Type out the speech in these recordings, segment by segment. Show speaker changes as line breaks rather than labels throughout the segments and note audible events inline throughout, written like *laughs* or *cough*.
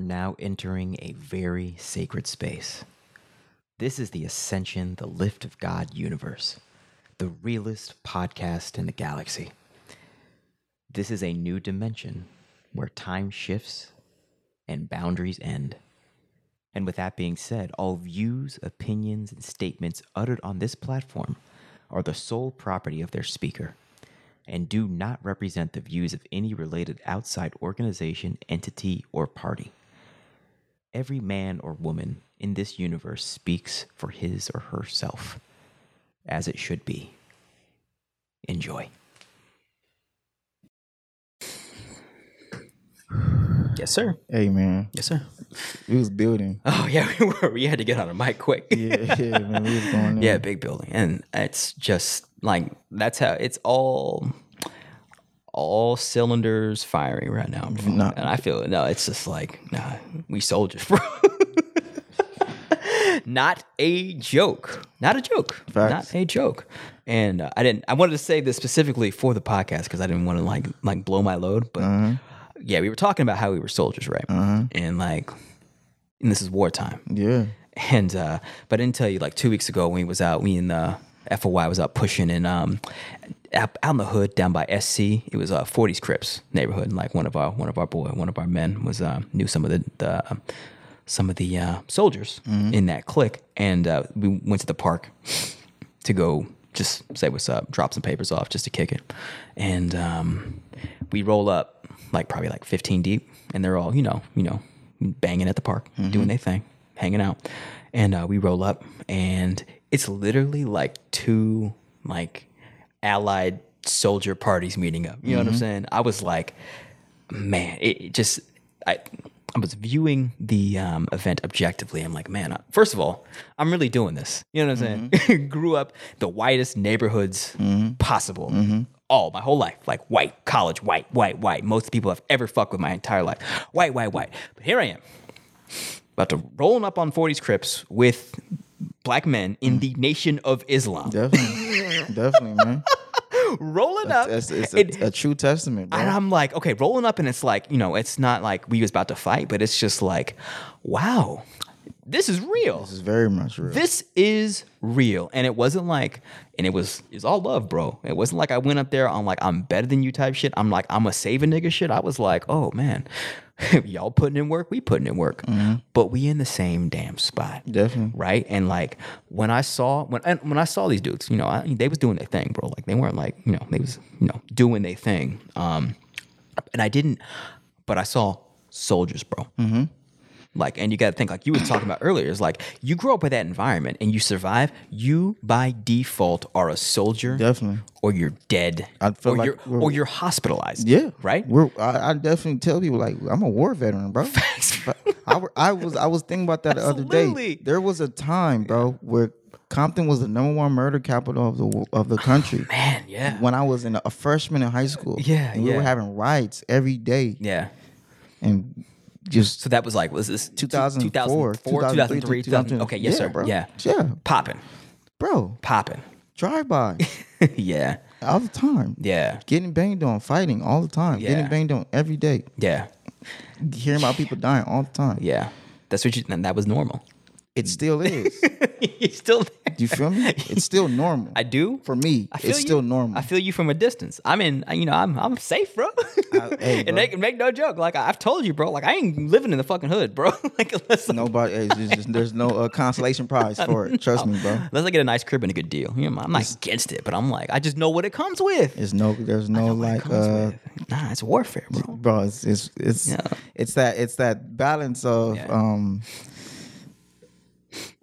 now entering a very sacred space. This is the Ascension, the Lift of God universe, the realest podcast in the galaxy. This is a new dimension where time shifts and boundaries end. And with that being said, all views, opinions, and statements uttered on this platform are the sole property of their speaker and do not represent the views of any related outside organization, entity, or party. Every man or woman in this universe speaks for his or herself, as it should be. Enjoy. Yes, sir.
Hey man,
Yes, sir.
we was building.
*laughs* Oh yeah, we were. We had to get on a mic quick.
*laughs* Yeah, yeah, man, we was going. In.
Yeah, big building. And it's just like that's how it's all all cylinders firing right now.
No.
And I feel it. No, it's just like, nah, we soldiers, *laughs* bro. Not a joke. Not a joke. Not
Facts.
a joke. And uh, I didn't I wanted to say this specifically for the podcast cuz I didn't want to like like blow my load, but
Mm-hmm.
yeah, we were talking about how we were soldiers, right? And like and this is wartime.
yeah,
*laughs* And uh, but I didn't tell you like two weeks ago when he was out, we in uh, the FOY was out pushing and um out, out in the hood down by SC. It was uh, 40s Crips neighborhood, and like one of our one of our boy, one of our men was uh, knew some of the, the um, some of the uh, soldiers in that clique, and uh, we went to the park to go just say what's up, drop some papers off just to kick it, and um, we roll up like probably like 15 deep, and they're all you know you know banging at the park, doing their thing, hanging out, and uh, we roll up, and it's literally like two like allied soldier parties meeting up. You know what I'm saying? I was like, man, it, it just I I was viewing the um, event objectively. I'm like, man, I- first of all, I'm really doing this. You know what I'm
Mm-hmm.
saying? *laughs* Grew up the whitest neighborhoods possible.
Mm-hmm.
All my whole life, like white, college, white, white, white. Most people I've ever fucked with my entire life, white, white, white. But here I am, about to rolling up on 40s Crips with black men in
Mm.
the Nation of Islam. *laughs*
definitely, definitely, man.
Rolling up,
That's it's a,
and-
a true testament, bro.
And I'm like, okay, rolling up, and it's like, you know, it's not like we was about to fight, but it's just like, wow, this is real.
This is very much real.
This is real. And it wasn't like, and it was, it's all love, bro. It wasn't like I went up there on like, I'm better than you type shit. I'm like, I'm a save a nigga shit. I was like, oh man, *laughs* y'all putting in work, we putting in work, but we in the same damn spot
definitely,
right? And like when I saw when and when I saw these dudes, you know, I, they was doing their thing, bro. Like they weren't like you know they was you know doing their thing. Um, and I didn't, but I saw soldiers, bro. Mm-hmm. Like, and you got to think like you was talking about earlier. Is like you grow up with that environment and you survive. You by default are a soldier,
definitely.
or you're dead,
I feel
or
like
you're
we're-
or you're hospitalized.
Yeah,
right.
We're, I, I definitely tell people like I'm a war veteran, bro. I, were- I was I was thinking about that the other
Absolutely.
day. There was a time, bro, where Compton was the number one murder capital of the wo- of the country.
Oh, Man, yeah,
When I was in a, freshman in high school,
Yeah,
and we
yeah.
were having riots every day,
*laughs* yeah.
and just
So that was like was this
2004,
2004, 2003, 2000. Okay, yes,
Yeah,
sir.
bro.
Yeah,
Yeah.
popping.
bro.
popping. *laughs*
Drive by
yeah,
all the time.
yeah,
Getting banged on, fighting all the time.
Yeah.
Getting banged on every day.
yeah,
Hearing about people dying all the time.
yeah. That's what you. And that was normal. *laughs*
It still is.
He's still. There.
Do you feel me? It's still normal.
I do.
For me,
I feel
it's
you.
still normal.
I feel you from a distance. I'm in. You know, I'm I'm safe, bro. *laughs*
hey, bro.
and they can make no joke. Like I- I've told you, bro. Like I ain't living in the fucking hood, bro. *laughs* like unless
Nobody, hey, there's, just, there's no uh, consolation
*laughs*
prize for it. Trust me, bro.
unless I get a nice crib and a good deal. You know, I'm not against it, but I'm like I just know what it comes with.
There's no, there's no
What it
like,
comes
uh,
with. nah, it's warfare, bro.
bro. It's it's it's,
Yeah.
it's that it's that balance of
Yeah.
um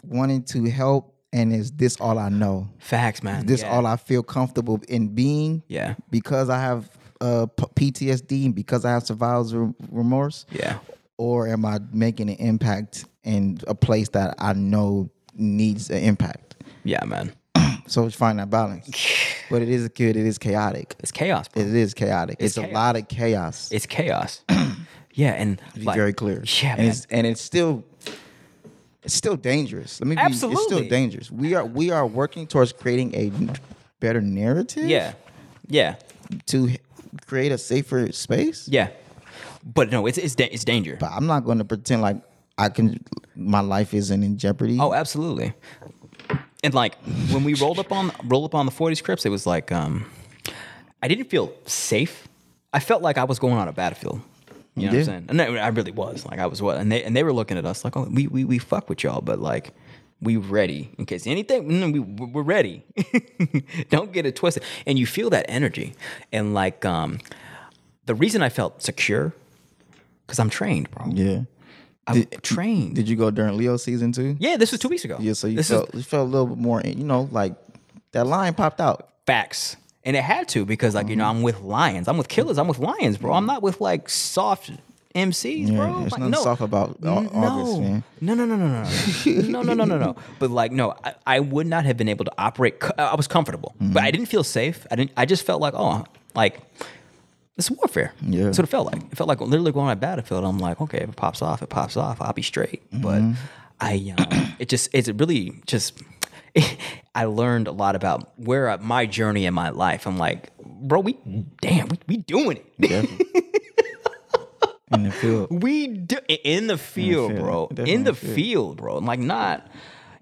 wanting to help and is this all I know?
Facts, man.
this
yeah.
all I feel comfortable in being.
Yeah.
Because I have uh, p- PTSD and because I have survivor's re- remorse.
Yeah.
Or am I making an impact in a place that I know needs an impact?
Yeah, man.
So it's finding
*laughs*
that balance. but it is good. It is chaotic.
It's chaos, bro.
It is chaotic. It's,
chaos.
a lot of chaos.
It's
*clears throat*
chaos. yeah, and
to be
like-
very clear.
*laughs* Yeah,
and
man.
it's, and it's still it's still dangerous. Let me be, It's
Absolutely.
still dangerous. We are we are working towards creating a better narrative.
yeah, yeah,
to h- create a safer space.
yeah. But no, it's it's da- it's danger.
But I'm not going to pretend like I can. My life isn't in jeopardy.
Oh, absolutely. And like when we rolled up on rolled up on the 40s Crips, it was like um, I didn't feel safe. I felt like I was going on a battlefield. You know
Yeah.
what I'm saying? And I I really was. Like I was what, and they and they were looking at us like, oh, we we we fuck with y'all, but like we ready in case anything. mm, We we're ready. *laughs* Don't get it twisted. And you feel that energy, and like um, the reason I felt secure, because I'm trained, bro.
Yeah.
I'm trained.
Did you go during Leo season too?
yeah, this was two weeks ago.
Yeah. So you
this is-
felt you felt a little bit more. You know, like that line popped out.
Facts. And it had to because, like, you know,
Mm-hmm.
I'm with lions. I'm with killers. I'm with lions, bro. I'm not with like soft MCs,
Yeah,
bro.
there's
Like,
nothing soft about Au-
no. *laughs*
August, man.
No, no, no, no,
*laughs*
no, no, no, no, no, no. But like, no, I, I would not have been able to operate. co- I was comfortable,
Mm-hmm.
but I didn't feel safe. I didn't. I just felt like, oh, like it's warfare.
Yeah.
That's what it felt like. It felt like literally going on a battlefield. I'm like, okay, if it pops off, it pops off. I'll be straight.
Mm-hmm.
But I, um, *coughs* it just, it's really just, *laughs* I learned a lot about where I, my journey in my life. I'm like, bro, we, damn, we, we doing it.
Definitely. in
*laughs*
the field.
We do in the field,
field.
bro.
Definitely
in
in
the
the
field, bro. Like not,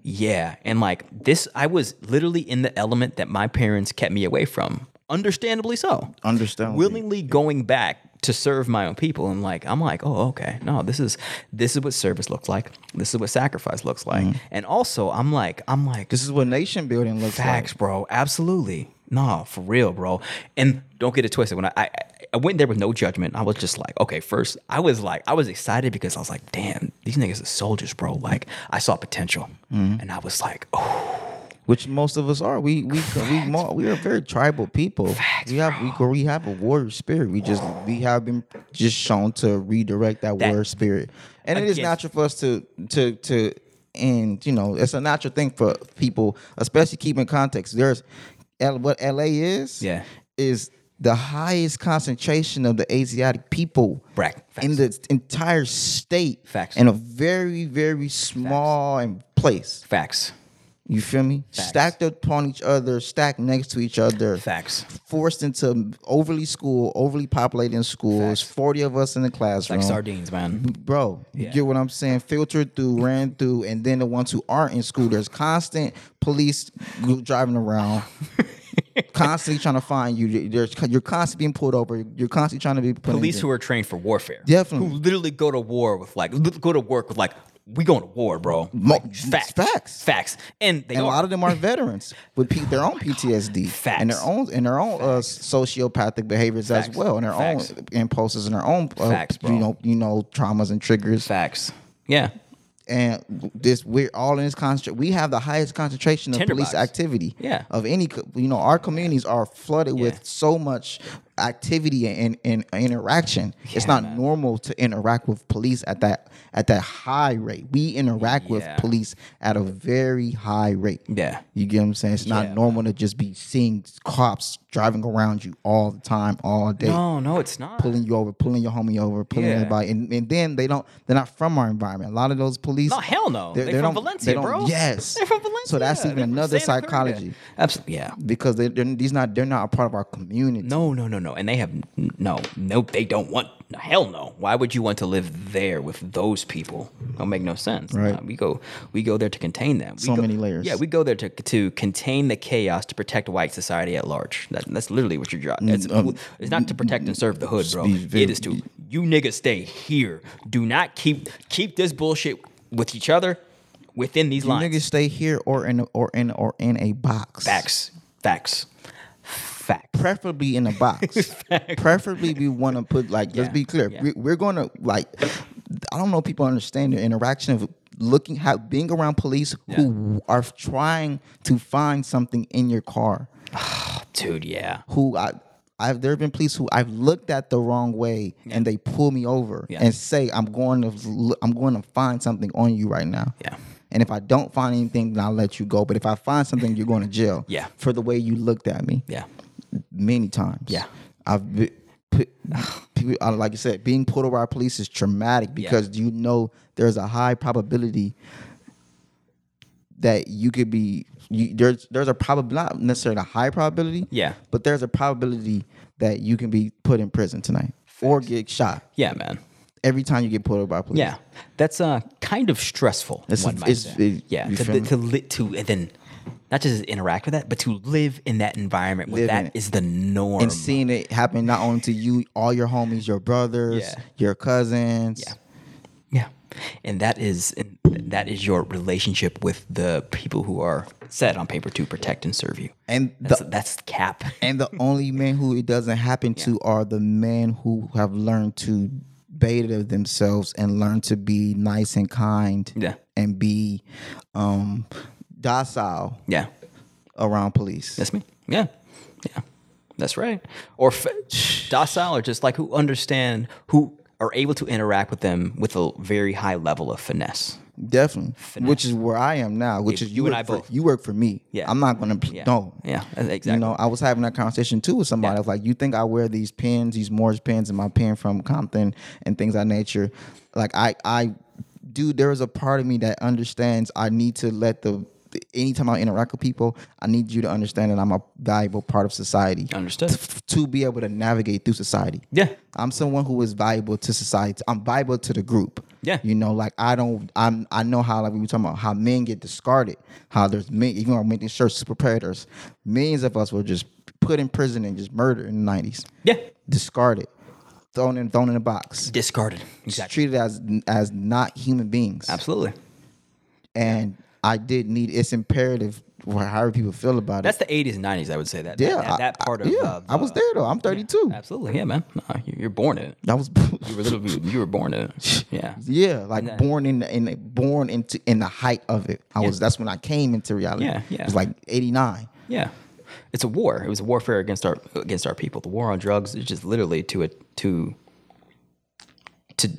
yeah. And like this, I was literally in the element that my parents kept me away from. Understandably so
Understand.
willingly going back to serve my own people and like i'm like oh okay no this is this is what service looks like this is what sacrifice looks like and also i'm like i'm like
This is what nation building looks
facts bro absolutely no for real bro and don't get it twisted when I, I i went there with no judgment i was just like okay first i was like i was excited because i was like damn these niggas are soldiers bro like i saw potential
Mm-hmm.
and i was like oh
like. Which most of us are. We we we mo- we are very tribal people. we have we go- we have a warrior spirit. We just we have been just shown to redirect that, warrior spirit, and it is
Against-
natural for us to to to and you know it's a natural thing for people, especially keeping context. There's L, what LA is.
Yeah.
is the highest concentration of the Asiatic people.
Correct.
In the entire state,
Facts.
in a very, very small and place.
facts
You feel me? Stacked upon each other, stacked next to each other,
facts
forced into overly school, overly populated schools. Forty of us in the classroom.
like sardines man
Bro, you get what I'm saying? Filtered through, ran through, and then the ones who aren't in school, there's constant police group
*laughs*
driving around, constantly trying to find you. There's, you're constantly being pulled over. You're constantly trying to be put in
police
jail.
who are trained for warfare.
Definitely.
Who literally go to war with like li- go to work with like we going to war, bro.
Mo-
Like, facts.
facts.
Facts. And they
and
are.
a lot of them are veterans with P- their own PTSD and their
Oh Facts.
own and their own uh, sociopathic behaviors
Facts.
as well, and their
Facts.
own impulses and their own uh,
Facts, bro.
you know you know traumas and triggers.
facts. Yeah.
And this we're all in this concentration. We have the highest concentration of
Tinderbox.
police activity.
Yeah.
of any co- you know our communities are flooded
Yeah.
with so much activity and, and, and interaction. it's
Yeah,
not
man.
normal to interact with police at that at that high rate. We interact with
Yeah.
police at a very high rate.
Yeah.
You get what I'm saying? It's
Yeah.
not normal to just be seeing cops driving around you all the time, all day,
No, no, it's not.
pulling you over, pulling your homie over, pulling
Yeah.
everybody. And, and then they don't, they're not from our environment. A lot of those police.
No, hell no. They're,
they
from
don't-
Valencia,
they don't-
bro.
yes.
They're from Valencia.
So that's even
They're from
another
Santa Clarita.
psychology.
Absolutely. Yeah.
Because they, they're, these not, they're not a part of our community.
No, no, no, no. And they have no, no, they don't want, hell no. Why would you want to live there with those people? Don't make no sense.
Right.
Uh, we go, we go there to contain them. We
So
go-
many layers.
Yeah, we go there to, to contain the chaos to protect white society at large. That, that's literally what your job. It's, it's not to protect and serve the hood, bro.
Mm, um, be very-
It is to you niggas stay here. Do not keep keep this bullshit with each other within these
You
lines.
niggas stay here or in, a- or in, or in a box.
Facts, facts, facts.
preferably in
*laughs*
a box. preferably, we want to put like.
Yeah,
Let's be clear.
yeah.
We, we're going to like. I don't know. if People understand the interaction of looking how being around police who are trying to find something in your car.
Dude, yeah.
Who I. I've there have been police who I've looked at the wrong way and they pull me over
Yeah.
and say I'm going to look, I'm going to find something on you right now.
Yeah.
And if I don't find anything, then I'll let you go. But if I find something, you're going to jail.
Yeah.
For the way you looked at me
Yeah.
many times.
Yeah.
I've been, put, people, uh, like I said, being pulled over by police is traumatic because you know there's a high probability that you could be you, there's there's a probability not necessarily a high probability
Yeah.
but there's a probability that you can be put in prison tonight or get shot
Yeah, man.
every time you get pulled over by police.
Yeah, that's uh, kind of stressful.
It's-
one might
it's-
say.
it-
yeah,
you
to,
feel
to,
me?
to, li- to and then not just interact with that, but to live in that environment where
Live in
that
it.
is the norm.
And seeing it happen not only to you, all your homies, your brothers,
Yeah.
your cousins.
Yeah. yeah, and that is and that is your relationship with the people who are set on paper to protect and serve you.
And
That's,
the
that's cap. *laughs*
and the only men who it doesn't happen to are the men who have learned to beta themselves and learn to be nice and kind
Yeah.
and be um docile
Yeah,
around police.
that's me. Yeah, yeah, that's right. Or f- docile, or just like who understand who are able to interact with them with a very high level of finesse.
Definitely. Which is where I am now, which
Yeah,
is you,
you and
work
I
for,
both.
you work for me.
Yeah.
I'm not gonna
Yeah.
no.
Yeah. Exactly.
You know, I was having that conversation too with somebody. I was like, you think I wear these pins, these Morris pins, and my pin from Compton and things of that nature? Like, I, I, dude, there is a part of me that understands I need to let the, anytime I interact with people, I need you to understand that I'm a valuable part of society.
Understood.
To, to be able to navigate through society.
Yeah.
I'm someone who is valuable to society. I'm valuable to the group.
Yeah.
You know, like I don't I'm I know how like we were talking about how men get discarded, how there's men even though making sure super predators, millions of us were just put in prison and just murdered in the nineties.
Yeah.
Discarded. Thrown in thrown in a box.
Discarded. Exactly.
Treated as as not human beings.
Absolutely.
And I did need it's imperative wh- however people feel about
That's
it.
the 80s and 90s, I would say that.
Yeah,
That, that, that
I-
part
I,
of
yeah.
uh, the-
I was there though. I'm 32.
Absolutely. Yeah, man. No, you- you're born in it.
I was *laughs*
You were little, you you were born in it. Yeah.
Yeah, like
then-
born in the, in the, born into in the height of it. I was that's when I came into reality.
Yeah, yeah.
It was like eighty nine.
Yeah. It's a war. It was a warfare against our against our people. The war on drugs is just literally to a, to to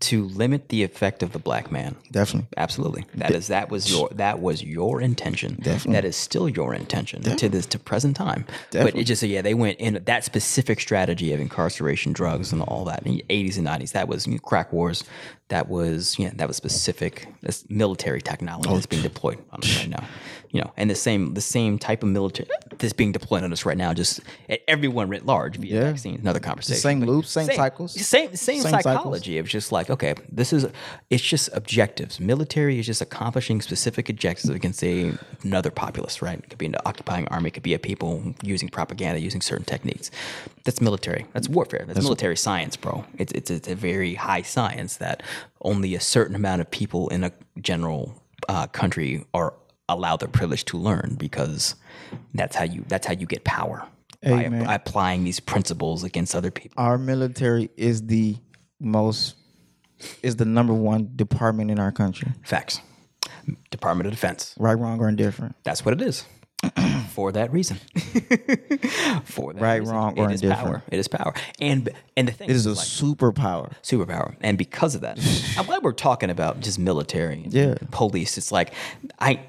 to limit the effect of the black man.
Definitely.
Absolutely. That is that was your that was your intention.
Definitely.
That is still your intention to this to present time. But
Definitely.
it just yeah, they went in that specific strategy of incarceration, drugs, and all that. In the 80s and 90s, that was you know, crack wars. That was yeah, that was specific that's military technology that's being deployed on us right now. You know, and the same the same type of military that's being deployed on us right now, just everyone writ large via
Yeah.
vaccines. Another conversation.
Same
but
loops, same cycles.
Same same,
Same cycles.
psychology strategy of just like, okay, this is it's just objectives. Military is just accomplishing specific objectives against a, another populace, right? It could be an occupying army, it could be a people using propaganda, using certain techniques. That's military. That's warfare. That's, military science, bro. It's, it's it's a very high science that only a certain amount of people in a general uh, country are allowed their privilege to learn because that's how you that's how you get power. By,
Amen.
by applying these principles against other people.
Our military is the most is the number one department in our country.
Facts. Department of Defense.
Right, wrong, or indifferent.
That's what it is. *clears throat* For that
*laughs*
reason. For that
Right,
reason.
wrong,
It
or
is
indifferent.
power. It is power. And and the thing
It
is,
is a superpower.
superpower. And because of that, I'm glad we're talking about just military and
Yeah.
police. It's like I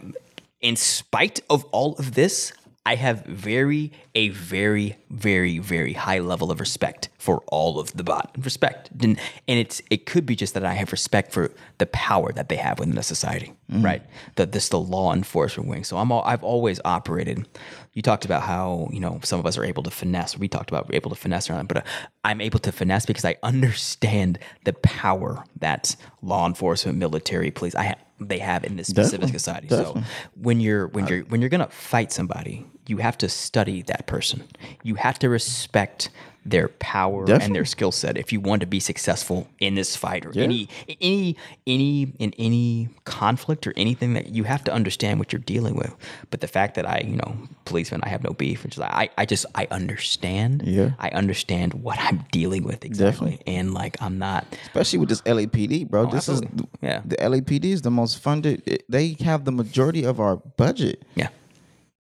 in spite of all of this, I have very a very very very high level of respect for all of the bot respect and, and it's it could be just that I have respect for the power that they have within the society right that this the law enforcement wing so I'm all, I've always operated you talked about how you know some of us are able to finesse we talked about we're able to finesse around it, but uh, I'm able to finesse because I understand the power that law enforcement military police I ha- they have in this specific
Definitely. Uh,
society so when you're when you're when you're gonna fight somebody, you have to study that person. You have to respect their power and their
Definitely.
skill set if you want to be successful in this fight or any any any in any conflict or anything that you have to understand what you're dealing with. But the fact that I, you know, policeman, I have no beef. It's like I, I just I understand.
Yeah.
I understand what I'm dealing with exactly. And like I'm not
Especially with this LAPD, bro. this
Oh, absolutely.
is
Yeah.
the LAPD is the most funded. it- They have the majority of our budget.
Yeah.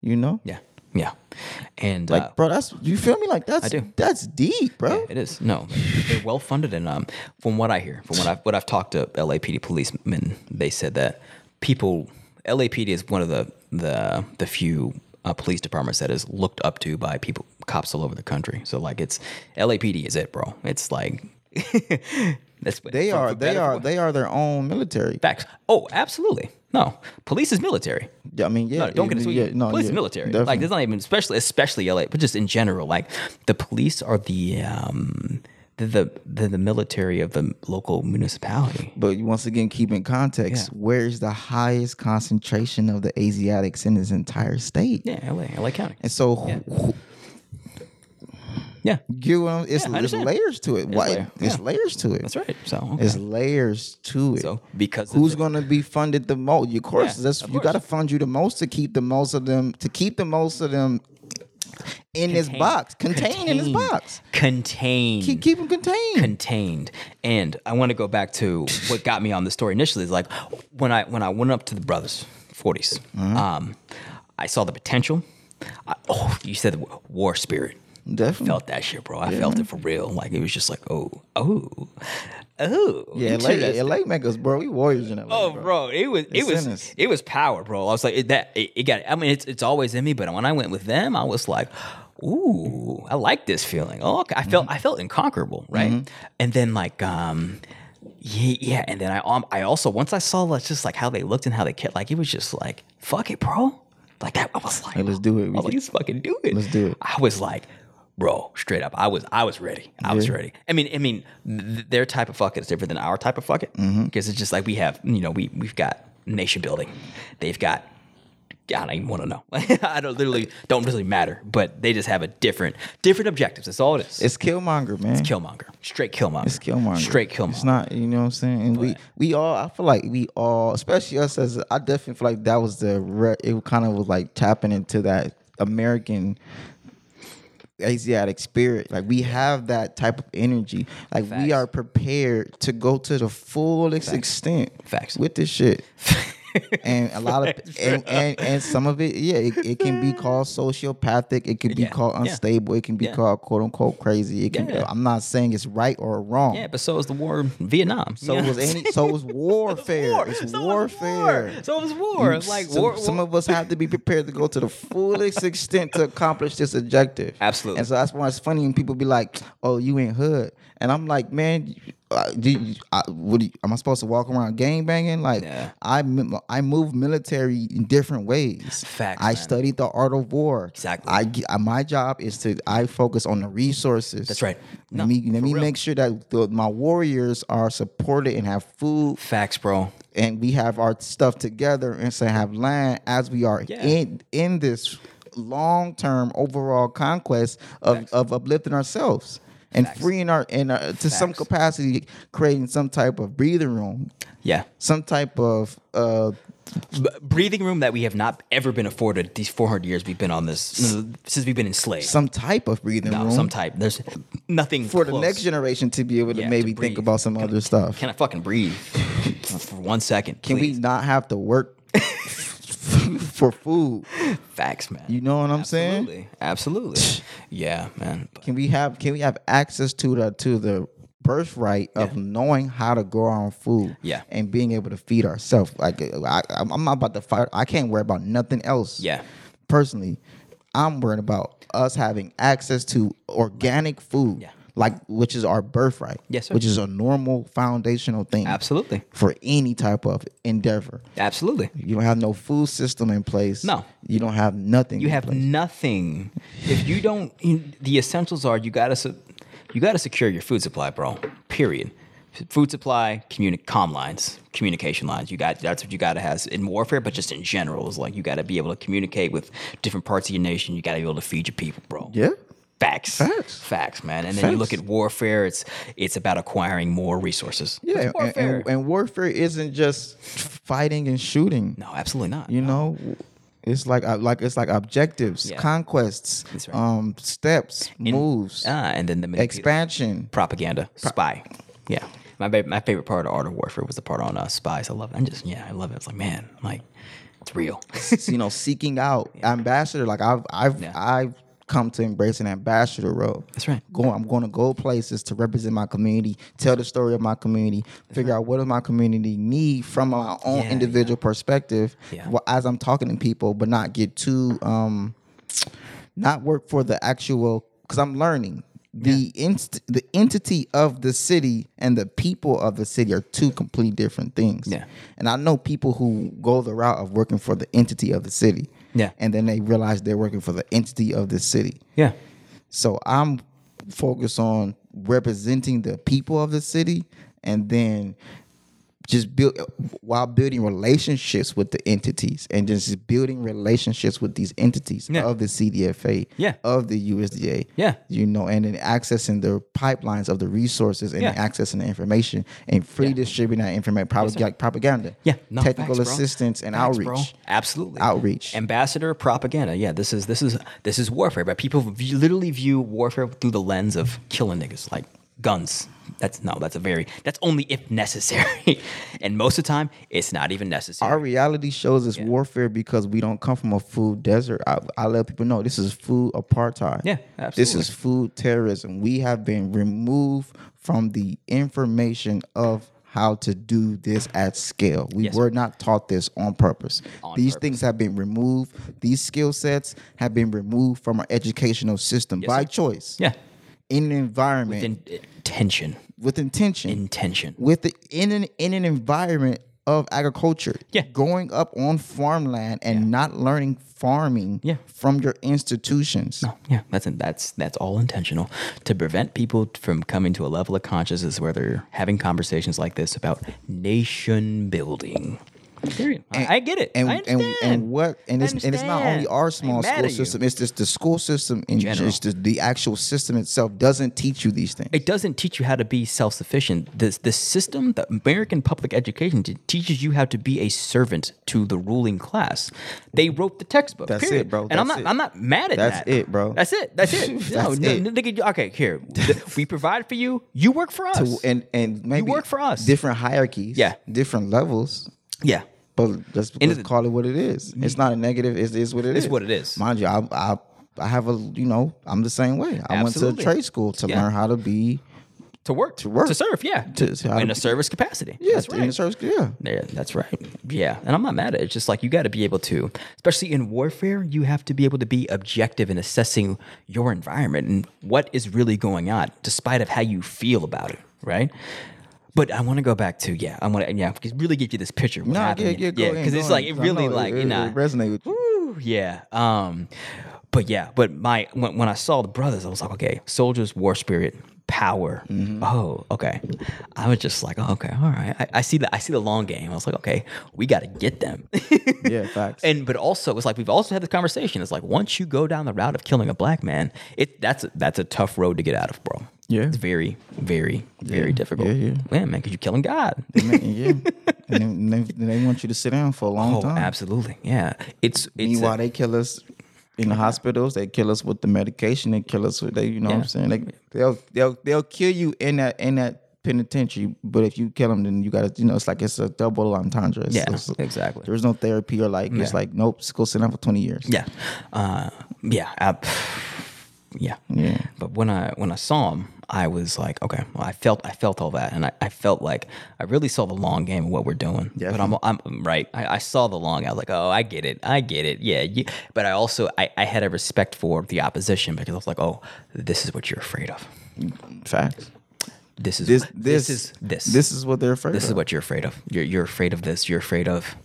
You know,
Yeah. Yeah. And
like,
uh,
bro, that's you feel me? Like that's
do.
that's deep, bro.
Yeah, it is. No, they're well funded, and um, from what I hear, from what I've what I've talked to LAPD policemen, they said that people LAPD is one of the the the few uh, police departments that is looked up to by people cops all over the country. So like, it's LAPD is it, bro? It's like *laughs* That's what
They
for-
are
for
they
better, for
are
worse.
they are their own military.
facts. Oh, absolutely. No, police is military.
Yeah, I mean, yeah,
No, don't get it
yeah,
twisted.
yeah, no,
police
yeah,
is military. Like,
definitely.
there's not even especially especially LA, but just in general, like the police are the um the the, the, the military of the local municipality.
But you- once again, keep in context,
Yeah.
where is the highest concentration of the Asiatics in this entire state?
Yeah, LA, LA County.
And so, wh- wh-
Yeah,
you know, it's,
I
it's
understand.
layers to it. Why?
layer.
It's
Yeah.
layers to it.
that's right. So okay.
It's layers to it.
so because
Who's
of,
going to be funded the most? Of course,
Yeah,
that's,
of
you
course.
got to fund you the most to keep the most of them to keep the most of them in this
Contained.
box, contained, in this
Contained.
box.
contained
Keep, keep them contained.
contained. And I want to go back to what got me on the story initially is like when I when I went up to the brothers 40s.
Mm-hmm.
Um, I saw the potential. I, oh, you said the w- war spirit.
Definitely.
Felt that shit, bro. I felt it for real. Like it was just like, oh, oh, oh.
yeah,
interesting.
LA, LA make us, bro. We warriors in LA.
Oh, bro, it was it
It's
was
in us.
it was power, bro. I was like it, that. It, it got. I mean, it's it's always in me, but when I went with them, I was like, ooh, I like this feeling. Oh, okay. I felt
Mm-hmm.
I felt inconquerable, right? And then like um. Yeah, yeah, and then I um, I also once I saw like, just like how they looked and how they kept like it was just like fuck it, bro. Like that, I was like,
Hey, let's do it.
I
We
was like,
can-
let's fucking do it.
Let's do it.
I was like, bro, straight up. I was I was ready. I was ready. I mean, I mean, th- their type of fuck it is different than our type of fuck it
Mm-hmm.
because it's just like we have, you know, we we've got nation building. They've got. I don't even want to know. *laughs* I don't literally don't really matter, but they just have a different different objectives. That's all it is.
It's Killmonger, man.
Killmonger, straight Killmonger,
It's Killmonger.
straight Killmonger.
It's not, you know what I'm saying? And we we all I feel like we all, especially us as I definitely feel like that was the re, it kind of was like tapping into that American Asiatic spirit. Like we have that type of energy. Like
Facts.
we are prepared to go to the fullest extent
Facts.
with this shit. and
*laughs*
a lot of and, and and some of it, yeah, it, it can be called sociopathic. It can be
Yeah.
called
Yeah.
unstable. It can be
Yeah.
called quote unquote crazy. It can. Be,
Yeah.
I'm not saying it's right or
*laughs*
wrong.
Yeah, but so was the war in Vietnam.
So
You know
was
what I'm
any, so
*laughs*
was warfare.
war. *laughs*
It's
So it was
warfare.
war. So it was war.
You-
Like,
some,
war-
some of us have to be prepared to go to the fullest extent to accomplish this objective.
Absolutely.
And so that's why it's funny when people be like, "Oh, you ain't hood," and I'm like, "Man, you- uh, do you, I, what do you, am I supposed to walk around gang banging? Like,
Yeah.
I mi- I move military in different ways.
Facts,
I
man.
studied the art of war.
Exactly.
I, ge- uh, my job is to I focus on the resources.
That's right.
Let
No,
me let
for
me
real.
make sure that the, my warriors are supported and have food
Facts, bro.
and we have our stuff together and to have land as we are
Yeah.
in in this long term overall conquest of, of uplifting ourselves and freeing our and uh, to some
Facts.
capacity creating some type of breathing room,
Yeah.
some type of uh,
B- breathing room that we have not ever been afforded these 400 years we've been on this uh, since we've been enslaved.
some type of breathing
no,
room
some type. There's nothing
for the
close.
next generation to be able to
Yeah, to
maybe think
breathe.
about some other stuff.
Can I fucking breathe for, for one second?
Can we
please?
not have to
*laughs*
work *laughs* for food?
Facts, man.
You know what I'm saying?
Absolutely. Absolutely. yeah, man. But
can we have can we have access to the to the birthright of knowing how to grow our own food
Yeah.
and being able to feed ourselves like uh, I, I'm I'm not about to fight i can't worry about nothing else
Yeah.
personally i'm worried about us having access to organic food
Yeah.
like which is our birthright
Yes, sir.
which is a normal foundational thing
Absolutely.
for any type of endeavor
Absolutely.
you don't have no food system in place
No.
you don't have nothing
You
in
have
place.
nothing. If you don't, you- the essentials are you gotta se- you gotta secure your food supply, bro. Period. Food supply, communi- comm lines, communication lines. You got that's what you gotta have in warfare, but just in general, is like you gotta be able to communicate with different parts of your nation. You gotta be able to feed your people, bro.
yeah
Facts.
Facts.
Facts, man. And then you look
Facts.
at warfare. It's it's about acquiring more resources. It's
Yeah, and,
warfare.
and, and warfare isn't just fighting and shooting.
no, absolutely not.
You know, it's like uh, like it's like objectives,
Yeah.
conquests,
That's right.
um, steps, moves,
Ah, and then the manipula-
expansion.
propaganda, spy. Yeah, my ba- my favorite part of Art of Warfare was the part on uh, spies. I love it. I just yeah, I love it. It's like man, like it's real. *laughs*
you *laughs* know, seeking out ambassador. Like I've I've
Yeah.
I've come to embrace an ambassador role.
That's right.
Go, I'm going to go places to represent my community, tell the story of my community, figure out what does my community need from my own
Yeah,
individual perspective.
Yeah.
wh- as I'm talking to people, but not get too um, not work for the actual because I'm learning. the inst- the entity of the city and the people of the city are two complete different things.
Yeah.
And I know people who go the route of working for the entity of the city.
Yeah.
And then they realize they're working for the entity of the city.
Yeah.
So I'm focused on representing the people of the city and then just build while building relationships with the entities and just building relationships with these entities
Yeah.
of the CDFA,
Yeah.
of the USDA.
Yeah.
You know, and then accessing the pipelines of the resources and
Yeah.
accessing the information and free distributing that information, probably like propaganda.
Yeah. No,
Technical
facts, bro.
assistance and
Facts,
outreach.
bro. Absolutely.
Outreach.
Ambassador propaganda. Yeah, this is this is this is warfare, but people view, literally view warfare through the lens of killing niggas like guns. That's no, that's a very that's only if necessary. *laughs* and most of the time it's not even necessary.
our reality shows is warfare because we don't come from a food desert. I, I let people know this is food apartheid.
Yeah,
This
absolutely.
is food terrorism. We have been removed from the information of how to do this at scale. We
Yes.
were not taught this on purpose.
On
These
purpose.
things have been removed. These skill sets have been removed from our educational system by
sir.
choice.
yeah.
In an environment
In, intention.
with intention
Intention.
with the, in an in an environment of agriculture.
Yeah.
Growing up on farmland and not learning farming
Yeah.
from your institutions.
No, yeah, that's that's that's all intentional to prevent people from coming to a level of consciousness where they're having conversations like this about nation building. Period. I- I get it.
And,
I
and
understand.
and what and it's and it's not
understand.
only our
I
small
ain't mad
school
at you.
system, it's just the school system in
general.
just the, the actual system itself doesn't teach you these things.
It doesn't teach you how to be self-sufficient. This the system, the American public education te- teaches you how to be a servant to the ruling class. They wrote the textbook.
That's
period.
it, bro.
And I'm
That's
not
it.
I'm not mad at
That's
that.
it, bro.
That's it. That's
*laughs*
it. no,
That's
no,
it.
no, nigga, okay,
*laughs*
here. we provide for you. You work for us.
and and maybe
work for us.
Different hierarchies,
Yeah.
different levels.
yeah.
But let's,
End of
let's
the-
call it what it is. It's not a negative. It is what it
It's
is.
what it is.
Mind you, I, I I have a you know I'm the same way. I went to
Absolutely.
a trade school to
Yeah.
learn how to be
To work. To
work.
To serve, yeah.
To- to how
in
to-
a service capacity.
yeah
That's
in
right.
the service. Yeah,
Yeah, that's right. Yeah, and I'm not mad at it. It's just like you got to be able to, especially in warfare, you have to be able to be objective in assessing your environment and what is really going on, despite of how you feel about it, right? But I want to go back to yeah, I want to yeah, because really give you this picture.
Nah,
No,
yeah, yeah, go ahead,
because
go
it's like it
ahead.
really
I know,
like
it-
you know
it resonate with you.
Woo, yeah. Um, but yeah, but my when, when I saw the brothers, I was like, okay, soldiers, war spirit, power.
Mm-hmm.
Oh, okay. I was just like, oh, okay, all right. I, I see the I see the long game. I was like, okay, we got to get them. *laughs*
yeah, facts.
And but also it's like we've also had this conversation. It's like once you go down the route of killing a black man, it that's a, that's a tough road to get out of, bro.
Yeah.
it's very, very, very difficult.
yeah, yeah.
man, because you're killing God.
Man, yeah, and they, they, they want you to sit down for a long
Oh,
time.
absolutely. Yeah, it's it's a-
Meanwhile, E they kill us in the hospitals. They kill us with the medication. They kill us with they. You know what I'm
Yeah.
saying? They, they'll they'll they'll kill you in that in that penitentiary. But if you kill them, then you got to you know it's like it's a double entendre. It's-
Yeah,
it's-
exactly.
There's no therapy or like it's
Yeah.
like nope, just go sit down for 20 years.
Yeah, uh, yeah, I, yeah,
Yeah.
But when I when I saw him, I was like, okay, well, I felt I felt all that, and I, I felt like I really saw the long game of what we're doing. Yeah. But I'm I'm right. I, I saw the long. I was like, oh, I get it, I get it. Yeah. You, but I also I, I had a respect for the opposition because I was like, oh, this is what you're afraid of.
Facts.
This is
This
what-
this,
is this
this is what they're afraid
this
of.
is what you're afraid of. You're, you're afraid of this. You're afraid of.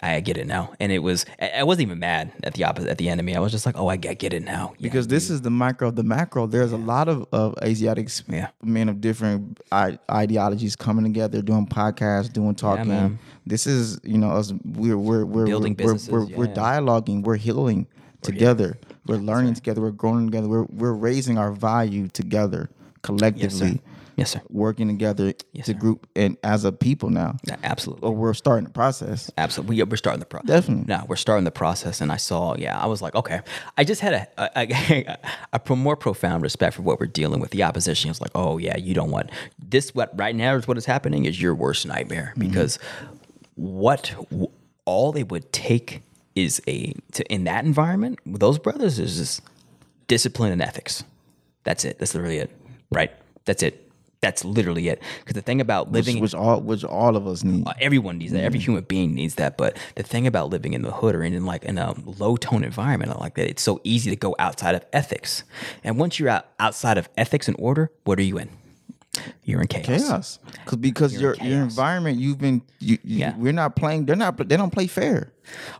I get it now. And it was. I I wasn't even mad at the opposite at the enemy. I was just like, oh, I get, I get it now. Yeah.
because this is the micro of the macro. There's a lot of, of Asiatic
Yeah.
men of different I- ideologies coming together, doing podcasts, doing talking.
man.
this is you know us. We're we're we're
Building
we're,
businesses,
we're, we're
yeah.
dialoguing. We're healing together. We're learning together. We're growing together. We're we're raising our value together collectively.
yes, sir.
Working together to
sir.
group and as a people now.
Yeah, absolutely.
Or we're starting the process.
Absolutely, We- we're starting the process.
Definitely.
no, we're starting the process. And I saw, yeah, I was like, okay. I just had a a, a, *laughs* a pro- more profound respect for what we're dealing with. The opposition is like, oh yeah, you don't want this. What right now is what is happening is your worst nightmare because what w- all they would take is a to, in that environment. with Those brothers is just discipline and ethics. That's it. That's literally it. Right. That's it. That's literally it. Because the thing about living
which all which all of us need.
uh, everyone needs that.
Mm.
Every human being needs that. But the thing about living in the hood or in, in like in a low tone environment like that, it's so easy to go outside of ethics. And once you're out, outside of ethics and order, what are you in? You're in chaos.
Chaos, because because your your environment you've been you, you-
Yeah.
we're not playing they're not they don't play fair.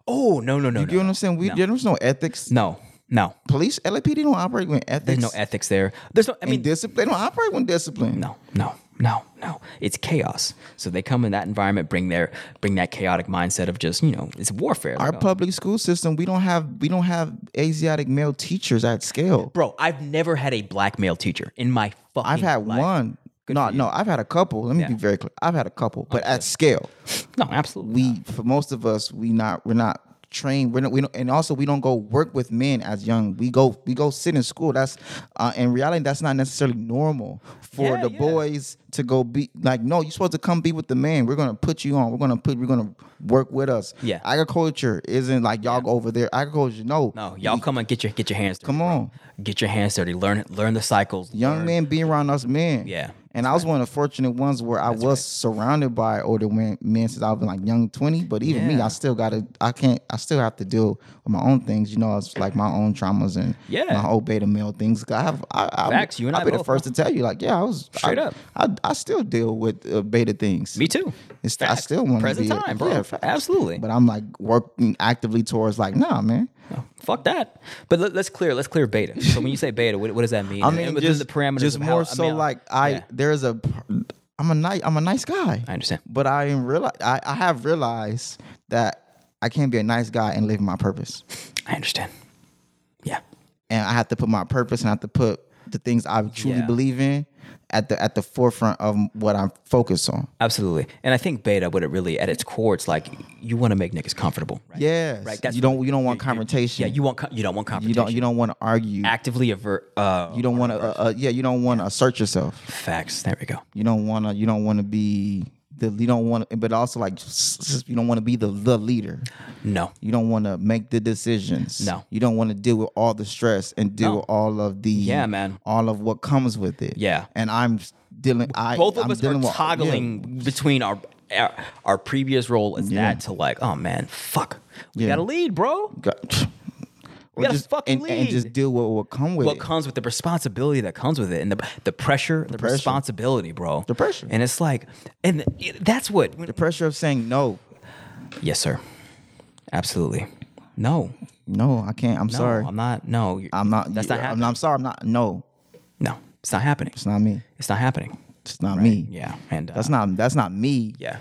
Oh no no no
You know
no
what I'm saying? We there's no ethics.
no no.
Police LAPD don't operate with ethics.
There's no ethics there. There's no. I mean,
discipline. They don't operate with discipline.
no no no no. It's chaos. So they come in that environment, bring their bring that chaotic mindset of just you know it's warfare.
Our
Like, oh,
public school system, we don't have we don't have Asiatic male teachers at scale.
bro, I've never had a black male teacher in my fucking.
I've had
life.
one. No, no, I've had a couple. Let me
Yeah.
be very clear. I've had a couple, but at scale,
No, absolutely.
we for most of us, we not we're not trained. We're not, we don't, and also we don't go work with men as young. We go we go sit in school. That's uh, in reality, that's not necessarily normal for
Yeah,
the
yeah.
boys to go be like. No, you're supposed to come be with the man. We're gonna put you on. We're gonna put. We're gonna work with us.
Yeah.
agriculture isn't like y'all go over there. Agriculture, no,
No, y'all come and get your get your hands. Dirty,
Come
bro.
on.
get your hands dirty. Learn learn the cycles.
young men being around us men.
Yeah,
And I was one of the fortunate ones where I was surrounded by older men, men since I was like young twenty. But even me,
Yeah.
I still gotta, I can't, I still have to deal with my own things. You know, it's like my own traumas and
Yeah.
my whole beta male things. 'Cause I have, I, I,
Facts, you and
I'll
I
be the
both,
first to tell you, like, yeah, I was I-
Straight up.
I, I still deal with uh, beta things.
Me too.
It's, I
Facts.
still want to
present
be a-
time, bro.
yeah, facts.
Absolutely.
But I'm like working actively towards like, nah, man.
No, fuck that. But let, us clear. Let's clear beta. So when you say beta, what, what does that mean?
I
And
mean,
within the
just,
parameters.
just
of how-
more
I
so
mean,
like I
yeah,
there's a I'm a nice I'm a nice guy.
I understand.
But I am realize I, I have realized that I can't be a nice guy and live my purpose.
I understand. Yeah.
And I have to put my purpose and I have to put the things I truly
Yeah.
believe in at the at the forefront of what I'm focused on.
Absolutely. And I think beta, what it really at its core, it's like you want to make niggas comfortable. Right?
Yes.
Right, that's
you don't you don't want confrontation.
Yeah. You want co- you don't want
you
confrontation.
don't you don't want to argue.
actively avert. Uh,
you don't want to uh, uh, yeah, you don't want to assert yourself.
facts. There we go.
You don't want to. You don't want to be the. You don't want. But also like, s- s- you don't want to be the the leader.
No.
You don't want to make the decisions.
No.
You don't want to deal with all the stress and deal
No.
with all of the.
Yeah, man.
All of what comes with it.
Yeah.
And I'm dealing. I
both of
I'm
us are
dealing with- yeah.
toggling between our, our our previous role as that to like, oh man, fuck, we
Yeah.
got to lead, bro.
Got-
*sighs* We gotta
just,
fucking
and, and just
lead.
deal with what come with
What
it.
comes with the responsibility that comes with it, and the the pressure, the,
pressure.
responsibility, bro. The
pressure.
and it's like, and it- that's what.
the pressure of saying no.
Yes, sir. Absolutely. No,
No, I can't. I'm
no,
sorry.
I'm not. No, you're-
I'm not.
That's not
I'm,
happening.
I'm sorry. I'm not. No,
no, it's not happening.
it's not me.
It's not happening.
It's not me.
Yeah, and uh,
That's not. That's not me.
Yeah.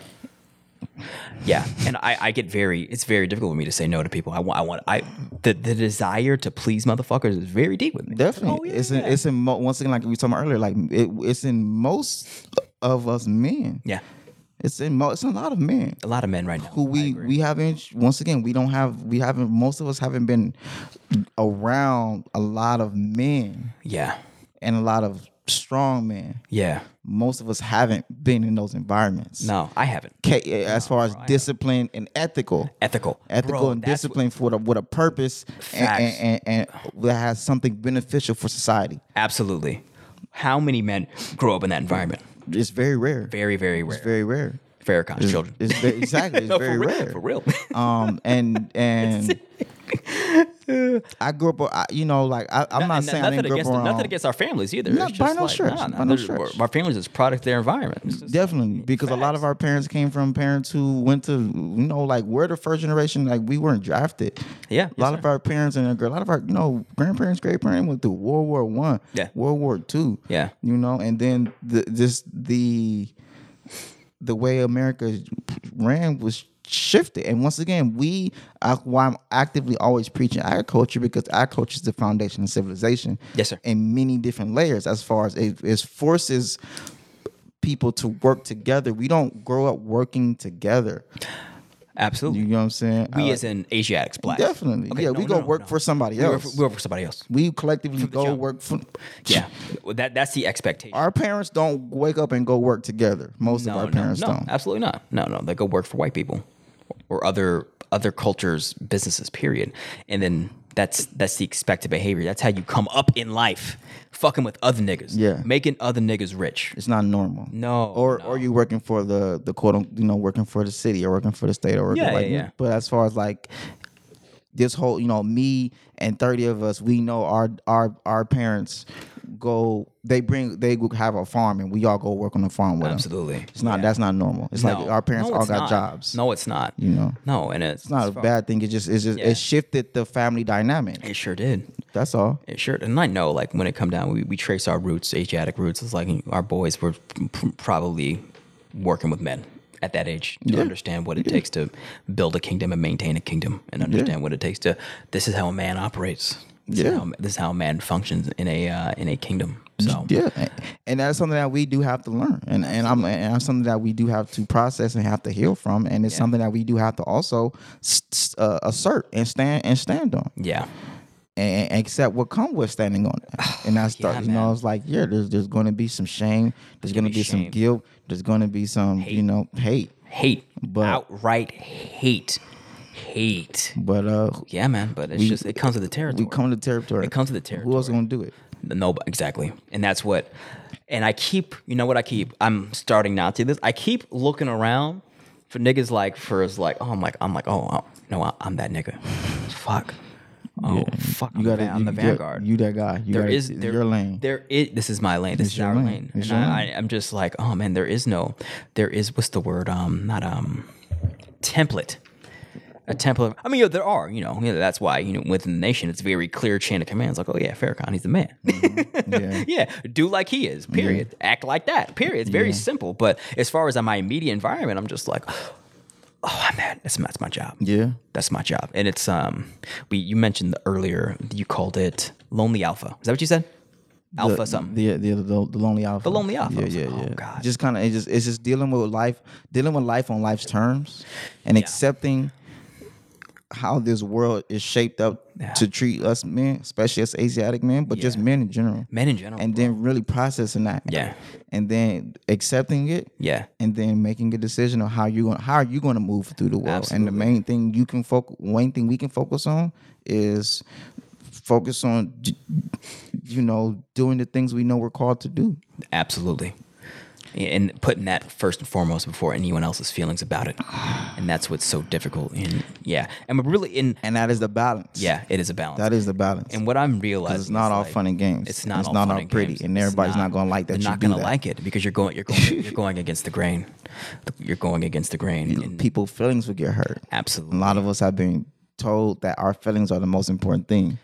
Yeah, and I, I get very it's very difficult for me to say no to people. I want I want I the, the desire to please motherfuckers is very deep with me.
Definitely,
Oh, yeah.
it's in, it's in mo- once again like we were talking about earlier, like it, it's in most of us men.
yeah.
It's in mo- it's in a lot of men
A lot of men right now
who we we haven't once again we don't have we haven't most of us haven't been around a lot of men
Yeah,
and a lot of strong men.
yeah.
Most of us haven't been in those environments.
No, I haven't.
Okay, as far as discipline and ethical.
Ethical,
Ethical
Bro,
and
that's what-
discipline for the, with a purpose and,
Facts.
and, and, and that has something beneficial for society.
absolutely. How many men grow up in that environment?
It's very rare.
Very, very rare.
It's very rare.
Farrakhan children.
It's
*laughs*
ve- exactly. It's
No, for
very
real-
rare.
for real. *laughs*
Um, and and I grew up. uh, I, you know, like I, *laughs* I'm not
And
saying I
nothing
didn't grow up
against
around.
nothing against our families either.
No,
It's
by
just
no
like,
stretch,
nah, nah,
by no
they're-
stretch.
Our families is product of their environment. It's just-
Definitely, because a lot of our parents came from parents who went to, you know, like we're the first generation, like we weren't drafted.
Yeah,
a
yes,
lot
sir.
of our parents and a lot of our, you know, grandparents, great parents went through World War One,
Yeah.
World War Two,
Yeah.
you know, and then the, just the the way America ran was shifted. And once again, we I, why I'm actively always preaching agriculture because agriculture is the foundation of civilization.
Yes, sir.
In many different layers, as far as it, it forces people to work together. We don't grow up working together.
absolutely.
You know what I'm saying? Uh,
we
I-
as in Asiatics, black.
Definitely. Yeah, we go work for somebody
We work
else.
for- we work for somebody
*laughs*
else.
we collectively go
job.
work for.
Yeah, Well, that that's the expectation.
Our parents don't wake up and go work together. Most
no,
of our
no,
parents
no,
don't.
absolutely not. No, no, they go work for white people or other other cultures, businesses. Period, and then That's that's the expected behavior. That's how you come up in life, fucking with other niggas.
Yeah.
making other niggas rich.
It's not normal.
No,
Or
no.
or you working for the the quote un- you know working for the city or working for the state or working
Yeah,
like
yeah, yeah.
but as far as like this whole you know me and 30 of us we know our our our parents go they bring they go have a farm and we all go work on the farm with 'em.
Absolutely.
It's not that's not normal. It's like
No.
our parents
No,
all
it's not.
got jobs.
No, it's not.
You know.
No, and it's,
It's not a bad thing. It just it's just
Yeah.
it shifted the family dynamic.
It sure did.
That's all.
It sure. And I know, like, when it come down, we, we trace our roots, Asiatic roots. It's like our boys were p- probably working with men at that age to understand what it takes to build a kingdom and maintain a kingdom and understand what it takes to. This is how a man operates. This
Yeah.
Is how, this is how a man functions in a uh, in a kingdom. So
Yeah, and- and that's something that we do have to learn, and and I'm and that's something that we do have to process and have to heal from, and it's something that we do have to also s- s- uh, assert and stand and stand on,
yeah.
and, and accept what comes with standing on it.
*sighs*
And I start, you know,
man.
it's like yeah, there's there's going to be some shame, there's going to
be
be some
shame.
guilt, there's going to be some you know hate,
Hate,
But-
outright hate, hate.
but uh,
Yeah, man. But it's just it comes with the territory.
we come to territory.
It comes to the
Who else
territory.
going to do it?
No, but- exactly. And that's what, and I keep, you know what I keep? I'm starting now to this. I keep looking around for niggas like, for it's like, oh, I'm like, I'm like, oh, I, no, I, I'm that nigga. Fuck. Oh, fuck. I'm,
You
the
got to
va- I'm the vanguard.
You that guy. You
there
gotta,
is there,
your lane.
*laughs* There is this is my lane. This is
your
our
lane.
lane.
It's
And
your
I, I, I'm just like, oh man, there is no, there is what's the word? Um, not um, template. A template. I mean, yeah, there are. You know, yeah, that's why you know within the nation, it's very clear chain of commands. Like, oh yeah, Farrakhan, he's the man.
yeah.
yeah, do like he
Mm-hmm.
is. Period. Act like that. Period. It's very simple. But as far as my immediate environment, I'm just like, oh, I'm that. That's, that's my job
Yeah.
that's my job and it's um we you mentioned earlier you called it lonely alpha is that what you said alpha
the,
something
The, the, the, the lonely alpha. The
lonely alpha. I
Yeah,
was
yeah,
like,
yeah.
oh, God.
Just kind of it's just it's just dealing with life, dealing with life on life's terms, and accepting how this world is shaped up
Yeah.
to treat us men, especially as Asiatic men, but just
Yeah.
men in general.
men in general
And then really processing that.
Yeah.
And then accepting it.
yeah
And then making a decision on how you going how are you going to move through the world. And the
Absolutely.
main thing you can focus, one thing we can focus on is focus on, you know, doing the things we know we're called to do.
absolutely and putting that first and foremost before anyone else's feelings about it and that's what's so difficult and yeah and we're really in
And that is the balance.
yeah it is a balance
that is the balance.
and what i'm realizing
it's not
is,
all
like,
fun and games.
it's not
It's
all
not
fun
all
and
pretty,
games.
and
It's
everybody's not gonna like that
They're
you
not
do
gonna
that.
like it because you're going you're going you're going against the grain. You're going against the grain. And
people feelings would get hurt. A
absolutely.
lot of us have been told that our feelings are the most important thing.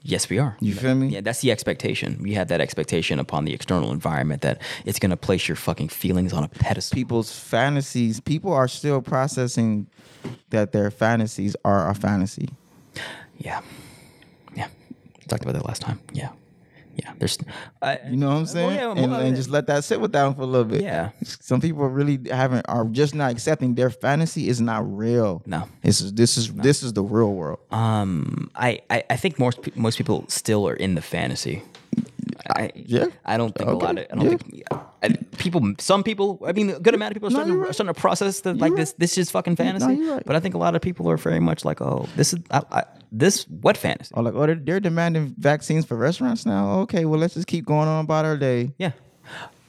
Yes, we are.
You feel me?
Yeah, that's the expectation. We have that expectation upon the external environment that it's going to place your fucking feelings on a pedestal.
People's fantasies. People are still processing that their fantasies are a fantasy.
Yeah. Yeah. Talked about that last time. Yeah. Yeah. There's, I,
You know what I'm saying?
yeah,
and,
well,
and just let that sit with that for a little bit.
Yeah.
Some people really haven't are just not accepting their fantasy is not real.
No.
This is this is this is the real world.
um, I, I, I think most, pe- most people still are in the fantasy. I,
yeah.
I don't think
Okay.
a lot of, I don't
Yeah.
think, I, people, some people, I mean, a good amount of people are starting,
you're
to,
right.
starting to process that, like,
You're
this,
right.
this is fucking fantasy.
you're right.
But I think a lot of people are very much like, oh, this is, I, I, this, what fantasy?
Or like, oh, they're, they're demanding vaccines for restaurants now. Okay, well, let's just keep going on about our day.
Yeah.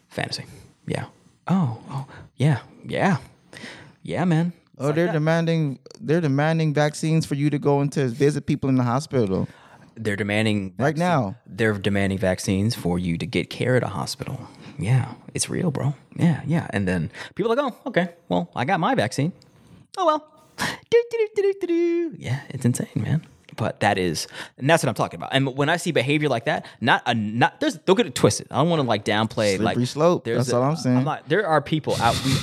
Fantasy. Yeah. Oh, oh, yeah. Yeah. Yeah, man.
Oh, they're
*laughs*
demanding they're demanding vaccines for you to go into visit people in the hospital.
They're demanding
Right
vaccine-
now.
They're demanding vaccines for you to get care at a hospital. Yeah. It's real, bro. Yeah, yeah. And then people are like, "Oh, okay. Well, I got my vaccine." Oh, well. *laughs* Do-do-do-do-do-do. Yeah, it's insane, man. But that is, and that's what I'm talking about. And when I see behavior like that, not a not there's don't get it twisted. I don't want to like downplay
Slippery
like
slope.
there's
That's all I'm saying.
not- there are people out, we,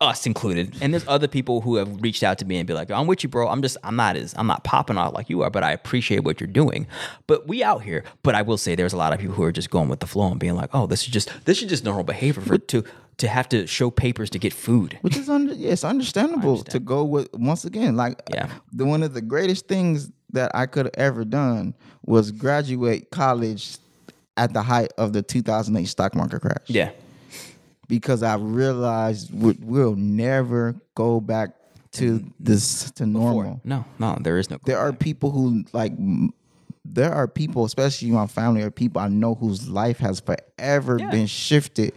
us included, and there's other people who have reached out to me and be like, "I'm with you, bro. I'm just, I'm not as, I'm not popping out like you are, but I appreciate what you're doing." But we out here. But I will say, there's a lot of people who are just going with the flow and being like, "Oh, this is just, this is just normal behavior for to to have to show papers to get food."
Which is under yeah, it's understandable to go with once again, like
Yeah.
the one of the greatest things that I could have ever done was graduate college at the height of the 2008 stock market crash.
Yeah,
because I realized we- we'll never go back to this to normal.
No, no, there is no.
There are people who like. m- There are people, especially my family, or people I know whose life has forever
Yeah.
been shifted,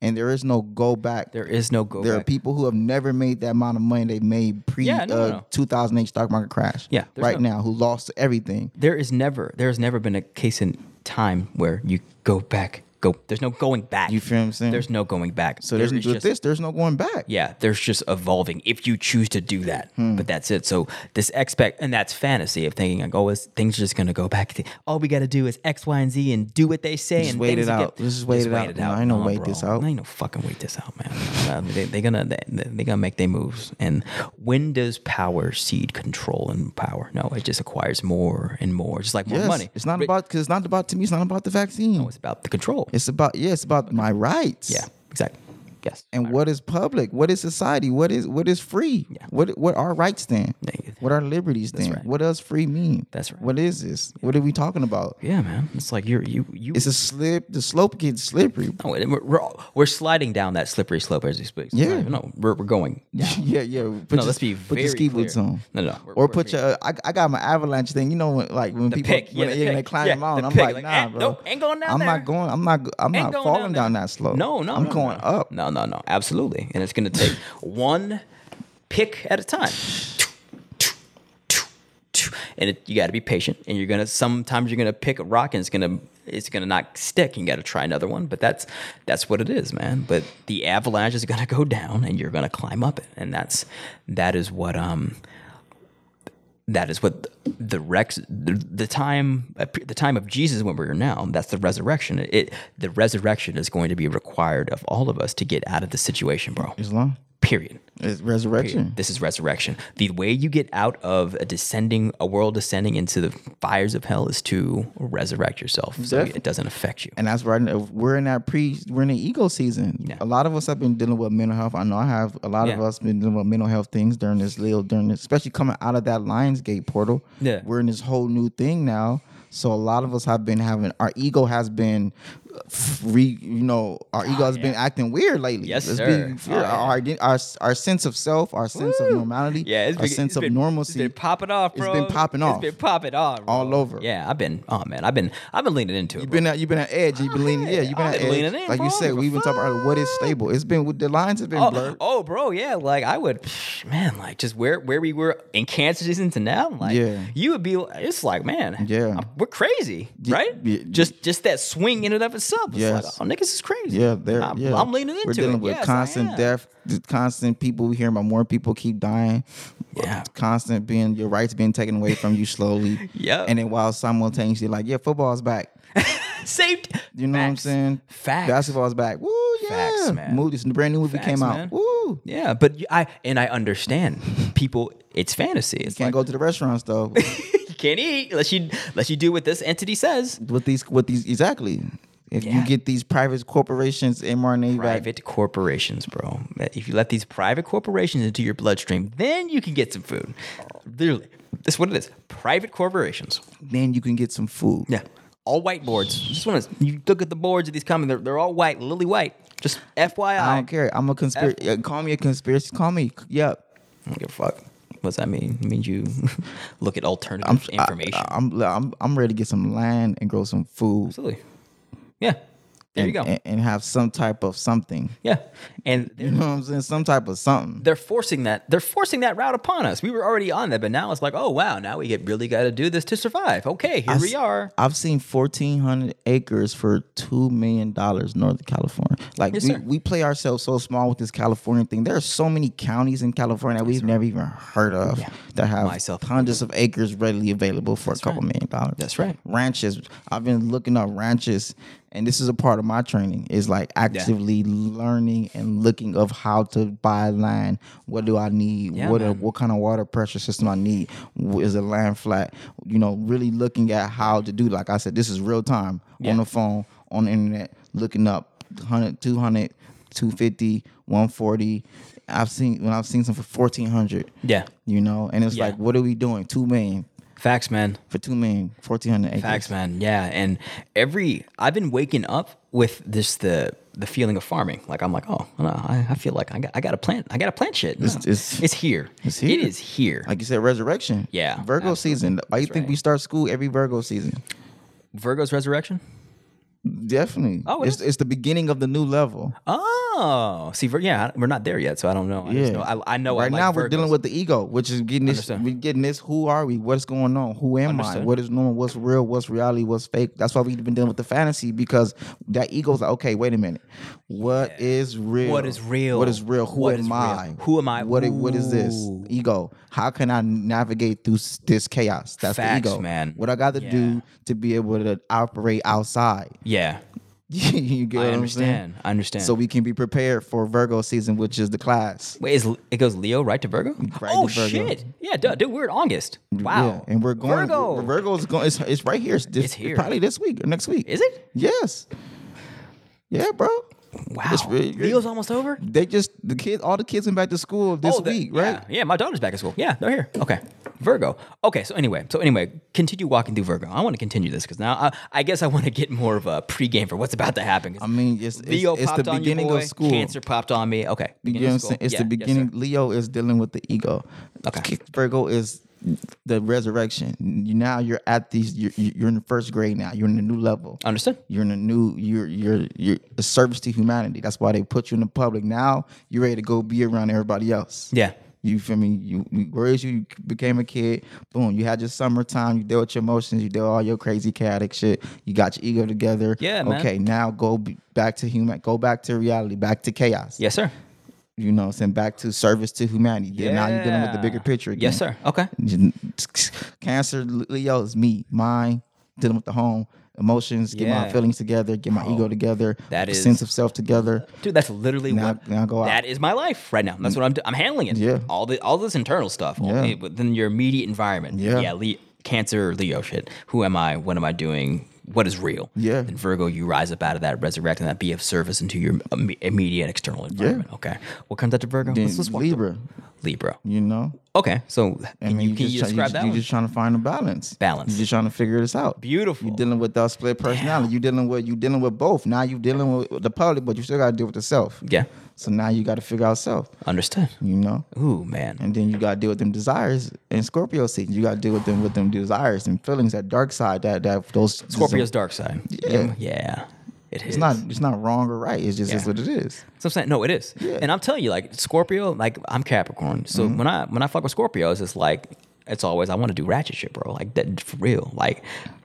and there is no go back.
there is no go.
There are
back.
people who have never made that amount of money they made pre
Yeah, no,
uh,
no, no.
2008 stock market crash.
Yeah, there's
right
no-
now, who lost everything.
there is never there has never been a case in time where you go back go there's no going back
You feel what I'm saying?
there's no going back
so there's
There is
with
just-
this, there's no going back.
yeah there's just evolving if you choose to do that
Hmm.
but that's it so this expect and that's fantasy of thinking like oh is things are just gonna go back to, all we gotta do is x y and z and do what they say
Just
and
wait
things
it
will
out. Just wait it out. No, I ain't no wait this out.
I ain't no fucking wait this out man No, they, they're gonna they, they're gonna make their moves and when does power cede control and power no it just acquires more and more just like more
Yes,
money
It's not
Ri-
about because it's not about to me. It's not about the vaccine.
it's about the control.
It's about yeah. It's about my rights.
yeah, exactly. Yes.
And what is public? What is society? What is what is free?
Yeah.
What what are rights then?
Yeah.
What are liberties then?
right.
What does free mean?
That's right.
What is this? What are we talking about?
yeah, man. It's like you're you you.
It's a slip. The slope gets slippery.
no, Oh, and we're, we're all- we're sliding down that slippery slope as we speak. So,
Yeah.
right, No, we're, we're going.
*laughs* Yeah, yeah. Put
No, let's be
put your
very
ski
clear.
boots on.
No, no, we're-
or
we're
put
being-
your. I, I got my avalanche thing. You know, when, like when people
pick. Yeah,
when
the
they, they
pick.
climb
Yeah,
the mountain,
the
I'm
pick.
like,
Like,
nah,
eh,
bro.
nope, ain't going down
I'm
there.
not going. I'm not. I'm
Ain't
not
going
falling
there.
down that slope.
No, no,
I'm
no,
going
no.
up.
No, no, no. Absolutely, and it's going to
*laughs*
take one pick at a time. And it, you got to be patient, and you're gonna. Sometimes you're gonna pick a rock, and it's gonna it's gonna not stick, and you got to try another one. But that's that's what it is, man. But the avalanche is gonna go down, and you're gonna climb up it, and that's that is what um that is what the rex the, the time the time of jesus when we're now that's the resurrection it the resurrection is going to be required of all of us to get out of the situation bro
Islam.
period
It's resurrection.
this is resurrection the way you get out of a descending a world descending into the fires of hell is to resurrect yourself so
Definitely.
it doesn't affect you
and that's right. We're in that pre. We're in the ego season.
Yeah.
A lot of us have been dealing with mental health. I know I have. A lot of
Yeah.
us been dealing with mental health things during this little during, this, especially coming out of that Lionsgate portal.
Yeah.
we're in this whole new thing now. So a lot of us have been having our ego has been, uh, f- re you know, our ego has been acting weird lately.
Oh, Yes,
It's
sir.
been fear-
Oh, yeah.
our, ident- our our sense of self, our sense of normality,
yeah it's
our
been,
sense
it's
of
been-
normalcy.
it's been popping off
It's
bro
been popping off.
it's been popping off bro.
All over.
yeah i've been oh man i've been i've been leaning into it
You've
bro.
been at you've been at edge. You've been leaning. Yeah, you've been
Oh, I've
at
been
edge.
leaning in,
Like
bro.
you
I don't
said,
give
we
a
even talked earlier. What is stable? It's been with the lines have been
Oh,
blurred.
oh, bro, yeah. Like I would, man. Like just where where we were in Kansas season to now, like
Yeah.
you would be. It's like, man,
Yeah.
I'm- we're crazy, right?
yeah.
Just just that swing in and of itself. It's like,
Yes.
oh, niggas is crazy.
Yeah, they're,
I'm,
yeah.
I'm leaning into
We're dealing
it.
with
Yes, I
constant
am.
death, th- constant people. We hear about more people keep dying.
Yeah.
Constant being your rights being taken away from
*laughs*
you slowly.
Yeah.
And then while simultaneously, like, yeah, football's back.
Saved.
You know what I'm
Facts.
saying?
Facts.
Basketball's back. Woo, yeah.
Facts, man.
Movie, this brand new movie
Facts,
came out.
man.
Woo.
Yeah, but you- I and I understand people. It's fantasy. It's
Can't
like
go to the restaurants though.
you *laughs* can't eat unless you unless you do what this entity says.
with these, with these, exactly. If you
Yeah.
get these private corporations mRNA vac-
private corporations, bro. If you let these private corporations into your bloodstream, then you can get some food. Literally, that's what it is. Private corporations.
then you can get some food.
Yeah, all white boards. Just want to you look at the boards of these companies. They're, they're all white, lily white. Just FYI.
I don't care. I'm a conspiracy. call me a conspiracy. Call me. Yep.
I don't give a fuck. What's that mean? It means you *laughs* look at alternative information.
I, am I'm I'm ready to get some land and grow some food.
Absolutely. Yeah. There
and,
you go.
And, and have some type of something.
yeah, and they're
You know what I'm saying? Some type of something.
they're forcing that they're forcing that route upon us. We were already on that, but now it's like, oh wow, now we get really got to do this to survive. Okay, here
I
we
s-
are.
I've seen 1,400 acres for two million dollars, Northern California. Like
Yes,
we,
sir.
we play ourselves so small with this California thing. There are so many counties in California that we've never even heard of that have
Myself
hundreds of acres readily available for a couple
right.
million dollars.
That's right.
Ranches. I've been looking up ranches, and this is a part of my training is like actively learning and looking of how to buy land. What do I need?
Yeah,
what a,
man.
what kind of water pressure system I need? W- Is the land flat? You know, really looking at how to do. Like I said, this is real time on
Yeah.
the phone, on the internet, looking up 100, 200, 250, 140. I've seen when I've seen some for fourteen hundred.
Yeah.
You know, and it's
Yeah.
like, what are we doing? Two million.
Facts, man.
for two men, fourteen hundred acres.
Facts, man. Yeah, and every I've been waking up with this the the feeling of farming. Like I'm like, oh, no, I, I feel like I got I got to plant. I got to plant shit. No,
It's- it's-
here.
it's here.
It is here.
Like you said, resurrection.
Yeah,
Virgo
absolutely.
season. Why you think we start school every Virgo season?
Virgo's resurrection.
Definitely.
Oh, it
it's,
is?
it's the beginning of the new level.
Oh, see, Vir- yeah, I- we're not there yet, so I don't know. I just know. I, I know. I
Right
like
now, we're dealing
Virgos.
with the ego, which is getting this.
Understand.
We're getting this. Who are we? What's going on? Who am I?
Understood.
What is normal? What's real? What's reality? What's fake? That's why we've been dealing with the fantasy because that ego's like, okay, wait a minute. What is real?
What is real?
What is real? Who
What
am
is real?
I?
Who am I?
What? i- What is this
Ooh.
ego? How can I navigate through s- this chaos? That's
Facts,
the ego,
man.
What I got to
Yeah.
do to be able to operate outside? *laughs*
Yeah,
you get
I
what I'm saying?
understand. I understand.
So we can be prepared for Virgo season, which is the class.
Wait, is, it goes Leo right to Virgo?
Right
oh
to Virgo.
shit! Yeah, duh, dude, we're in August. Wow.
Yeah, and we're going.
Virgo.
Virgo. Virgo's going. It's, it's right here. It's, this,
It's here.
Probably this week or next week.
Is it?
Yes. Yeah, bro.
Wow.
It's really good.
Leo's almost over.
They just the kids. All the kids went back to school this
Oh, the-
week,
yeah,
right?
Yeah, my daughter's back at school. Yeah, they're here. Okay. Virgo. Okay, so anyway, so anyway, continue walking through Virgo. I want to continue this because now I, I guess I want to get more of a pregame for what's about to happen. 'Cause
I mean, it's it's,
Leo
it's
popped
the
on your
beginning
boy,
of school.
Cancer popped on me. Okay.
You
beginning of
know what I'm
school.
saying? It's
Yeah,
the
yes, sir.
beginning. Leo is dealing with the ego.
Okay.
Virgo is the resurrection. You- Now you're at these. You're, you're in the first grade. Now you're in a new level.
Understood.
You're in a new. You're you're you're a service to humanity. That's why they put you in the public. Now you're ready to go be around everybody else.
Yeah.
You feel me? You, you raised you, you became a kid. Boom. You had your summertime. You dealt with your emotions. You dealt with all your crazy chaotic shit. You got your ego together.
Yeah, man.
Okay. Now go be, back to human. Go back to reality. Back to chaos.
Yes, sir.
You know, what I'm saying back to service to humanity. Yeah. Now you're dealing with the bigger
Yeah.
picture. Again.
Yes, sir. Okay.
Cancer Leo is me, mine, dealing with the home emotions. Get
Yeah. Oh,
my feelings together. Get my ego together.
that is-
sense of self together.
Dude, that's literally
Now-
what
now go out.
that is my life right now. That's what I'm doing. I'm handling it.
Yeah.
All the all this internal stuff. all
Yeah.
the- within your immediate environment.
Yeah.
Yeah. Le- cancer, Leo shit. Who am I? What am I doing? What is real?
Yeah.
And Virgo, you rise up out of that, resurrect, and that be of service into your imme- immediate external environment. Okay. What comes after Virgo?
Then
Let's just walk through-
Libra.
Libra.
You know.
Okay. So
I
can
mean,
you, can you
just try-
describe that
you
one?
just trying to find a balance.
Balance.
You're just trying to figure this out.
Beautiful.
You're dealing with that split personality. You're dealing with you dealing with both. Now you're dealing with the public, but you still got to deal with the self.
yeah.
So now you got to figure out self.
Understood.
You know.
Ooh, man.
And then you gotta deal with them desires in Scorpio season. You gotta deal with them with them desires and feelings, that dark side, that that those
Scorpio's dark side.
Yeah.
Yeah. It is.
It's not it's not wrong or right. It's just it's
Yeah.
what it is.
So I'm saying no, it is. And I'm telling you, like Scorpio, like I'm Capricorn. So
Mm-hmm.
when I when I fuck with Scorpios, it's like it's always I want to do ratchet shit, bro. Like that for real. Like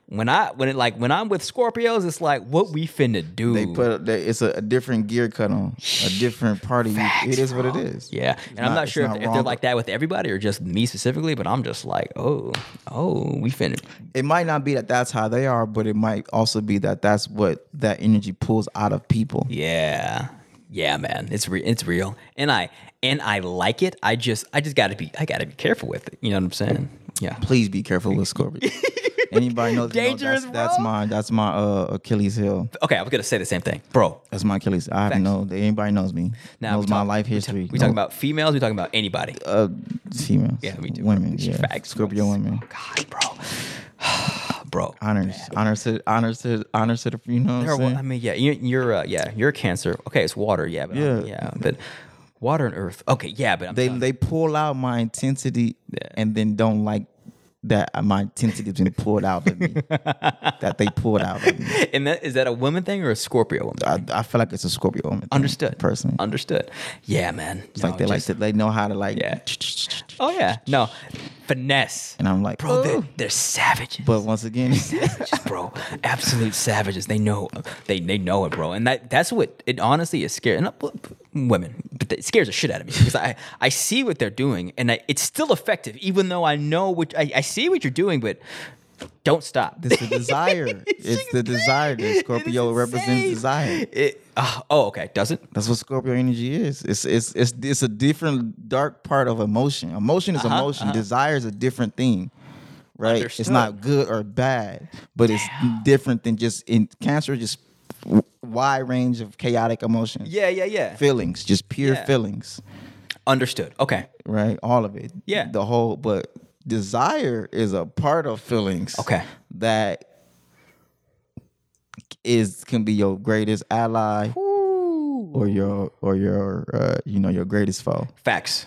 when I when it like when I'm with Scorpios, it's like what we finna do.
They put they, it's a, a different gear cut on, a different party. it is what it is.
yeah, and I'm
not-
not
it's
sure
not
if, if they're
wrong.
like that with everybody or just me specifically, but I'm just like, oh, oh, we finna.
It might not be that that's how they are, but it might also be that that's what that energy pulls out of people.
Yeah. Yeah, man. It's re- it's real. And I and I like it. I just I just got to be I got to be careful with it. You know what I'm saying? Yeah.
Please be careful
*laughs*
with Scorpio. Anybody knows me know
Dangerous,
that's, that's
bro.
my that's my uh, Achilles heel.
Okay, I was going to say the same thing. Bro,
That's my Achilles. I have no anybody knows me.
Now
knows
we
my
talk-
life history.
We talking
knows-
about females. We talking about anybody.
uh females.
Yeah, we do.
Women,
It's
yeah.
facts.
Scorpio women.
God, bro, *sighs* bro.
Honors, honors to, honors to, honors to the. You know what
There are-
I'm saying?
I mean, yeah, you're, you're uh, yeah, you're a Cancer. Okay, it's water. Yeah, but yeah,
Yeah.
but water and earth. Okay, yeah, but I'm
they
telling-
they pull out my intensity
Yeah.
and then don't like that my intensity's been pulled out
*laughs*
of me. that they pulled out of me.
and that is that a woman thing or a Scorpio woman?
I, I feel like it's a Scorpio woman. thing,
Understood.
Person.
Understood. Yeah, man.
It's like they like to, they know how to like.
Yeah. Oh yeah. No, finesse.
And I'm like,
Bro, they're,
"Ooh."
they're savages.
But
*laughs*
once again,
savages, bro. Absolute savages. They know, they they know it, bro. And that that's what it honestly is scary. And uh, women, but it scares the shit out of me because I I see what they're doing, and I, it's still effective, even though I know what I, I see what you're doing, but don't stop.
it's the
*laughs*
desire. it's the desire.
It
that
is
Scorpio represents
insane.
desire.
It, uh, oh, okay. Does it?
That's what Scorpio energy is. It's it's it's it's a different dark part of emotion. Emotion
Uh-huh,
is emotion. Desire is a different thing. Right? It's not good or bad, but it's different than just in cancer just w- wide range of chaotic emotions.
Yeah, yeah, yeah.
Feelings, just pure
Yeah.
feelings,
Understood. Okay.
right? All of it.
Yeah.
The whole but desire is a part of feelings.
Okay.
That is can be your greatest ally or your or your uh, you know your greatest foe.
Facts.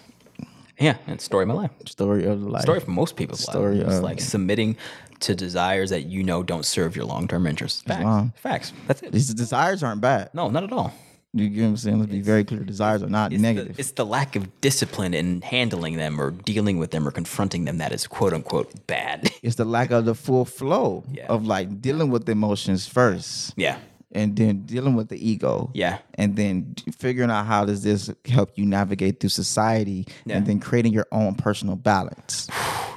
Yeah, and story of my life.
Story of life.
Story for most people's
Story
life. It's
of-
like submitting to desires that you know don't serve your long term interests. Facts. Facts. That's it.
These desires aren't bad.
No, not at all.
You get what I'm saying? Let's be very clear. Desires are not negative.
The, it's the lack of discipline in handling them or dealing with them or confronting them that is quote unquote bad. *laughs*
it's the lack of the full flow
Yeah.
of like dealing with emotions first
yeah.
and then dealing with the ego
Yeah.
and then d- figuring out how does this help you navigate through society
Yeah.
and then creating your own personal balance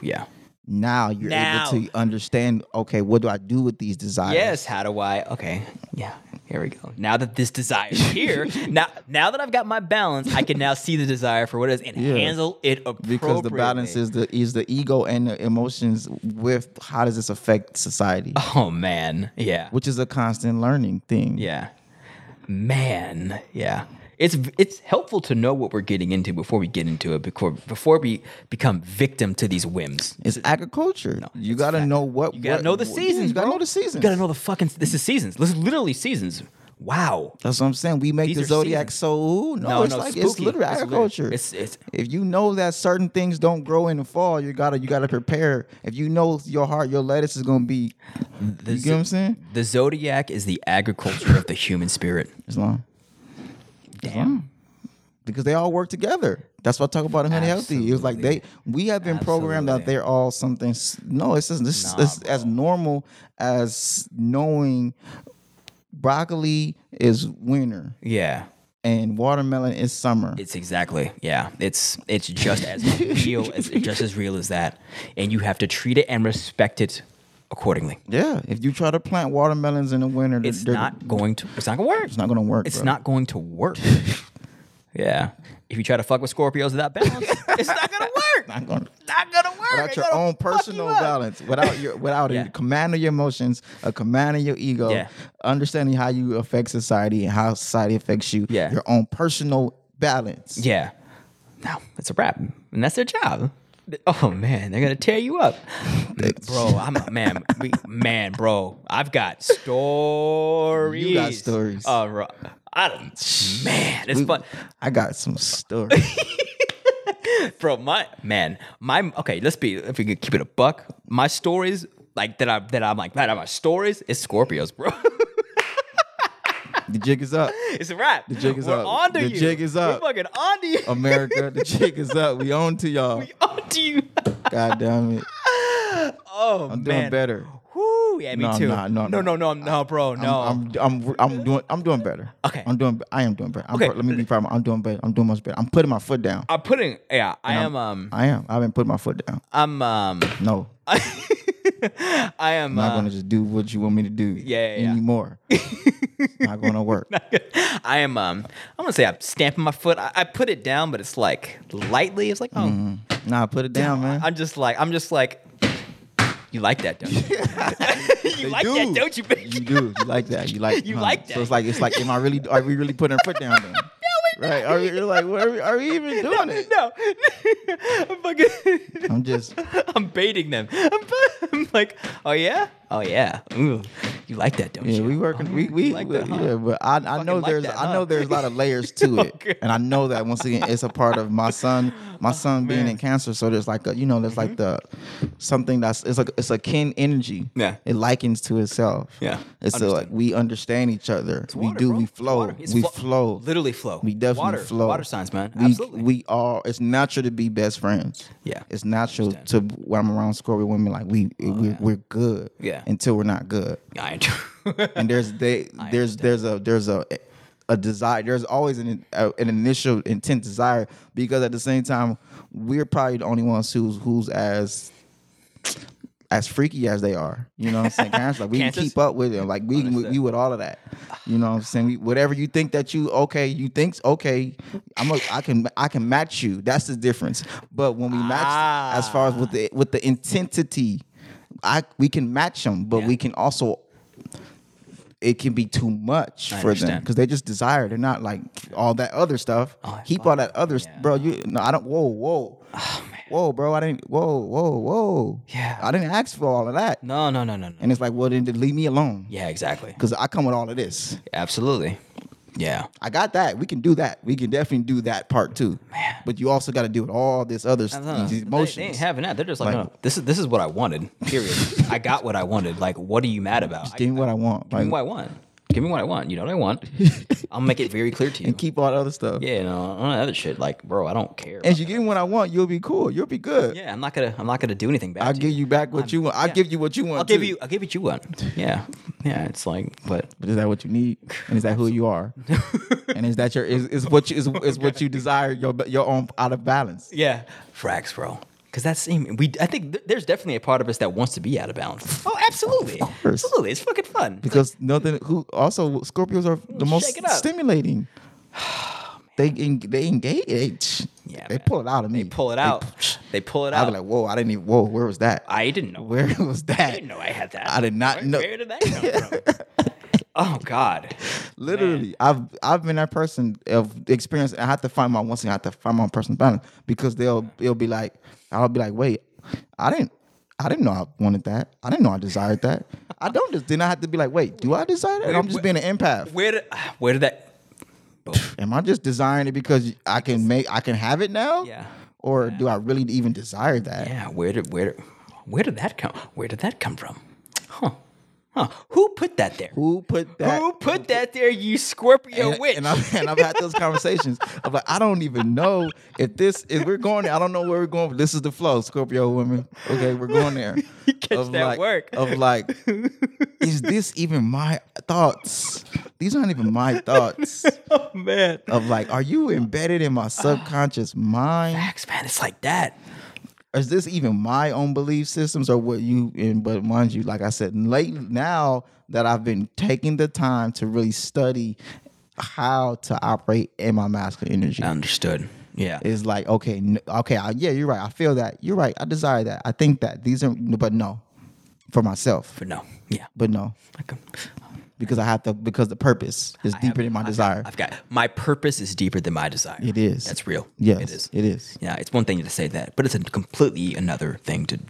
Yeah.
now you're
Now.
able to understand okay what do i do with these desires
Yes. How do I? Okay. Yeah. Here we go. Now that this desire is
*laughs*
here, now now that I've got my balance, I can now see the desire for what it is and
Yeah.
handle it appropriately.
because the balance is the is the ego and the emotions with how does this affect society
Oh man. Yeah.
which is a constant learning thing
Yeah. Man. Yeah. It's it's helpful to know what we're getting into before we get into it before before we become victim to these whims.
it's agriculture you gotta know what
You gotta
what-
know the
what-
seasons.
you gotta
bro.
know the seasons
You gotta know the fucking. This is seasons. This is literally seasons. Wow.
That's what I'm saying. We make
These
the
are
zodiac so ooh, no, it's like it's
spooky.
literally
It's lit-
agriculture.
It's it's
if you know that certain things don't grow in the fall, you gotta you gotta prepare. If you know your heart, your lettuce is gonna be.
the,
You get what I'm saying?
the zodiac is the agriculture of the human spirit.
Islam,
Damn.
because they all work together. That's what I talk about in Honey Healthy. It was like they we have been programmed that
Absolutely.
they're all something. s- No, it's just, this
Nah,
is as normal as knowing broccoli is winter
Yeah.
and watermelon is summer.
It's exactly yeah. It's it's just
*laughs*
as real as just as real as that, and you have to treat it and respect it accordingly.
yeah, if you try to plant watermelons in the winter, they're-
It's
they're-
not going to. It's not gonna work.
It's not gonna work.
It's
bro.
not going to
*laughs*
work. yeah. If you try to fuck with Scorpios without balance, it's not
*laughs*
gonna work.
Not gonna-
not gonna work.
without
It's
your
gonna
own
fuck you
personal
up.
balance, without your
*laughs*
without
Yeah.
a command of your emotions, a command of your ego,
Yeah.
understanding how you affect society and how society affects you,
Yeah.
your own personal balance.
Yeah. No, it's a wrap, and that's their job. Oh man, they're gonna tear you up, bro. I'm a man, we, man, bro. I've got stories.
You got stories.
Uh, bro, I don't, man, it's fun,
I got
*laughs*
some stories.
bro. My man, my okay. Let's be if we could keep it a buck. My stories, like that, I that I'm like that. Are my stories? It's Scorpios, bro. *laughs*
the jig is up,
It's a wrap. The
jig is
We're
up.
on to
The
you.
jig is up.
We're fucking on to you.
America. The jig is up. We on to y'all.
*laughs* on to you.
God damn it.
Oh
I'm doing
man.
better.
Woo. Yeah, me
No,
too.
no, no,
no,
no.
no, no, no, bro, no.
I'm, I'm I'm I'm doing I'm doing better.
Okay.
I'm doing I am doing better. I'm,
Okay. Uh,
Let me be proud. I'm doing better. I'm doing much better. I'm putting my foot down.
I'm putting. Yeah, I am. Um,
I am. I've been putting my foot down.
I'm. Um, *laughs*
No.
I am.
I'm not
Uh, *laughs*
gonna just do what you want me to do
Yeah, yeah, yeah. *laughs*
anymore. It's not gonna work.
I am. Um, I'm gonna say I'm stamping my foot. I, I put it down, but it's like lightly. It's like oh,
Mm-hmm. Nah, put it down, man.
I'm just like I'm just like. You like that,
*laughs*
don't you? *laughs* you like that,
do.
don't you, bitch? *laughs*
You do. You like that. You like.
You
huh.
like that.
So it's like it's like, am I really? Are we really putting our foot down?
*laughs*
Then? Right? Are we like? Are we, are we even doing it?
No, *laughs* I'm fucking. *laughs*
I'm just.
I'm baiting them. I'm, ba- *laughs* I'm like, oh yeah, oh yeah. Ooh, you like that, don't
Yeah,
you?
we working. We we,
like
we-
that, huh?
yeah, but I I know
like
there's
that,
I know
huh?
there's a
*laughs*
lot of layers to it,
Okay. Oh,
and I know that once again it's a part of my son my son being
man. Mm-hmm.
in cancer. So there's like a you know there's like the something that's it's like it's a kin energy.
Yeah.
it likens to itself.
Yeah,
it's so like we understand each other. we
water,
do.
bro.
We
It's
flow.
water. It's
we
flo-
flow.
Literally flow.
We definitely
water,
flow.
Water signs, man.
We,
Absolutely.
we are. It's natural to be best friends.
Yeah. Oh,
it's natural to when I'm around Scorpio women. Like we, we're, we're good.
Yeah.
until we're not good
*laughs* I
and there's they there's there's a there's a a desire there's always an a, an initial intent desire because at the same time we're probably the only ones who's who's as as freaky as they are, you know what I'm saying? Cancer, like we can
Cancers?
keep up with it. Like we we, we with all of that, you know what I'm saying? We, whatever you think that you okay, you think okay, I'm a, I can I can match you. That's the difference. But when we match, as far as with the with the intensity, I we can match them, but we can also it can be too much for them
understand. Oh,
because they just desire. They're not like all that other stuff. Keep all that other, s- bro. You no, I don't. Whoa, whoa. whoa, bro, I didn't, whoa, whoa, whoa.
Oh, Yeah.
I didn't ask for all of
*laughs*
that.
No, no, no, no, no.
And it's like, well, then leave me alone.
Yeah, exactly.
Because I come with all of this.
Absolutely. Yeah.
I got that. We can do that. We can definitely do that part too. But you also got to deal with all this other s-
No, no,
these
they-
emotions.
They, ain't having that. They're just like,
Like-
no, this is this is what I wanted.
*laughs*
Period. I got what I wanted. Like, what are you mad about? I,
Give me what I want.
give
Like,
me what I want. Give me what I want. You know what I
*laughs*
want. I'll make it very clear to you.
and keep all the other stuff.
Yeah, no, none of that other shit. Like, bro, I don't care.
And if you give me what I want, you'll be cool. You'll be good.
yeah, I'm not gonna I'm not gonna do anything back.
I'll
to
give you back what you want. I'll
yeah.
give you what you want.
I'll give
too.
you. I'll give it you one. Yeah, yeah. It's like, but *laughs*
But is that what you need? And is that who you are? and is that your is, is what you is, is what you desire your your own out of balance?
yeah, frags, bro. Because that's we. I think th- there's definitely a part of us that wants to be out of bounds. Oh, absolutely,
course.
absolutely. It's fucking fun.
Because nothing. Who also Scorpios are the most
shake it up.
stimulating. *sighs* They en- they engage. They,
Yeah,
they
man.
pull it out of me.
They pull it out. They pull it
I'll
out.
be like, whoa! I didn't even. Whoa! Where was that?
I didn't know.
*laughs* where was
I
that?
didn't know I had that.
I did not
Where-
know.
Where did that come from?
*laughs*
oh God.
Literally, I've I've been that person of experience. I have to find my once again, I have to find my own personal balance because they'll it'll be like I'll be like, wait, I didn't I didn't know I wanted that. I didn't know I desired that. I don't just then I have to be like, wait, do I desire that? I'm just being an empath.
Where did Where did that?
Am I just desiring it because I can make I can have it now?
Yeah.
Or do I really even desire that?
Yeah. Where did Where did Where did that come? Where did that come from? Huh? Huh? Who put that there?
Who put that?
Who put that there? You Scorpio
and,
witch.
and I've, *laughs* and I've had those conversations. I'm like, I don't even know if this if we're going there. I don't know where we're going. But this is the flow, Scorpio women. Okay, we're going there.
*laughs* You catch
Of
that
like-
work.
of like, is this even my thoughts? These aren't even my thoughts.
*laughs* oh man.
Of like, are you embedded in my subconscious mind?
Facts, man. It's like that.
Is this even my own belief systems or what you? And but mind you, like I said, late now that I've been taking the time to really study how to operate in my masculine energy.
Understood. Yeah.
is like okay n- okay I, yeah you're right i feel that you're right i desire that i think that these are but no for myself
but no. Yeah.
but no
Like, um,
because i have to because the purpose is deeper than my desire
I've got my purpose is deeper than my desire.
it is
That's real.
yes
It is.
it is
Yeah, it's one thing to say that, but it's a completely another thing to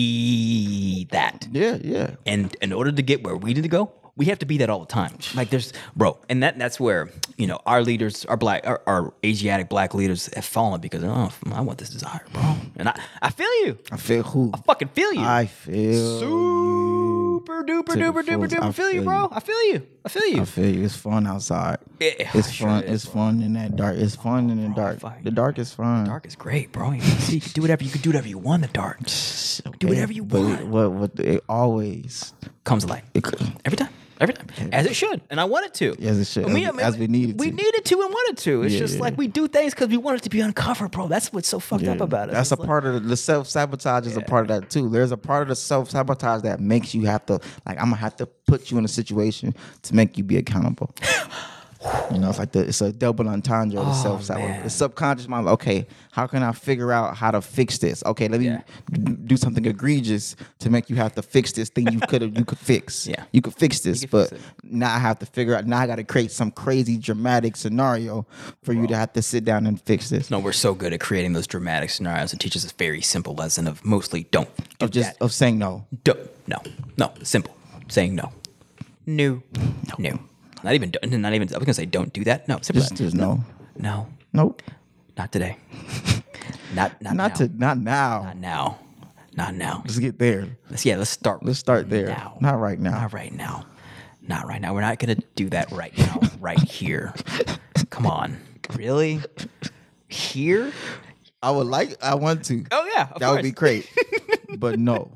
be that.
yeah yeah
And in order to get where we need to go, we have to be that all the time. Like there's bro, and that that's where you know our leaders, our black, our, our Asiatic black leaders have fallen because oh, I want this desire, bro, and I I feel you,
i feel who
I fucking feel you,
i feel
super duper
the
duper duper
fullest.
duper
I
feel you,
feel
bro, I feel you, I feel you.
i feel you it's fun outside
Yeah,
it's
sure
fun
is,
it's fun in that dark it's fun in the
bro,
dark
fuck.
the dark is fun
Dark is great, bro. You can, see, you can do whatever you can do whatever you want. in The dark
*laughs*
do whatever you
But
want.
what what it always
comes to light.
it could
Every time. Every time. As it should. And I wanted to.
As it should.
And
As- as we needed
We
to.
needed to and wanted to. It's
Yeah,
just
yeah.
like we do things because we want it to be uncovered, bro. That's what's so fucked up
Yeah.
about it.
That's a
It's like-
part of the, the self sabotage is a part of that too. There's a part of the self sabotage that makes you have to like I'm gonna have to put you in a situation to make you be
*sighs*
accountable. you know, it's like the, it's a double entendre
Oh,
of the self sabotage. The subconscious mind, like, okay, how can I figure out how to fix this? Okay, let me
Yeah.
d- do something egregious to make you have to fix this thing you could have you could fix.
*laughs* Yeah.
you could fix this,
could
but
fix it.
now I have to figure out. Now I got to create some crazy dramatic scenario for you to have to sit down and fix this.
No, we're so good at creating those dramatic scenarios and teaches us very simple lesson of mostly don't do
Of just
that.
of saying no.
Don't. No. No. Simple. Saying no. No. No. Not even not even I was gonna say don't do that. No. Simple.
Just, just no.
no.
Nope.
Not
*laughs*
today. not not
Not
now.
to not now.
not now. Not now.
Let's get there.
Let's yeah, let's start.
Let's start there.
Now.
Not right now.
Not right now. Not right now. We're not gonna do that right *laughs* now, right here. Come on. Really? Here?
I would like I want to.
Oh yeah. Of
that would be
course. *laughs*
great. but no.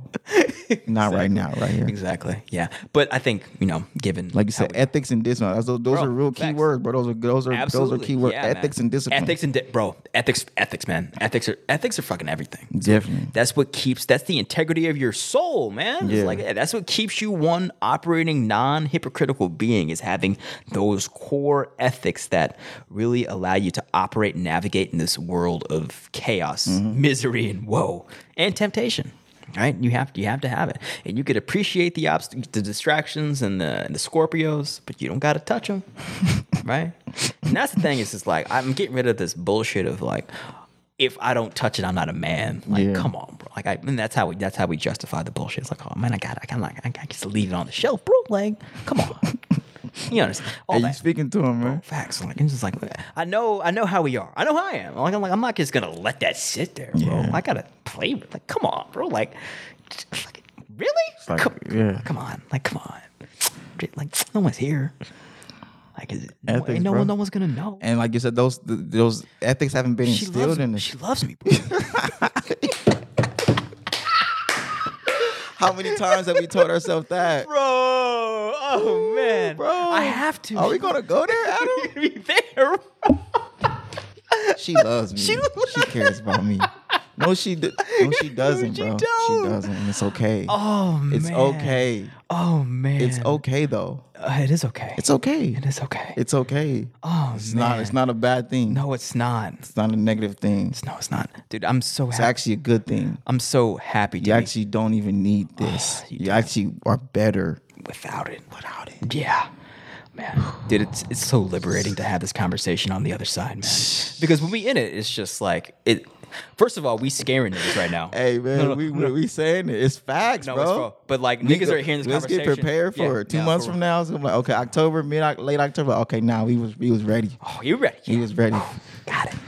Not right now, right here.
Exactly. Yeah. But I think, you know, given
Like you said, ethics and discipline. That's- Those, those
Bro,
are real key
facts.
words, bro. Those are those are
absolutely
those are key words.
yeah, man.
ethics and discipline.
Ethics and di- bro, ethics ethics, man. Ethics are ethics are fucking everything.
definitely.
That's what keeps. That's the integrity of your soul, man. It's
Yeah.
like yeah, that's what keeps you one operating non-hypocritical being is having those core ethics that really allow you to operate, and navigate in this world of chaos, misery, and woe and temptation. Right? You have you have to have it, and you could appreciate the obst- the distractions and the and the Scorpios, but you don't got to touch them. right? And that's the thing. Is just like I'm getting rid of this bullshit of like if I don't touch it, I'm not a man. Like,
Yeah.
come on, bro. Like, I, and that's how we that's how we justify the bullshit. It's like, oh man, I got, I can like, I can just leave it on the shelf, bro. Like, come on. *laughs* you understand? All
Hey, you
that.
speaking to him, man?
Facts. Like, it's just like I know, I know how we are. I know how I am. Like, I'm like, I'm not just gonna let that sit there, bro.
Yeah.
I gotta play with. Like, come on, bro. Like, just- like, really?
like,
come,
yeah.
come on. Like, come on. Like, no one's here. Like, is, no,
Ethics,
ain't no
bro.
one, no one's gonna know.
And like you said, those th- those ethics haven't been
she loves
instilled in
me.
us. *laughs*
She loves me, bro.
How many times have we told
*laughs*
ourselves that?
bro. Oh man,
Bro,
I have to.
Are
*laughs*
we gonna go there, Adam?
be there? *laughs*
She loves me.
She
She,
lo-
cares
*laughs*
about me. No, she do- no, she doesn't,
She
bro.
don't.
She doesn't, and it's okay.
Oh man,
it's okay.
Oh man,
It's okay though.
Uh, it is okay.
It's okay.
It is okay.
It's okay.
oh
It's
man,
not. It's not a bad thing.
No, it's not.
it's not a negative thing.
It's- no, it's not, dude. I'm so
It's
happy.
actually a good thing.
I'm so happy to
You
be
actually don't even need this.
Ah, You
You,
don't.
actually are better.
without it. Without it, yeah, man, dude. It's it's so liberating to have this conversation on the other side, man.
*sighs*
Because when we in it, it's just like it. First of all, we scaring niggas right now.
Hey man,
No, no,
we we- we saying it. It's facts,
No,
bro.
it's bro. But like
We
niggas
go-
are hearing this
let's
conversation.
get prepared for
Yeah,
it. Two
nah,
months
for
from
real.
now, it's gonna be like okay, October, mid late October. Okay, now we was we was ready.
Oh, you ready?
He
Yeah.
was ready.
Got it.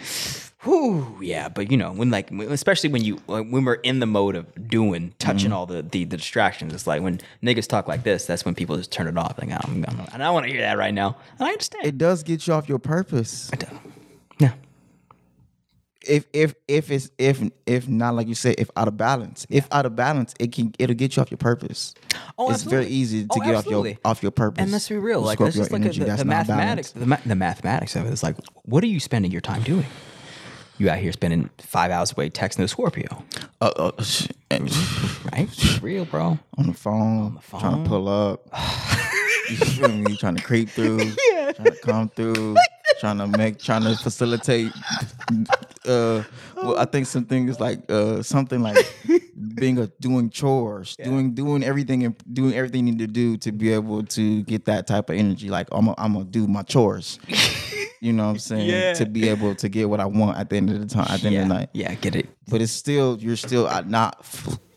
Whew, yeah, but you know when like when- especially when you like, when we're in the mode of doing touching
Mm-hmm.
all the, the the distractions. It's like when niggas talk like this. That's when people just turn it off. Like "Oh, I'm, I'm, I don't want to hear that right now. And I understand.
It does get you off your purpose.
I don't- yeah,
If if if it's if if not like you said, if out of balance. If out of balance, it can it'll get you off your purpose.
Oh,
it's very
absolutely.
easy to
Oh,
get off
absolutely.
your off your purpose.
and let's be real.
You
Like
scope
let's
your
just look at
energy,
the,
that's
the
not
mathematics.
balanced.
The, ma- the mathematics of it is like, what are you spending your time doing? You out here spending five hours away texting the Scorpio,
Uh, uh, sh-
*laughs*
*laughs*
right? real, bro.
on the phone, trying to pull *sighs* up. you feel me? Trying to creep through, *laughs* trying to come through, trying to make, trying to facilitate. Uh, well, I think something is like uh, something *laughs* like being a doing chores, doing doing everything and doing everything you need to do to be able to get that type of energy. Like I'm i I'm gonna do my *laughs* chores. You know what I'm saying?
Yeah.
To be able to get what I want at the end of the time, at the
yeah,
end of the night
yeah, get it.
but it's still you're still out- not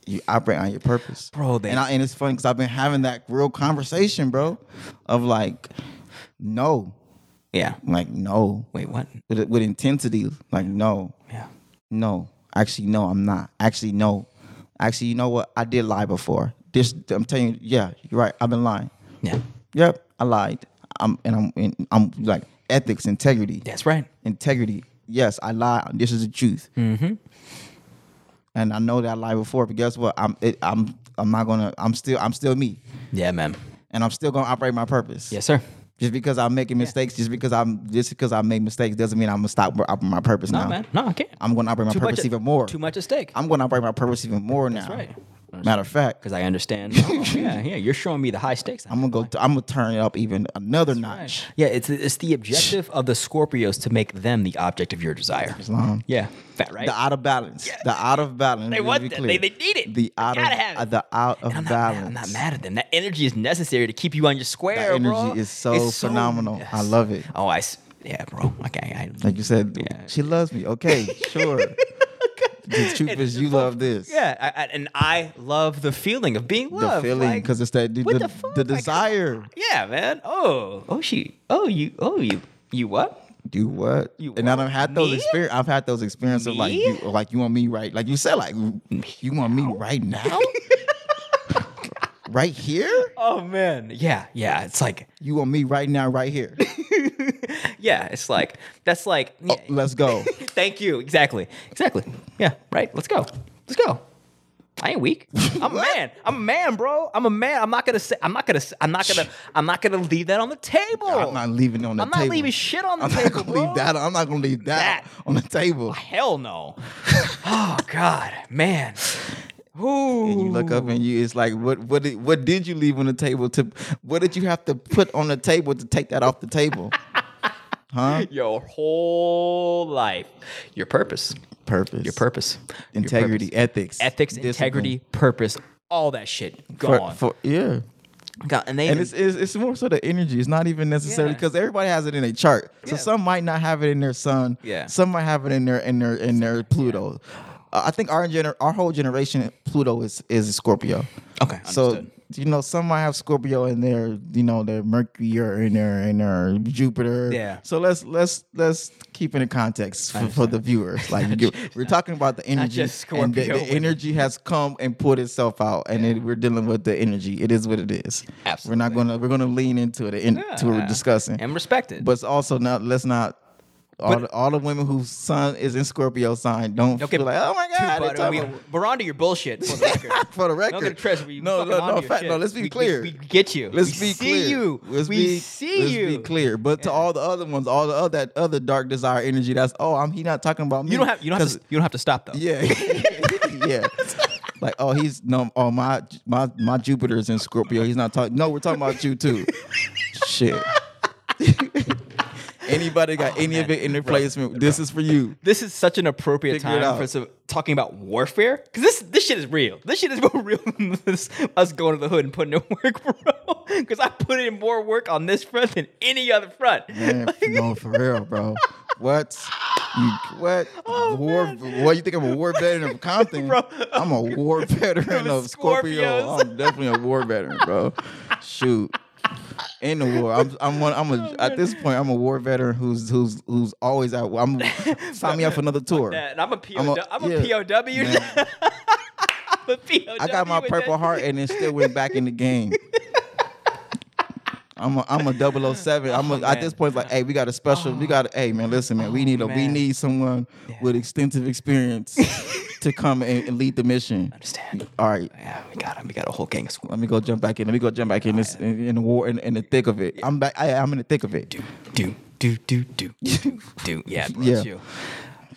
you operate on your purpose,
Bro, they-
and, I, and it's funny because I've been having that real conversation, bro, of like, no,
Yeah.
like no,
Wait, what?
with, with intensity, like no,
Yeah.
no, actually no, I'm not. Actually no, actually you know what? I did lie before. This I'm telling you, yeah, you're right. I've been lying.
Yeah.
Yep, I lied. I'm and I'm and I'm like ethics, integrity
That's right.
integrity. Yes, I lied. This is the truth. Mm-hmm. And I know that I lied before, but guess what? I'm it, I'm I'm not gonna. I'm still I'm still me,
Yeah, man.
and I'm still gonna operate my purpose.
Yes, sir.
Just because I'm making mistakes, just because I'm just because I make mistakes, doesn't mean I'm gonna stop operating my purpose
No,
now.
man. No, I can't.
I'm gonna operate my
Too much
purpose
at-
even more.
Too much at stake.
I'm gonna operate my purpose even more now.
right.
Matter of fact,
Because I understand.
*laughs*
Oh, yeah, yeah. You're showing me the high stakes.
I'm gonna go. I'm gonna turn it up even another notch.
Right. Yeah, it's it's the objective of the Scorpios to make them the object of your desire.
Um,
Yeah, fat right.
The out of balance. The out of balance.
They
let's
want
be
that.
clear.
They- they need it.
The
They
out
gotta
of uh,
have it.
the out of
And I'm not, mad,
balance.
I'm not mad at them. That energy is necessary to keep you on your square.
That energy
bro.
is so
It's
phenomenal. I love it.
Oh, I s- yeah, bro. Okay, I,
Like you said,
Yeah.
she loves me. Okay,
*laughs*
sure. The truth is, you love this.
yeah, I, I, and I love the feeling of being
The
loved.
feeling,
like-
because it's that the,
What
the,
the
the,
fuck? Like,
desire.
Yeah, man. Oh, oh, she. Oh, you. Oh, you. You what?
Do what?
You
and I
want
don't have those
me?
experience. I've had those experiences of like
Me?
you, like you want me right, like you said, like you want me right
*laughs*
now, right here.
Oh man. Yeah, yeah. It's like,
You want me right now, right
*laughs*
here.
yeah. It's like that's like.
Oh, let's go.
Thank you. Exactly. Exactly. Yeah. Right. Let's go. Let's go. I ain't weak.
*laughs*
I'm a man. I'm a man, bro. I'm a man. I'm not gonna say. I'm not gonna. s- I'm not gonna. I'm not gonna leave that on the table.
I'm not leaving it on the
I'm not
table.
leaving shit on the
I'm
table.
not gonna
bro.
leave that. I'm not gonna leave
That.
that, on the table.
Hell
*laughs*
no. oh God, man. Ooh.
And you look up and you, it's like, what, what, did, what did you leave on the table to? What did you have to put on the table to take that off the table?
your whole life, your purpose,
*laughs* Purpose,
your purpose, Your
integrity, ethics,
purpose. ethics,
discipline.
integrity, purpose, all that shit
For-
gone.
for- yeah,
God, and they
And it's, it's, it's more so the energy. It's not even necessarily
Yeah.
because everybody has it in a chart. So
Yeah.
some might not have it in their sun.
Yeah.
Some might have it in their in their in their Pluto. Uh, I think our gener- our whole generation Pluto is is Scorpio.
okay.
So
understood.
you know, some might have Scorpio in their, you know, their Mercury or in their in their Jupiter.
Yeah.
So let's let's let's keep it in context for, for the viewers.
*laughs*
Like you- we're talking about the energy,
just
and the,
Scorpio
the
with it.
energy has come and put itself out, and it, we're dealing with the energy. It is what it is. We're not gonna we're gonna lean into it in, to what we're
Yeah.
discussing,
and respected.
but it's also not let's not. All,
But-
the, all the women whose son is in Scorpio sign don't
Okay,
feel like oh my
Too
god they're
butter.
talking
I
about-
mean, we're onto your
*laughs*
bullshit for the record.
for the record
Don't get trust me.
no no no, fact, no let's be clear
We, get you.
Let's
we
be
see
clear.
you.
Let's
we
be,
see
let's
you.
be clear. But to all the other ones, all the other that other dark desire energy, that's oh, I'm he not talking about me.
You don't have you don't have
'Cause-
to, you don't have to stop though.
Yeah, yeah. *laughs* Like oh, he's no. Oh my my my Jupiter's in Scorpio. He's not talking. No, we're talking about you too. Shit. *laughs* Anybody got any of
man.
it in their placement? This is for you.
This is such an appropriate
Figure it
time
out.
for some, talking about warfare because this this shit is real. This shit is *laughs* more real than this, us going to the hood and putting in *laughs* work, bro. Because I put in more work on this front than any other front. *laughs*
Man, no, for real, bro. What? You,
*laughs*
what? war? What you think I'm a war veteran of Compton?
Oh, Bro.
I'm a
*laughs*
war veteran
From
of Scorpio.
Scorpios.
I'm definitely a war veteran, bro. Shoot. In the war, I'm I'm one, I'm
Oh,
a at this point I'm a war veteran who's who's who's always at war.
*laughs*
I'm sign me up for another tour.
That- And I'm a POW.
I'm
I'm
a-
a, POW.
yeah. Man,
*laughs* I'm a POW.
I got my
with
Purple
that.
Heart and then still went back in the game. I'm a, I'm a 007. I'm a, at
Oh, man. Oh.
this point like, hey, we got a special. We got a, hey man, listen man, we need a we
man.
need someone with
*laughs*
extensive experience to come and, and lead the mission.
Understand?
All right.
Yeah, we got him. We got a whole gang of squad.
Let me go jump back in. Let me go jump back in this in, in the war in, in the thick of it. I'm back. I, I'm in the thick of it.
do do do do
*laughs*
do do. Yeah, bro,
Yeah.
it's you.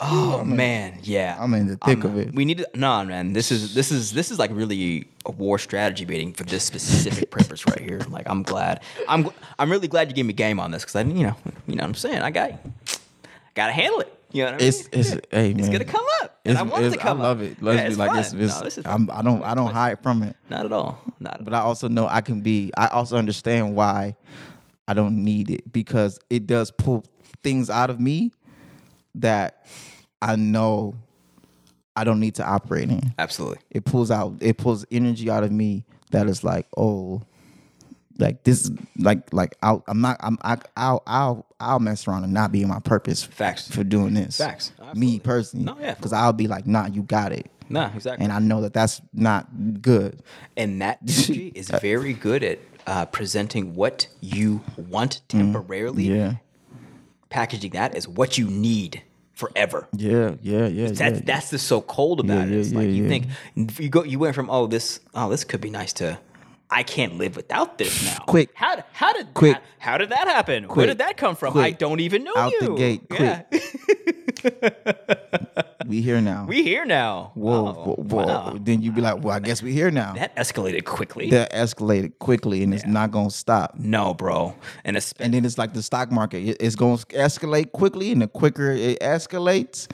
Oh man, yeah.
I'm in the thick of it.
We need to, nah, man. This is this is this is like really a war strategy meeting for this specific purpose right here. Like, I'm glad. I'm gl- I'm really glad you gave me game on this because I, you know, you know what I'm saying. I got, gotta handle it. You know what I mean?
It's it's hey man.
It's gonna come up, and I want it to
it's-
come
I love
up.
it. Let's
Yeah,
be
it's
like
fun.
it's, it's
No, this is
I'm, I don't I don't hide from it.
not at all. Not at
but I also know I can be. I also understand why I don't need it because it does pull things out of me that I know I don't need to operate in.
absolutely.
It pulls out. It pulls energy out of me that is like, oh, like this, like like I'll, I'm not. I'm I, I'll I'll I'll mess around and not be in my purpose.
Facts.
for doing this.
Facts.
Me
Absolutely.
personally,
No, yeah.
because I'll be like, nah, you got it,
Nah, exactly.
and I know that that's not good.
and
*laughs*
that energy is very good at uh, presenting what you want temporarily,
Mm-hmm. Yeah.
packaging that as what you need forever.
Yeah, yeah, yeah.
That's
yeah.
that's the so cold about it.
yeah,
It's like
yeah,
you
yeah.
think you go you went from oh this oh this could be nice to I can't live without this now.
Quick.
How how did
Quick.
that, how did that happen?
Quick.
Where did that come from? I
Quick.
don't even know
Out
you.
the gate,
Yeah.
we here now.
*laughs* we here now.
whoa,
Oh,
whoa, whoa.
wow.
Then you'd be like, well, I guess we here now. That,
That escalated quickly.
escalated quickly, and it's not gonna stop.
no, bro. And especially
And then it's like the stock market; It- it's gonna escalate quickly, and the quicker it escalates,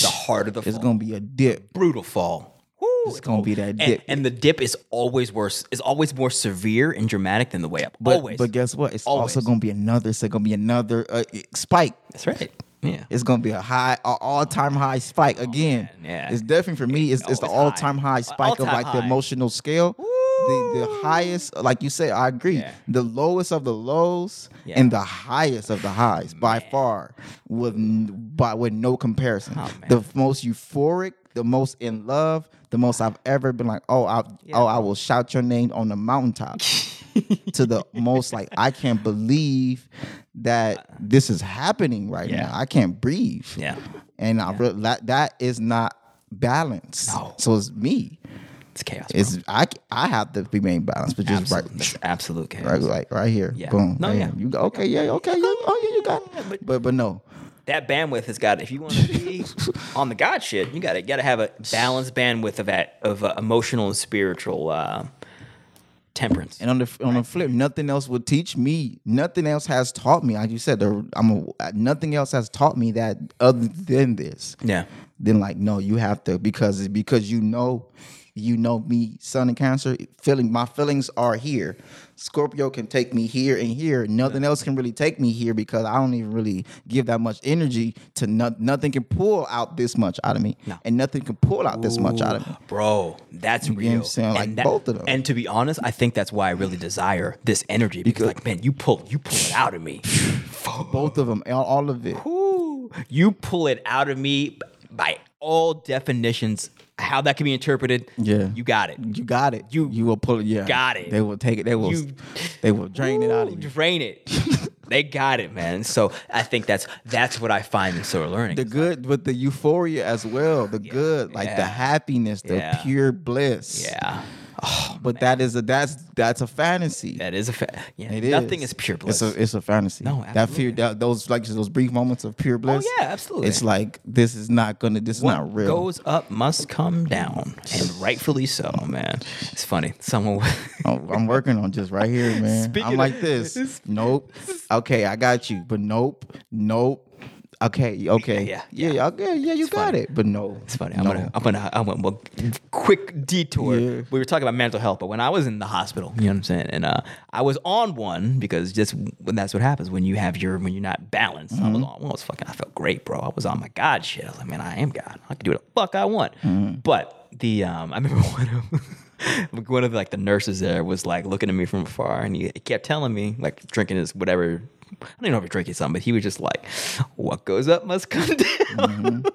the harder the
it's
fall.
gonna be a dip.
brutal fall. Woo,
It's gonna be that
and,
dip.
and the dip is always worse. Is always more severe and dramatic than the way up.
But,
always.
but guess what? It's also
Always.
gonna be another. It's gonna be another uh, spike.
that's right. Yeah.
It's gonna be a high, all time high spike again.
Oh, man, yeah.
it's definitely for me. It's, it's the
Oh, it's high.
all time high spike of
all-time
like the
high.
emotional scale. The the highest, like you say, I agree.
Yeah.
The lowest of the lows
Yeah.
and the highest of the highs by far, with n- by with no comparison.
Oh,
the most euphoric, the most in love, the most I've ever been like, oh, I oh, I will shout your name on
*laughs*
the mountaintop. to the most like I can't believe that this is happening right
Yeah.
now. I can't breathe.
Yeah.
And I real that that is not balanced.
No.
So it's me.
It's chaos. bro.
It's I I have to remain balanced, but just
absolute, that's absolute chaos.
right right like right here.
Yeah.
Boom.
No,
right
yeah.
here. You go okay, yeah, okay, yeah. Oh yeah, you got it. But but no.
That bandwidth has got. If you want to
*laughs*
be on the god shit, you got to got to have a balanced bandwidth of that of uh, emotional and spiritual uh, temperance.
And on the on the flip, nothing else would teach me. Nothing else has taught me. Like you said, the, I'm a, nothing else has taught me that other than this.
yeah.
then like no you have to because because you know You know me, Sun and Cancer. Feeling my feelings are here. Scorpio can take me here and here. Nothing else can really take me here because I don't even really give that much energy to no, nothing can pull out this much out of me, and nothing can pull out this much out of me.
Bro, that's real.
what I'm saying? Like,
and that-
both of them.
And to be honest, I think that's why I really desire this energy because, like, man, you pull you pull it out of me.
Both of them, all, all of it.
Woo. you pull it out of me b- by all definitions. How that can be interpreted?
Yeah.
you got it.
You got it.
You-
you will pull it. Yeah,
got it.
They will take it. They will.
You-
they will drain it out of
Ooh,
you.
Drain
*laughs*
it. they got it, man. So I think that's that's what I find in solar learning.
the good but the euphoria as well the good like the
yeah.
happiness the
Yeah.
pure bliss
yeah,
but that is a that's that's a fantasy
that is a fact. Yeah,
It
nothing is, pure bliss.
It's a it's a fantasy.
No, Oh,
that fear, that, those like those brief moments of pure bliss.
yeah, absolutely.
It's like this is not gonna. This is not real.
goes up must come down, and rightfully so, man. It's funny. Someone.
I'm, Oh, I'm working on just right here, man.
*laughs* Speaking
I'm like
of-
this. Nope. Okay, I got you, but nope, nope. Okay, okay,
Yeah,
yeah, yeah, okay, yeah. You got
funny.
it, but no,
It's funny. I'm
no.
gonna, I'm gonna, I'm gonna, well, quick detour.
Yeah.
We were talking about mental health, but when I was in the hospital, you know what I'm saying, and uh, I was on one because just when that's what happens when you have your when you're not balanced. I was
Mm-hmm.
on one. I was fucking. I felt great, bro. I was on my God shit. I was like, man, I am God. I can do what the fuck I want.
Mm-hmm.
But the um, I remember *laughs* one of one of like the nurses there was like looking at me from afar, and he, he kept telling me like drinking his whatever. I don't even know if he was drinking something, but he was just like, "What goes up must come down."
Mm-hmm.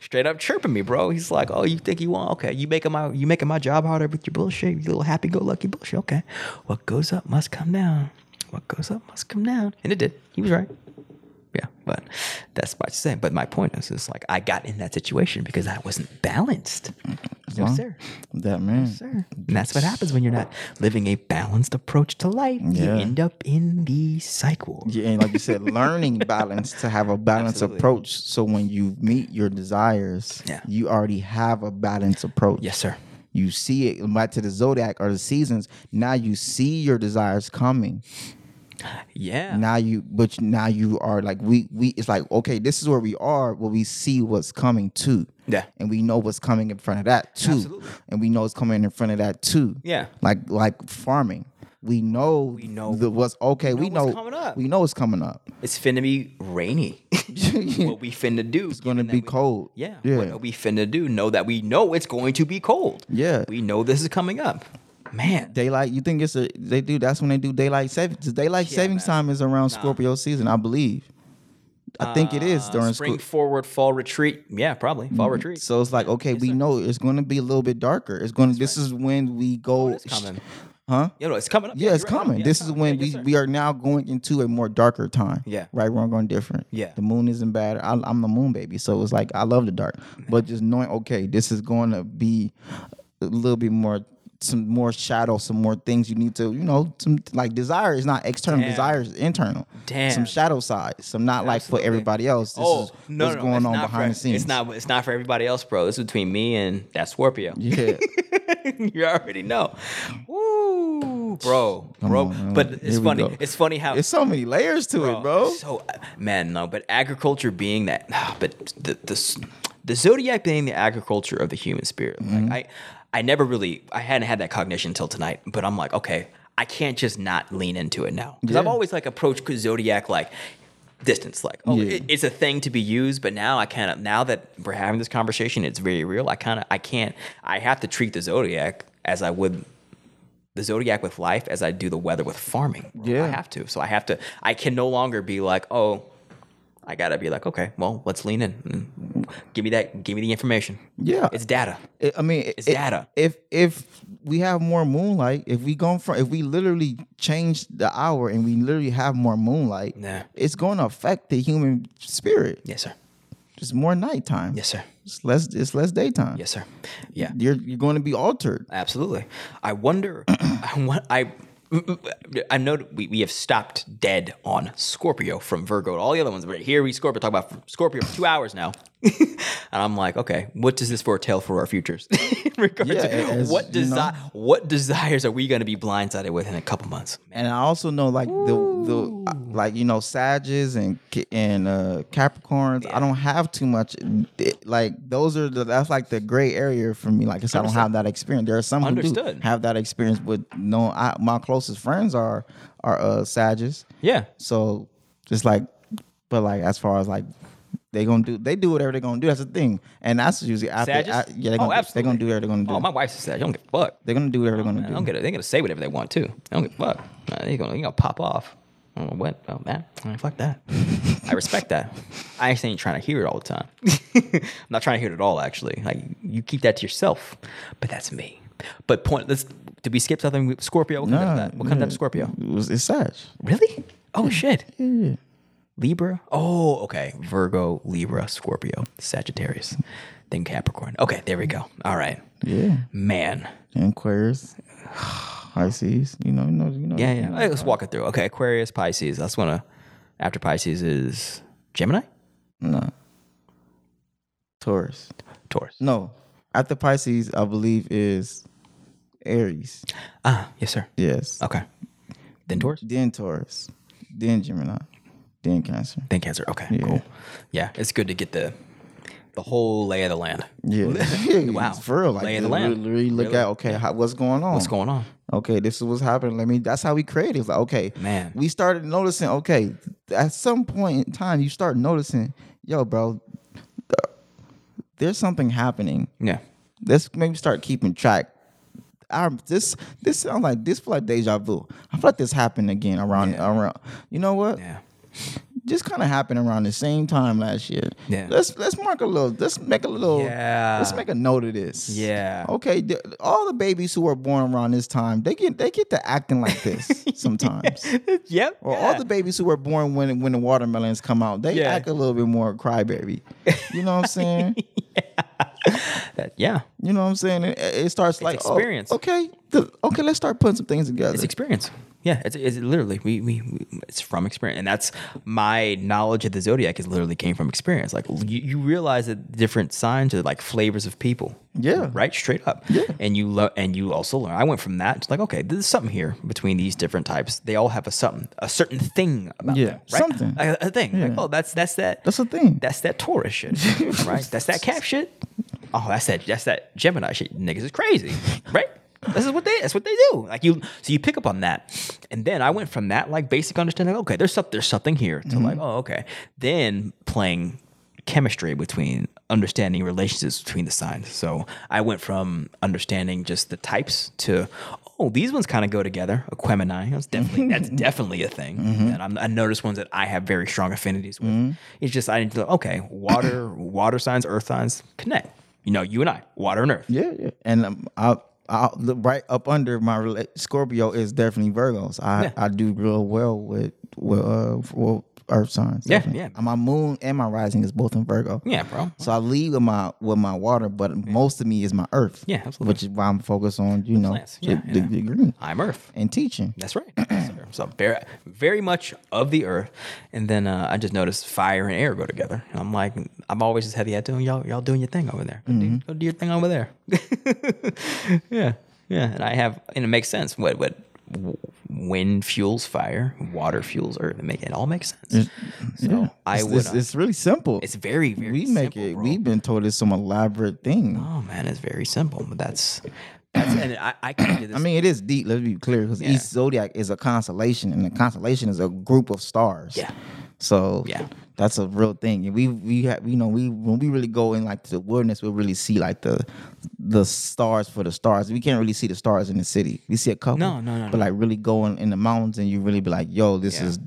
straight up chirping me, bro. He's like, "Oh, you think you want? Okay, you making my you making my job harder with your bullshit, you little happy go lucky bullshit. Okay, what goes up must come down. What goes up must come down." And it did. He was right. Yeah, but that's what I'm saying. But my point is, is like I got in that situation because I wasn't balanced. No, sir.
that man.
Sir. And that's what happens when you're not living a balanced approach to life. You
Yeah.
end up in the cycle.
Yeah, and like you
*laughs*
said, learning balance to have a balanced
Absolutely.
approach. So when you meet your desires,
Yeah.
you already have a balanced approach.
Yes, sir.
You see it back to the zodiac or the seasons. Now you see your desires coming.
Yeah.
Now you, but now you are like we we. It's like okay, this is where we are. Where we see what's coming too.
Yeah.
and we know what's coming in front of that too.
Absolutely.
And we know it's coming in front of that too.
Yeah.
like like farming. We know we
know-
the, what's okay. We
know
know,
what's coming up.
we know it's coming up. *laughs*
It's finna be rainy. *laughs* what we finna do. It's
gonna be cold.
Yeah.
Yeah.
What we finna do. Know that we know it's going to be cold.
Yeah.
We know this is coming up. Man.
daylight. You think it's a they do? That's when they do daylight savings. Daylight
Yeah,
savings
man.
time is around Scorpio season, I believe. I think it is
Uh,
during
spring
school. Mm-hmm.
forward, fall retreat. Yeah, probably. Fall retreat.
So it's like okay, we know it's going to be a little bit darker. It's going. to This is when we go.
it's Oh, coming.
Huh?
You know, it's coming up.
Yeah, it's
you're right.
coming.
Yeah,
this
it's
is
coming.
when
Yeah,
we,
yes, sir.
we are now going into a more darker time.
Yeah.
Right, wrong, going different.
Yeah.
The moon isn't bad. I, I'm the moon baby. So it's like, I love the dark.
Mm-hmm.
But just knowing, okay, this is going to be a little bit more, some more shadow, some more things you need to, you know, some like desire is not external,
Damn.
desire is internal.
Damn.
Some shadow side, some not like for
Absolutely.
everybody else. This
oh
is
no,
what's
no,
going
it's
on
not
behind
for,
the scenes.
It's not. It's not for everybody else, bro. It's between me and that Scorpio.
*laughs* Yeah.
*laughs* you already know. Woo, bro, bro.
on, man.
but it's
Here we
funny.
go.
It's funny how
It's so many layers to it, bro.
So man, no, but agriculture being that, *sighs* but the the s- the zodiac being the agriculture of the human spirit.
Mm-hmm.
Like I, I never really, I hadn't had that cognition until tonight. But I'm like, okay, I can't just not lean into it now because I've
Yeah.
always like approached zodiac like distance like oh
Yeah.
it- it's a thing to be used but now i kind of now that we're having this conversation it's very real i kind of i can't i have to treat the zodiac as i would the zodiac with life as I do the weather with farming. bro.
Yeah.
I have to. So I have to. I can no longer be like, oh, I gotta be like, okay, well, let's lean in. Mm. Give me that. Give me the information.
Yeah.
it's data.
It, I mean,
It's
it-
data.
If if we have more moonlight, if we go from, if we literally change the hour and we literally have more moonlight,
Nah.
it's going to affect the human spirit.
Yes, sir.
It's more nighttime.
Yes, sir.
It's less. It's less daytime.
Yes, sir. Yeah.
You're you're going to be altered.
Absolutely. I wonder. *clears throat* I want. I. I know that we, we have
*laughs*
stopped dead on Scorpio from Virgo to all the other ones, but here we Scorpio talk about Scorpio for two hours now. and I'm like, okay, what does this foretell for our futures? *laughs* In regards
Yeah,
to
as-
what
you know.
desi- what desires are we going to be blindsided with in a couple months?
And I also know like the the like you know Sages and Ca- and uh, Capricorns. I don't have too much. it- like those are the, that's like the gray area for me. Like 'cause I don't have that experience. There are some who do
Understood.
have that experience, but no, I, my closest friends are are uh, Sages.
Yeah,
So just like, but like as far as like. They gonna do. They do whatever they gonna do. That's the thing, and that's usually after.
Sages?
I, yeah, they
Oh,
gonna, they
absolutely.
gonna do whatever they're gonna do.
Oh, my wife's a Sag. I don't give a fuck.
they're gonna do whatever they're gonna
I
do.
don't get. They're gonna say whatever they want too. I don't give a fuck. Uh, They're gonna, they gonna pop off. I don't know what? Oh man, Uh, fuck that. I respect that. I actually ain't trying to hear it all the time. I'm not trying to hear it at all. Actually, like you keep that to yourself. But that's me. But point. Let's. Did we skip something? We- Scorpio. What comes after that? What comes after Scorpio?
It was, it's Sag.
Really? Oh shit. Libra. Oh, okay. Virgo, Libra, Scorpio, Sagittarius, then Capricorn. Okay, there we go. All right,
Yeah.
man.
and Aquarius, *sighs* Pisces. You know, you know, you know.
Yeah,
you
yeah.
know.
Let's walk it through. Okay, Aquarius, Pisces. That's when uh, after Pisces is Gemini,
No. Taurus.
Taurus.
No. After Pisces, I believe is Aries.
Ah, yes, sir.
Yes.
Okay. Then Taurus.
Then Taurus. Then Gemini. Then Cancer.
Then Cancer. Okay, cool. Yeah, it's good to get the the whole lay of the land.
Yeah.
*laughs* Wow.
*laughs* For real. Like,
Lay of the
really-
land.
Really look at okay, how, what's going on?
What's going on?
okay, this is what's happening. Let me. That's how we creative. Like, okay,
Man.
we started noticing. Okay, at some point in time, you start noticing, yo, bro, th- there's something happening.
Yeah.
Let's maybe start keeping track. I, this this sounds like this feel like deja vu. I feel like this happened again around around. You know what?
Yeah.
Just kind of happened around the same time last year.
Yeah.
Let's let's mark a little. Let's make a little.
Yeah.
Let's make a note of this.
Yeah.
Okay. th- all the babies who are born around this time, they get they get to acting like
*laughs*
this sometimes.
*laughs* Yep.
Or
yeah.
all the babies who were born when when the watermelons come out, they
Yeah.
act a little bit more crybaby. You know what I'm saying?
*laughs* That- yeah.
you know what I'm saying? It, it starts like oh,
experience.
okay, th- okay, let's start putting some things together.
It's experience. Yeah, it's, it's literally we, we we it's from experience, and that's my knowledge of the zodiac is literally came from experience. Like you, you realize that different signs are like flavors of people.
Yeah.
right, straight up. Yeah, and you lo- and you also learn. I went from that to like, okay, there's something here between these different types. They all have a something, a certain thing about
Yeah,
them. Right?
something.
a, a thing. Like,
Yeah.
oh, that's that's that.
That's the thing.
That's that Taurus
*laughs*
shit, right? That's that Cap shit. Oh, that's that. That's that Gemini shit. Niggas is crazy, right? This is what they. That's what they do. Like you, so you pick up on that, and then I went from that like basic understanding. Okay, there's something. There's something here. To like, oh, okay. Then playing chemistry between understanding relationships between the signs. So I went from understanding just the types to oh these ones kind of go together. Aquemini, that's definitely that's definitely a thing. And I'm, I noticed ones that I have very strong affinities with. It's just I didn't know, okay water water signs earth signs connect. You know you and I water and earth.
yeah, yeah. And um, I, I look right up under my rela- Scorpio is definitely Virgos. I
Yeah.
I do real well with with uh well, Earth signs.
Yeah,
definitely.
yeah.
And My moon and my rising is both in Virgo.
Yeah, bro.
So I lead with my with my water, but most of me is my earth.
Yeah, absolutely.
Which is why I'm focused on you know
plants,
the,
yeah,
the-
yeah.
the green
I'm earth.
and teaching.
That's *clears throat* right. Yes, sir. so very, very much of the earth. And then uh, I just noticed fire and air go together. And I'm like, I'm always just heavy at doing y'all, y'all doing your thing over there. Go, do, go do your thing over there. *laughs* yeah, yeah. And I have, and it makes sense. What, what, w- wind fuels fire, water fuels earth. It make it all makes sense. So
Yeah.
I
it's,
would.
It's,
uh, It's,
it's really simple.
very, very.
we make
simple,
it.
bro.
We've been told it's some elaborate thing.
Oh man, it's very simple. But that's, that's and I, I kind of did this.
I mean, it is deep. Let's be clear, because each zodiac is a constellation, and a constellation is a group of stars.
Yeah.
So
Yeah.
that's a real thing. And we we have you know we when we really go in like to the wilderness, we'll really see like the the stars for the stars. We can't really see the stars in the city. We see a couple.
No, no, no,
But
no.
like really going in the mountains, and you really be like, yo, this
Yeah.
is.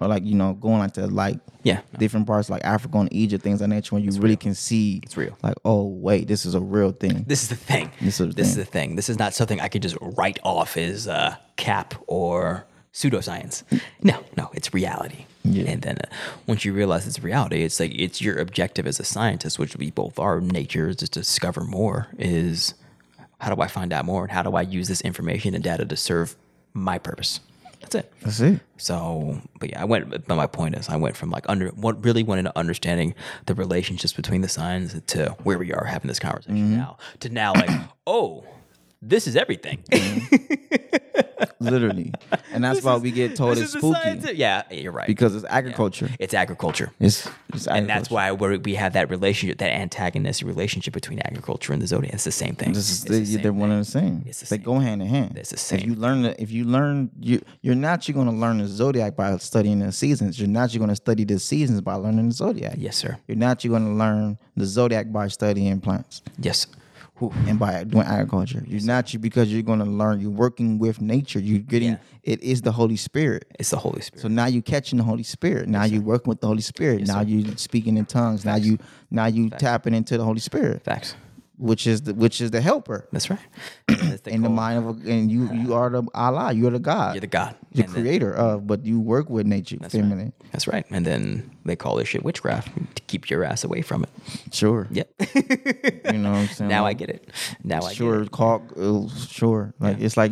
Or like you know, going like to like
Yeah.
different parts like Africa and Egypt, things like that, when you really can see
It's real.
Like, oh wait, this is a real thing.
this is the thing.
This is the
the thing. This is not something I could just write off as uh, cap or pseudoscience. No, no, it's reality. And then uh, once you realize it's reality, it's like it's your objective as a scientist, which we both are. Nature is to discover more. Is how do I find out more, and how do I use this information and data to serve my purpose? That's it.
That's it.
So, but yeah, I went. But my point is, I went from like under what really went into understanding the relationships between the signs to where we are having this conversation
Mm-hmm.
now to now
*clears throat*
like, oh, this is everything.
Literally. And that's why we get
*laughs*
told
This
it's
is the
spooky
scientific- yeah, eh, you're right.
because it's agriculture.
it's agriculture.
It's, it's agriculture.
and that's why we're, we have that relationship, that antagonistic relationship between agriculture and the zodiac. It's the same thing.
This is
it's the
they,
same
they're one
thing.
and the same.
It's the
they
same
go hand in hand.
It's the
If
same.
you learn, the, if you learn, you you're not you're going to learn the zodiac by studying the seasons. You're not you're going to study the seasons by learning the zodiac.
Yes, sir.
You're not you're going to learn the zodiac by studying plants
Yes. Whew.
and by doing agriculture. You're not you because you're going to learn. You're working with nature. You're getting
Yeah.
it is the Holy Spirit.
It's the Holy Spirit.
So now you're catching the Holy Spirit. Now you're working with the Holy Spirit. now you're speaking in tongues. Now you now you tapping into the Holy Spirit,
Facts.
which is the which is the helper
That's
*clears throat*
right. That's
in the
call-
mind of a, and you you are the Allah, you're the God,
You're the God.
the
And then-
creator of, but you work with nature, feminine.
That's right. And then they call this shit witchcraft to keep your ass away from it.
Sure,
Yep.
*laughs* you know what I'm saying.
now I
Like,
get it. Now I get
sure,
it.
call uh, sure, like it's like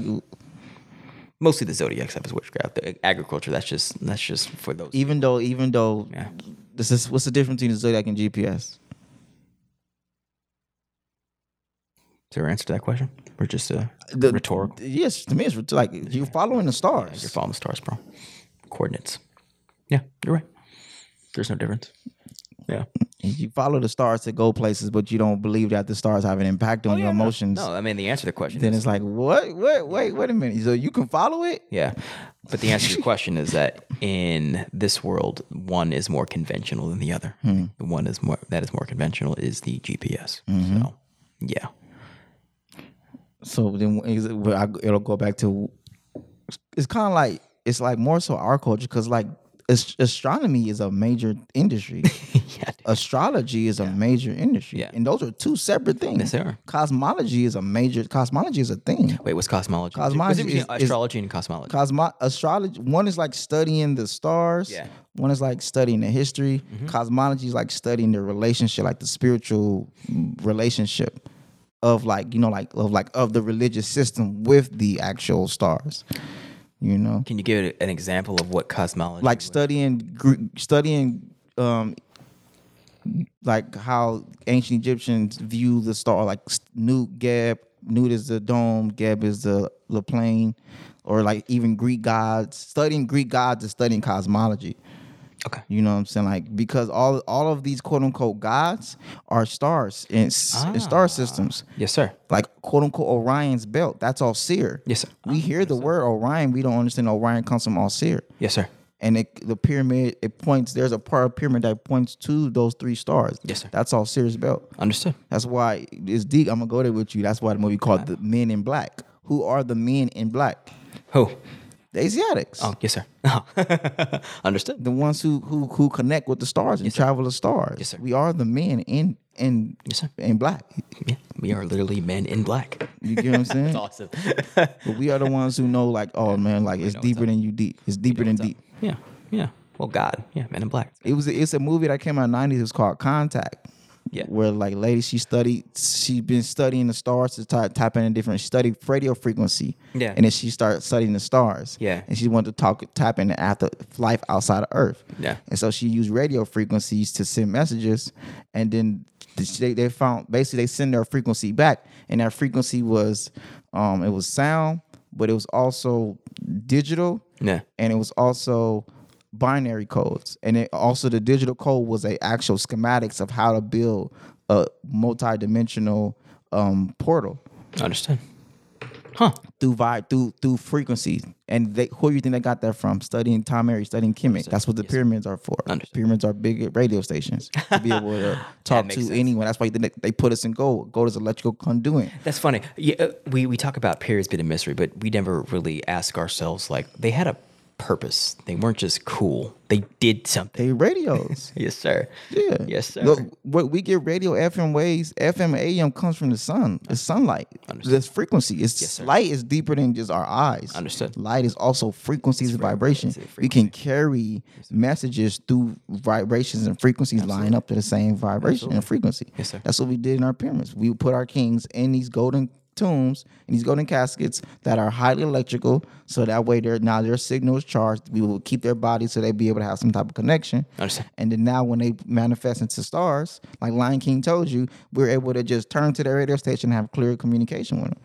Mostly the zodiac stuff is witchcraft. The agriculture, that's just that's just for those.
even though even though
Yeah.
this is what's the difference between the zodiac and GPS?
Is there an answer to that question? Or just uh, a
The-
rhetorical?
Yes, to me it's ret- like you're following the stars.
You're following the stars, bro. Coordinates. Yeah, you're right. There's no difference. Yeah.
*laughs* you follow the stars to go places, but you don't believe that the stars have an impact on your emotions.
Oh, No, I mean the answer to the question.
Then
is-
it's like what? What? Wait, wait a minute. So you can follow it?
Yeah. But the answer to your question is that in this world, one is more conventional than the other.
Hmm.
The one is more that is more conventional is the GPS.
Mm-hmm.
So yeah. *laughs*
So then is it- well, I- it'll go back to it's kind of like it's like more so our culture because like ast- astronomy is a major
*laughs*
industry.
yeah. dude.
Astrology is a major industry,
Yeah.
and those are two separate things.
Yes, they are.
Cosmology is a major. Cosmology is a thing.
Wait, what's cosmology?
Cosmology
What's it between
is- is-
astrology and cosmology.
Cosmo astrology. One is like studying the stars.
Yeah.
One is like studying the history. Cosmology is like studying the relationship, like the spiritual mm, relationship of like you know like of like of the religious system with the actual stars. You know,
Can you give an example of what cosmology
like studying Gre- studying um like how ancient Egyptians view the star, like s- Nut Geb. Nut is the dome, Geb is the the plane, or like even Greek gods. Studying Greek gods is studying cosmology.
Okay.
You know what I'm saying? Like because all all of these quote unquote gods are stars in, s in
Ah.
star systems.
Yes, sir.
Like quote unquote Orion's belt. That's all seer.
Yes, sir.
We hear the word Orion, we don't understand Orion comes from all seer
Yes, sir.
and it, the pyramid it points there's a part of the pyramid that points to those three stars
Yes, sir.
that's all serious belt
Understood.
that's why it's deep i'm gonna go there with you that's why the movie called the men in black who are the men in black
Who?
the asiatics
Oh, yes, sir. *laughs* Understood.
the ones who who who connect with the stars and travel the stars
Yes, sir.
we are the men in in
Yes, sir.
in black
Yeah. We are literally men in black.
you get
*laughs*
what i'm saying
Awesome.
but we are the ones who know like oh man like it's deeper than you deep it's deeper than deep
yeah. Yeah. Well, God. Yeah, men in black.
It was it's a movie that came out in the 90s. It was called Contact.
Yeah.
Where like lady she studied she been studying the stars to type tap in a different study radio frequency.
Yeah.
And then she started studying the stars.
Yeah.
And she wanted to talk tap into after life outside of Earth.
Yeah.
And so she used radio frequencies to send messages and then they, they found basically they send their frequency back and that frequency was um it was sound but it was also digital
Yeah.
and it was also binary codes and it also the digital code was a actual schematics of how to build a multi-dimensional um, portal
Understood. Huh.
through vi- through through frequencies and they, who do you think they got that from studying Tom Mary studying Kimmich that's what the pyramids are for
Understood.
pyramids are big
*laughs*
radio stations to be able to talk to
makes sense.
anyone that's why they, they put us in gold gold is electrical conduit
That's funny. Yeah, uh, we, we talk about periods being a mystery, but we never really ask ourselves, like, they had a purpose. They weren't just cool. They did something. *laughs*
they radios
Yes, sir.
Yeah.
Yes, sir.
Look, what we get radio FM waves, FM AM comes from the sun. It's sunlight. This frequency. It's light is deeper than just our eyes.
Understood.
Light is also frequencies and vibration.
it's a
We can carry messages through vibrations and frequencies line up to the same vibration and frequency.
Yes, sir.
That's what we did in our pyramids. We put our kings in these golden tombs and these golden caskets that are highly electrical. So that way, they're now their signal is charged. We will keep their bodies so they be able to have some type of connection.
Understand.
And then now, when they manifest into stars, like Lion King told you, we're able to just turn to their radio station and have clear communication with them.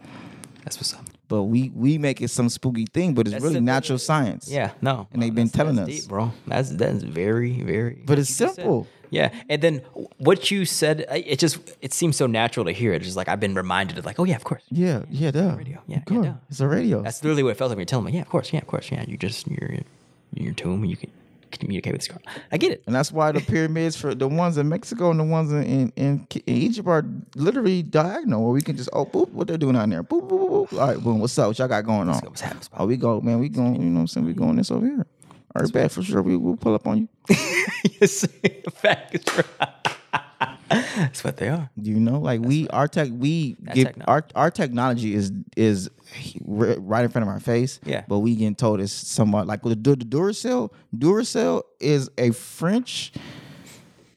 That's what's up.
But we we make it some spooky thing, but it's
That's
really
the-
natural science.
Yeah, no.
And
no,
they've been
that's-
telling
that's
us.
deep, bro. That's that's very, very.
But
what
it's
you just said.
simple.
Yeah, and then what you said, I- it just it seems so natural to hear it. It's just like I've been reminded of, like, oh yeah, of course.
Yeah, yeah, duh.
radio. Yeah, yeah,
Come on.
duh.
It's a radio.
That's literally what it felt like when you're telling me, yeah, of course, yeah, of course, yeah. You just you're in your tomb and you can communicate with this girl. I get it. *laughs*
and that's why the pyramids for the ones in Mexico and the ones in in, in, in Egypt are literally diagonal, where we can just oh boop, what they're doing down there, boop boop boop. boop. All right, boom, what's up? What y'all got going on?
What's happening?
Oh, we go, man. We going. You know what I'm saying? We going this over here. All right, bad for sure. We will pull up on you.
yes, fact. *laughs* That's what they are.
You know, like we our tech we get
technology.
our our technology is is ri- right in front of our face.
Yeah.
but we getting told it's somewhat like the, the Duracell. Duracell is a French.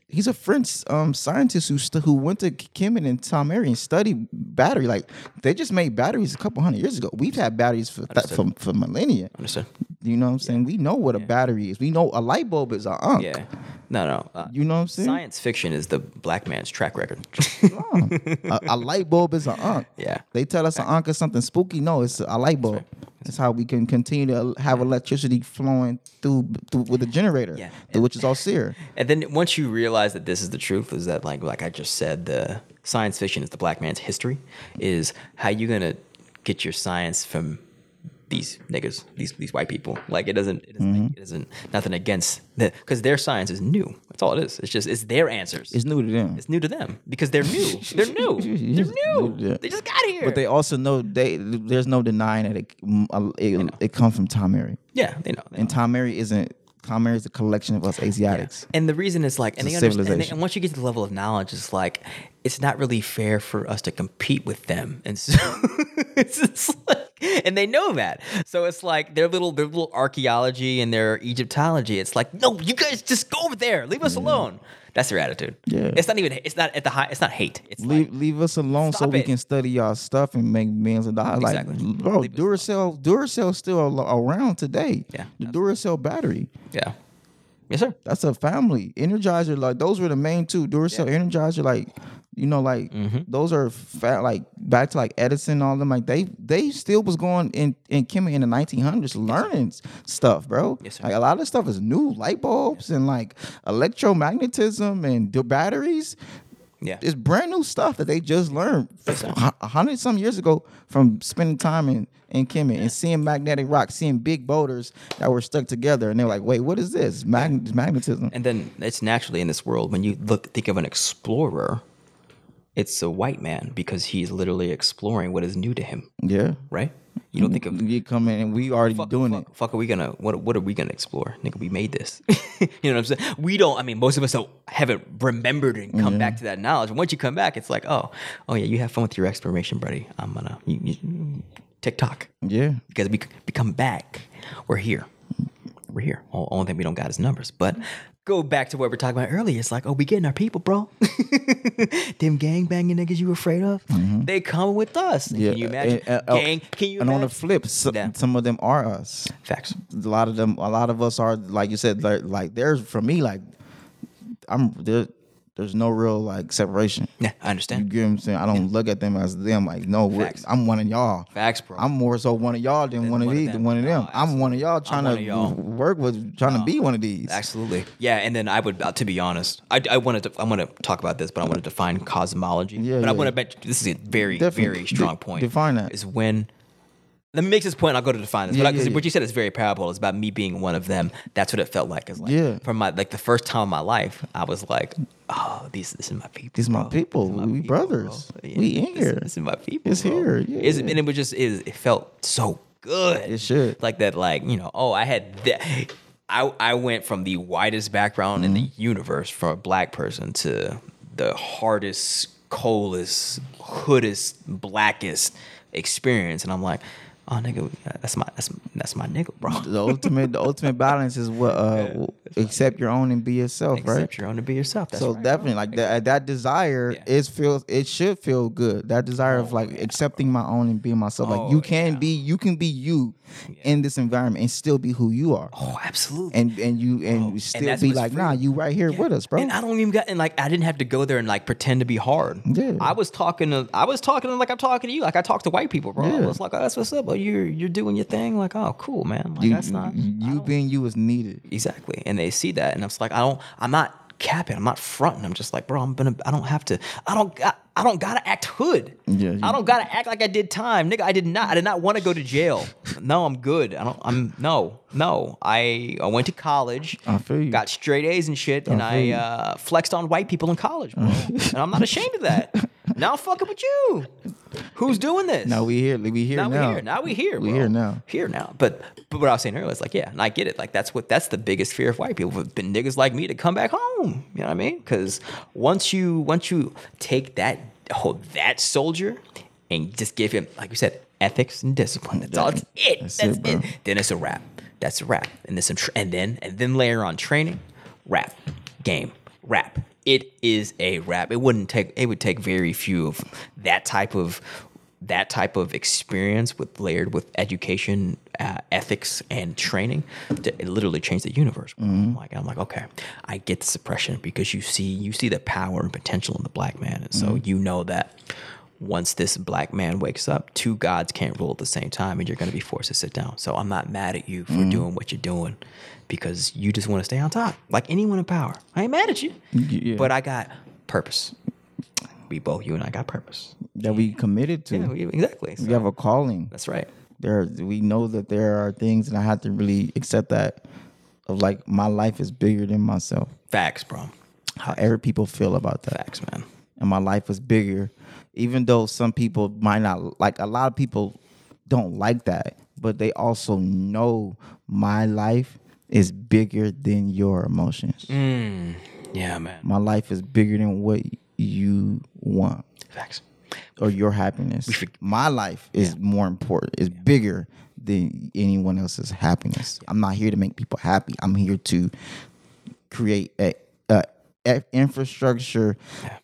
He's a French um, scientist who stu- who went to Kimmon and Tom Mary and studied battery. Like they just made batteries a couple hundred years ago. We've had batteries for th- for, for millennia.
Understood.
You know what I'm saying? We know what a battery is. We know a light bulb is a unk.
Yeah. No, no. Uh,
You know what I'm saying?
science fiction is the black man's track record.
a, a light bulb is an unk.
Yeah.
They tell us an unk is something spooky. No, it's a light bulb. That's how we can continue to have electricity flowing through, through with a generator,
Yeah.
th- which is all seer.
And then once you realize that this is the truth, is that like like I just said, the science fiction is the black man's history. Is how you gonna get your science from these niggas, these these white people? Like it doesn't it doesn't, make,
Mm-hmm.
it doesn't nothing against the because their science is new. That's all it is. It's just it's their answers.
It's new to them.
It's new to them because they're
*laughs*
new. They're new.
It's
They're
new to
new.
them.
They just got here.
But they also know they there's no denying that it mm, uh, it, it comes from Tom Mary,
yeah, they know. They know.
and Tom Mary isn't Tom Mary is a collection of us Asiatics.
And the reason is like, and,
It's
they understand,
a
and, they-
civilization.
and once you get to the level of knowledge, it's like, it's not really fair for us to compete with them. And so *laughs* it's just like, and they know that. So it's like their little, their little archaeology and their Egyptology. It's like, no, you guys just go over there. Leave us alone. That's their attitude.
Yeah.
It's not even, it's not at the high, it's not hate. It's
Leave,
like,
leave us alone so
stop
we
it.
can study y'all stuff and make millions of dollars.
Exactly.
Like, bro,
Leave us
Duracell, Duracell's still al- around today.
Yeah,
the Duracell battery.
yeah. Yes, sir.
That's a family. Energizer, like those were the main two. Duracell, Energizer, like you know, like
Mm-hmm.
those are fat. Like back to like Edison, all them. Like they they still was going in in Kimmy in the 1900s, learning s- stuff, bro.
Yes, sir.
like a lot of this stuff is new, light bulbs and like electromagnetism and the batteries.
Yeah.
It's brand new stuff that they just learned a hundred some years ago from spending time in in Kemet and seeing magnetic rocks, seeing big boulders that were stuck together, and they're like, "Wait, what is this? Mag- Magnetism?"
And then it's naturally in this world when you look think of an explorer, it's a white man because he's literally exploring what is new to him,
yeah,
right? You don't think of
you come in and we already doing
fuck, fuck are we gonna what what are we gonna explore? Nigga, we made
*laughs*
this. you know what I'm saying? We don't I mean most of us don't, haven't remembered and come back to that knowledge. And once you come back, it's like, oh, oh yeah, you have fun with your exploration, buddy. I'm gonna you, you, TikTok.
it. Yeah,
Because we, we come back, we're here. We're here. O- Only thing we don't got is numbers. But go back to what we were talking about earlier. It's like, oh, we getting our people, bro. *laughs* Them gang banging niggas you afraid of, they come with us.
Mm-hmm. yeah.
Can you imagine?
And, uh, uh,
gang, can you
And
imagine?
on the flip, some,
Yeah.
some of them are us.
Facts.
a lot of them a lot of us are like you said like, like there's for me like i'm there there's no real like separation
Yeah, I
you
understand.
get what i'm saying i don't look at them as them like no we're-
Facts.
i'm one of y'all
Facts, bro.
i'm more so one of y'all than one of
one of
these than
them.
one of
No,
them i'm one of y'all trying
I'm one
to
of y'all.
work with trying to be one of these
Absolutely. Yeah, and then I would, uh, to be honest, I, I wanted to, I want to talk about this, but I want to define cosmology.
Yeah,
but I
yeah.
want to bet this is a very,
Definitely.
very strong
De-
point.
define that.
Is when, let me make this point, and I'll go to define this.
Yeah,
but I,
yeah,
'cause
yeah.
what you said is very parable. It's about me being one of them. That's what it felt like. It's like,
Yeah.
From my, like the first time in my life, I was like, oh, these, this is my people.
These my
bro.
people.
This is
We brothers.
bro.
We in
this,
here.
This is my people.
It's
bro.
here,
It's-
yeah.
and it was just, is it felt so good.
It should.
Like that, like, you know, oh, I had that. I, I went from the widest background in
Mm-hmm.
the universe for a black person to the hardest, coldest, hoodest, blackest experience. And I'm like, oh, nigga, that's my, that's, that's my nigga, bro. *laughs*
the ultimate the ultimate balance is what uh accept your own and be yourself,
Accept
right?
your own and be yourself. That's
so
right.
definitely, like that, that desire
Yeah.
is feels it should feel good. That desire of like accepting my own and being myself.
Oh,
like you can
yeah.
be, you can be you in this environment and still be who you are,
Oh, absolutely.
and and you and still
Oh, that's
be
what's
like,
free.
nah, you right here with us, bro.
And I don't even got and like I didn't have to go there and like pretend to be hard.
Yeah.
I was talking to I was talking to like I'm talking to you. Like I talk to white people, bro. I
Yeah.
was like, oh, that's what's up. Oh, you're you're doing your thing. Like, oh, cool, man. Like
you,
that's not
you being you is needed.
exactly. And they see that, and I'm just like, I don't. I'm not capping. I'm not fronting. I'm just like, bro. I'm gonna. I don't have to. I don't. Got, I don't gotta act hood.
Yeah, you-
I don't gotta act like I did time, nigga. I did not. I did not want to go to jail. *laughs* no, I'm good. I don't. I'm no, no. I I went to college.
I feel you.
Got straight A's and shit, and
feel
I
you.
uh, flexed on white people in college,
*laughs*
bro. and I'm not ashamed of that. Now I'm fucking with you. Who's doing this?
Now we here. We here
now,
now.
we're here. Now we here.
We
bro.
here now.
Here now. But but what I was saying earlier is like, yeah, and I get it. Like that's what that's the biggest fear of white people. Have been niggas like me to come back home. You know what I mean? Because once you once you take that oh, that soldier and just give him like you said ethics and discipline. That's all. That's it. That's,
That's it,
it,
bro.
Then it's a wrap. That's a wrap. And this and then and then layer on training, wrap, game, wrap. It is a wrap. It wouldn't take. It would take very few of that type of that type of experience with layered with education, uh, ethics, and training to it literally change the universe.
Mm-hmm.
Like I'm like, okay, I get the suppression because you see you see the power and potential in the black man, and so
Mm-hmm.
you know that once this black man wakes up, two gods can't rule at the same time, and you're going to be forced to sit down. So I'm not mad at you for doing what you're doing because you just want to stay on top, like anyone in power. I ain't mad at you,
Yeah.
but I got purpose. We both, you and I, got purpose.
that we committed to.
Yeah, we- exactly. So
we have a calling.
that's right.
there we know that there are things and I have to really accept that of like my life is bigger than myself.
Facts, bro.
However people feel about that.
Facts, man.
And my life was bigger. Even though some people might not like a lot of people don't like that, but they also know my life is bigger than your emotions.
Mm. Hmm. Yeah, man.
My life is bigger than what you want
Facts.
or your happiness. My life is more important. It's bigger than anyone else's happiness. I'm not here to make people happy. I'm here to create a, a, e- infrastructure,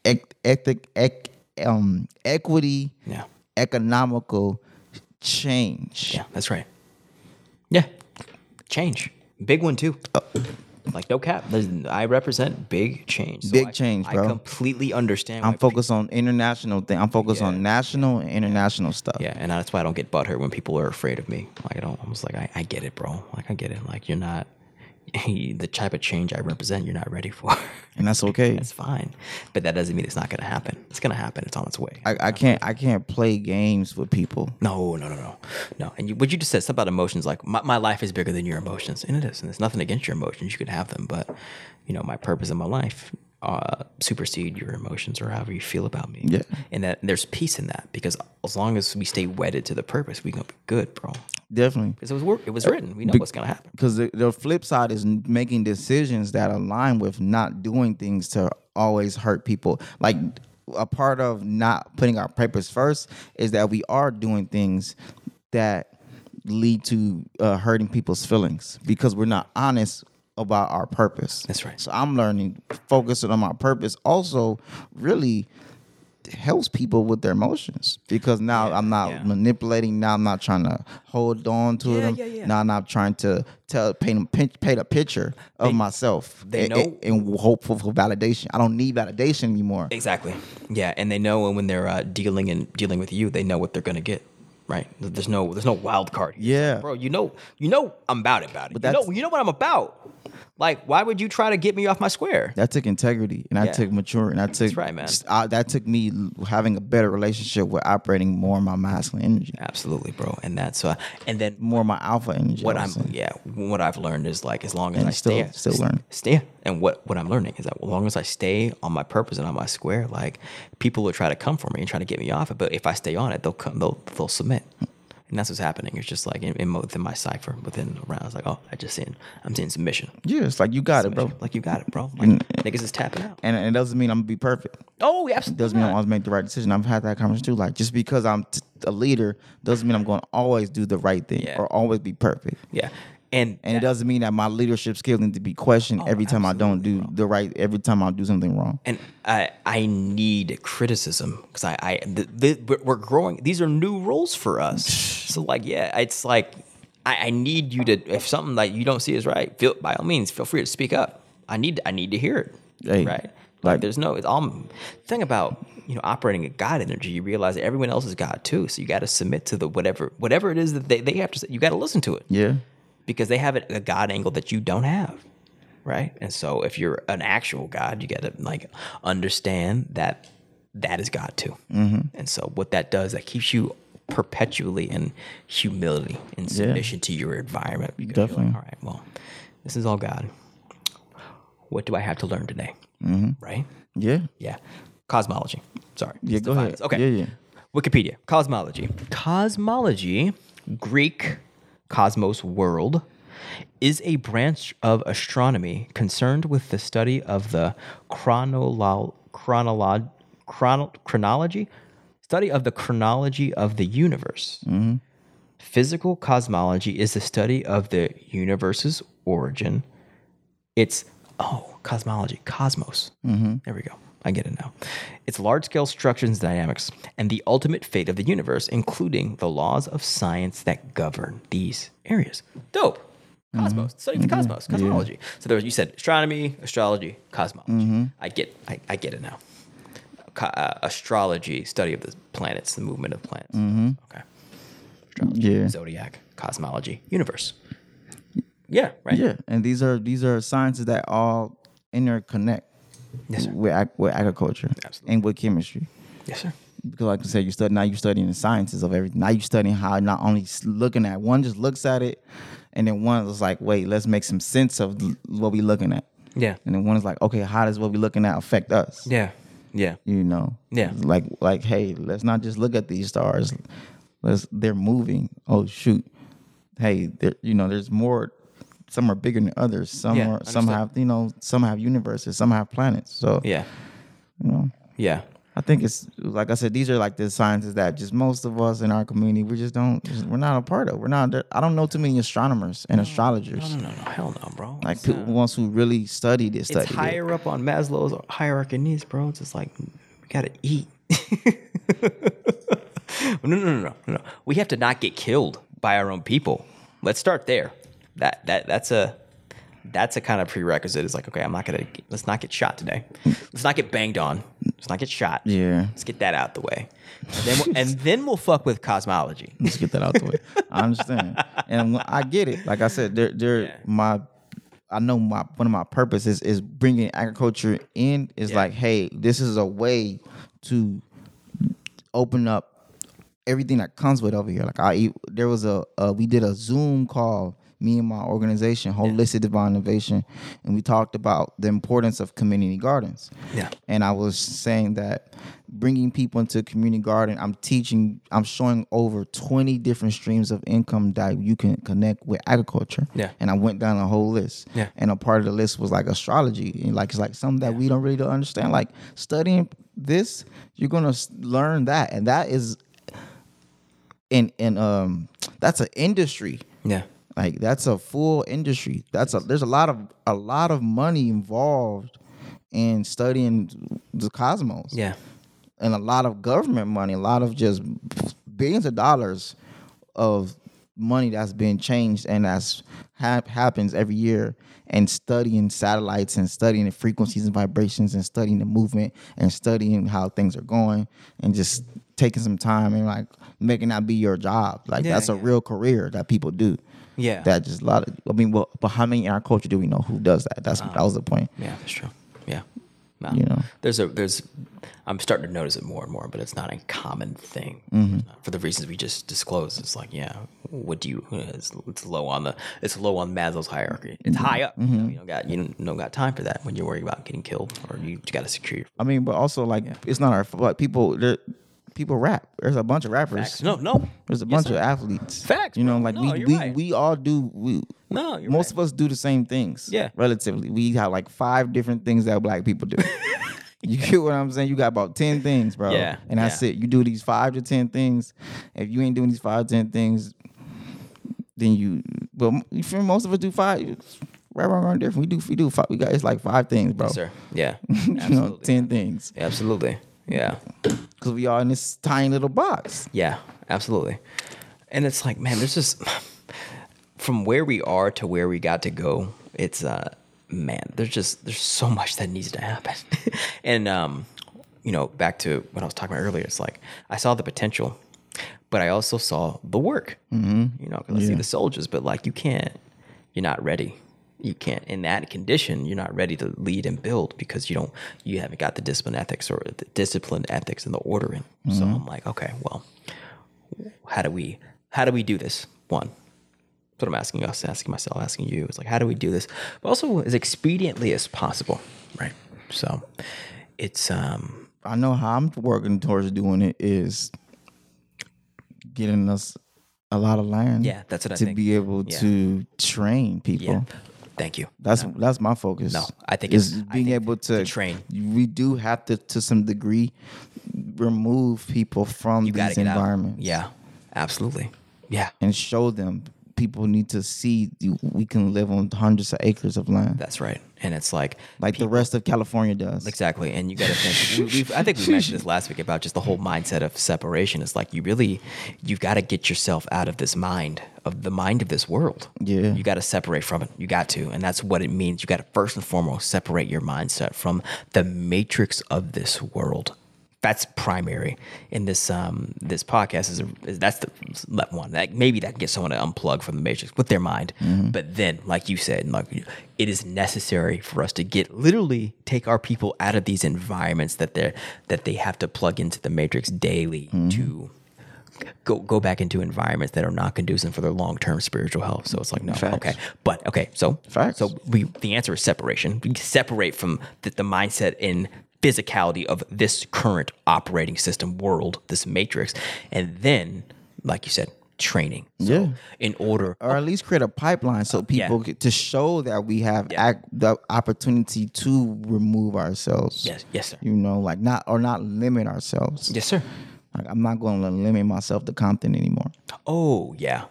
ec- ethic, ec- um, equity,
Yeah.
economical change.
Yeah, that's right. Yeah. Change. Big one too.
Oh.
Like no cap. There's, I represent big change. So
Big
I-
change,
I
bro.
completely understand.
I'm
why people-
focused on international thing. I'm focused
Yeah.
on national and international stuff.
Yeah, and that's why I don't get butthurt when people are afraid of me. Like I don't. I'm just like I, I get it, bro. Like I get it. Like you're not *laughs* the type of change I represent. You're not ready for. *laughs*
And that's okay.
That's fine, but that doesn't mean it's not gonna happen. It's gonna happen. It's on its way.
I, I can't I can't play games with people.
No, no, no, no, no. And you, what you just said, something about emotions, like my, my life is bigger than your emotions, and it is. And there's nothing against your emotions; you can have them, but you know, my purpose in my life uh, supersede your emotions or however you feel about me.
Yeah.
And that there's peace in that because as long as we stay wedded to the purpose, we gonna be good, bro.
Definitely.
Because it was wor- it was written. We know what's gonna happen.
because the, the flip side is making decisions that align with not doing things to always hurt people like a part of not putting our purpose first is that we are doing things that lead to uh, hurting people's feelings because we're not honest about our purpose
That's right.
so i'm learning focusing on my purpose also really helps people with their emotions because now i'm not
yeah.
manipulating now i'm not trying to hold on to
Yeah,
them
yeah, yeah.
now I'm not trying to tell paint paint, paint a picture of myself.
they
a-
know-
a- and, hopeful for validation. I don't need validation anymore.
Exactly. Yeah, and they know when they're uh, dealing and dealing with you, they know what they're gonna get. Right. There's no there's no wild card. here. It's like,
Yeah.
bro, you know you know I'm about it, about it.
But
you know
that's-
you know what I'm about. Like, why would you try to get me off my square?
That took integrity, and I
Yeah.
took maturity, and I took
right, man.
I- that took me l- having a better relationship with operating more of my masculine energy,
Absolutely, bro. And that's uh, and then
more of my alpha energy.
what
I
I'm
would say.
yeah, what I've learned is like as long as
And
I
still-
stay
still learning.
stay and what what I'm learning is that as long as I stay on my purpose and on my square, like people will try to come for me and try to get me off it. But if I stay on it, they'll come, they'll they'll submit. And that's what's happening. It's just like in, in mo- within my cipher, within around. I was like, oh, I just seen, I'm seeing submission.
yeah, it's like you got it, bro.
Like you got it, bro. Like niggas is tapping out.
And, and it doesn't mean I'm gonna be perfect.
Oh, yeah, absolutely.
Doesn't mean
not.
I always make the right decision. I've had that conversation too. Like just because I'm t- a leader doesn't mean I'm going to always do the right thing
Yeah.
or always be perfect.
Yeah. And
And it doesn't mean that my leadership skills need to be questioned every time I don't do the right, every time I do something wrong.
and I I need criticism because I I the, the, we're- we're growing. These are new roles for us. so like yeah, it's like I, I need you to if something like you don't see is right, feel by all means feel free to speak up. I need I need to hear it.
Hey,
right.
like-
Like there's no it's all thing about you know operating a God energy. You realize that everyone else is God too, so you got to submit to the whatever whatever it is that they, they have to say. You got to listen to it
Yeah.
because they have a god angle that you don't have right and so if you're an actual god you got to like understand that that is god too mm-hmm. and so what that does that keeps you perpetually in humility and submission to your environment because you're like,
Definitely.
all right well this is all god what do i have to learn today right
Yeah.
yeah cosmology sorry
Mm-hmm. Yeah,
It's
go
defined.
ahead.
okay
Yeah, yeah.
Wikipedia, cosmology. Cosmology, Greek cosmos world, is a branch of astronomy concerned with the study of the chronolo- chronolo- chrono- chronology, study of the chronology of the universe. Physical cosmology is the study of the universe's origin. It's oh, cosmology, cosmos. There we go. I get it now. It's large scale structures and dynamics, and the ultimate fate of the universe, including the laws of science that govern these areas. Dope. Cosmos. Study of the cosmos. Cosmology. So there was, you said astronomy, astrology, cosmology. I get I, I get it now. Co- uh, astrology, study of the planets, the movement of the planets. Okay.
Yeah.
Zodiac, cosmology, universe. Yeah, right.
Yeah, and these are these are sciences that all interconnect
Yes, sir.
with ag- with agriculture
Absolutely.
and with chemistry.
Yes, sir.
Because like I said, you study now you're studying the sciences of everything. Now you're studying how not only s- looking at one just looks at it, and then one is like, wait, let's make some sense of l- what we're looking at.
Yeah.
And then one is like, okay, how does what we're looking at affect us?
Yeah. Yeah.
You know.
Yeah.
Like like hey, let's not just look at these stars. Let's they're moving. Oh shoot. Hey, there you know, there's more some are bigger than others. Some
Yeah,
are some
understood.
have, you know, some have universes, some have planets. So
Yeah.
you know.
Yeah.
I think it's like I said. These are like the sciences that just most of us in our community we just don't. just- we're not a part of. We're not. there- I don't know too many astronomers
Mm.
and astrologers.
No, no, no. Hell no, bro.
Like
it's,
people ones who really study this.
it's
Study
higher up on Maslow's hierarchy of needs, bro. It's just like, we got to eat. *laughs* no, no, no, no, no. We have to not get killed by our own people. Let's start there. That that that's a that's a kind of prerequisite. It's like, okay, I'm not gonna let's not get shot today. Let's not get banged on. Let's not get shot.
Yeah.
Let's get that out the way. Then we'll, and then we'll fuck with cosmology.
Let's get that out the way. I understand, and when- I get it. Like I said, there, there, my, I know my one of my purposes is bringing agriculture in. Is like, hey, this is a way to open up everything that comes with over here. Like I, eat- there was a, uh we did a Zoom call. Me and my organization, Holistic Divine Innovation, and we talked about the importance of community gardens
Yeah.
and I was saying that bringing people into community garden, I'm teaching, I'm showing over 20 different streams of income that you can connect with agriculture.
Yeah.
And I went down a whole list.
Yeah.
And a part of the list was like astrology, and like it's like something that we don't really don't understand. Like studying this, you're gonna s- learn that, and that is, in in um, that's an industry.
Yeah.
Like that's a full industry. That's a there's a lot of a lot of money involved in studying the cosmos.
Yeah.
And a lot of government money, a lot of just billions of dollars of money that's being changed and that's hap- happens every year and studying satellites and studying the frequencies and vibrations and studying the movement and studying how things are going and just taking some time and like making that be your job like
Yeah,
that's a
yeah.
real career that people do
Yeah.
that just a lot of i mean well but how many in our culture do we know who does that that's
Uh-huh.
that was the point
Yeah, that's true. Yeah. No.
You know?
There's a there's I'm starting to notice it more and more, but it's not a common thing.
Mm-hmm.
Uh, For the reasons we just disclosed. It's like, yeah, what do you uh, it's, it's low on the it's low on Maslow's hierarchy. It's
Mm-hmm.
high up. You, know, you don't got you don't, don't got time for that when you're worried about getting killed or you, gotta secure your
i mean but also like it's not our fault people there people rap there's a bunch of rappers
facts. No, no.
there's a
Yes,
bunch
sir.
of athletes
Facts,
you know
bro.
like
No,
we
you're
we,
right.
we all do we
No, you're
most
right.
of us do the same things
Yeah.
relatively we have like five different things that black people
*laughs*
do *laughs* You get what I'm saying? You got about 10 things, bro.
Yeah,
And that's
yeah.
it. You do these five to 10 things. If you ain't doing these five to 10 things, then you. But you feel most of us do five. Right, right, right. Different. We do. We do five. We got. It's like five things, bro.
Yes, sir. Yeah.
*laughs* you know, ten things.
Yeah, absolutely. Yeah.
Cause we are in this tiny little box.
Yeah, absolutely. And it's like, man, there's just from where we are to where we got to go, it's uh man, there's just there's so much that needs to happen. *laughs* and um, you know, back to what I was talking about earlier, it's like I saw the potential, but I also saw the work. You know, because I see the soldiers, but like you can't, you're not ready. You can't in that condition. You're not ready to lead and build because you don't. You haven't got the discipline ethics or the discipline ethics and the ordering. So I'm like, okay, well, how do we how do we do this one that's what i'm asking us asking myself asking you it's like how do we do this but also as expediently as possible right so it's um
I know how I'm working towards doing it is getting us a lot of land.
Yeah, that's what I
to
think.
be able
Yeah.
to train people.
yeah thank you
That's that's my focus. No,
I think
is
it's- I
being
think
able to,
train.
We do have to, to some degree, remove people from
you gotta
these
get out
environments
yeah absolutely yeah
and show them. People need to see you- we can live on hundreds of acres of land,
that's right and it's like
like the rest of California does.
Exactly, and you got to think. we, we've, I think we mentioned this last week about just the whole mindset of separation. It's like you really, you got to get yourself out of this mind of the mind of this world.
Yeah.
you got to separate from it. You got to, and that's what it means. You got to first and foremost separate your mindset from the matrix of this world. That's primary in this um this podcast is, a, is that's the that one that maybe that can get someone to unplug from the matrix with their mind, but then like you said, and like it is necessary for us to get literally take our people out of these environments that they're that they have to plug into the matrix daily to go go back into environments that are not conducive for their long term spiritual health. So it's like no,
Facts.
okay, but okay, so
Facts.
so we the answer is separation. We separate from the, the mindset and physicality of this current operating system world, this matrix, and then, like you said, training. So
Yeah.
in order,
or at least create a pipeline so people get to show that we have
Yeah.
ac- the opportunity to remove ourselves.
yes, yes, sir,
You know, like not or not limit ourselves.
yes, sir.
Like I'm not going to limit myself to Compton anymore.
Oh yeah.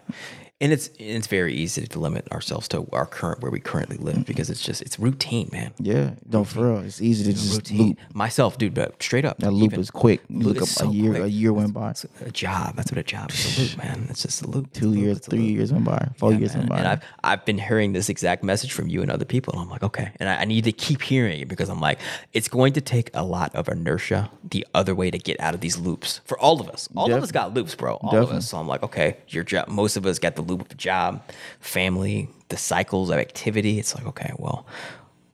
And it's it's very easy to limit ourselves to our current where we currently live because it's just it's routine, man.
Yeah, no, for real, it's easy to just
Routine.
loop.
Myself, dude, but straight up.
That loop
even-
is quick. You
Loop
look up
is
a
so
year,
quick.
a year went by,
It's a job. That's what a job is. A loop, man. It's just a loop.
two years, three years went by, four years went
And,
by.
and I've I've been hearing this exact message from you and other people, and I'm like, okay. And I, I need to keep hearing it because I'm like, it's going to take a lot of inertia the other way to get out of these loops for all of us. All of us
Definitely.
got loops, bro. All of
Definitely.
us. So I'm like, okay, your job. Most of us got the loop of job, family, the cycles of activity. It's like, okay, well,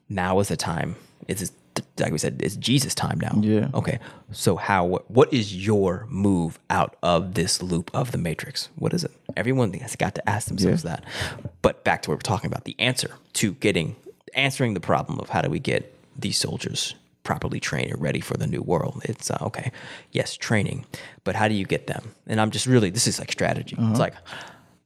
now is the time. It's it's- like we said, it's Jesus time now.
Yeah.
Okay. So how? What, what is your move out of this loop of the matrix? What is it? Everyone has got to ask themselves that. But back to what we're talking about, the answer to getting answering the problem of how do we get these soldiers properly trained and ready for the new world? It's uh, okay. Yes, training, but how do you get them? And I'm just really this is like strategy. It's like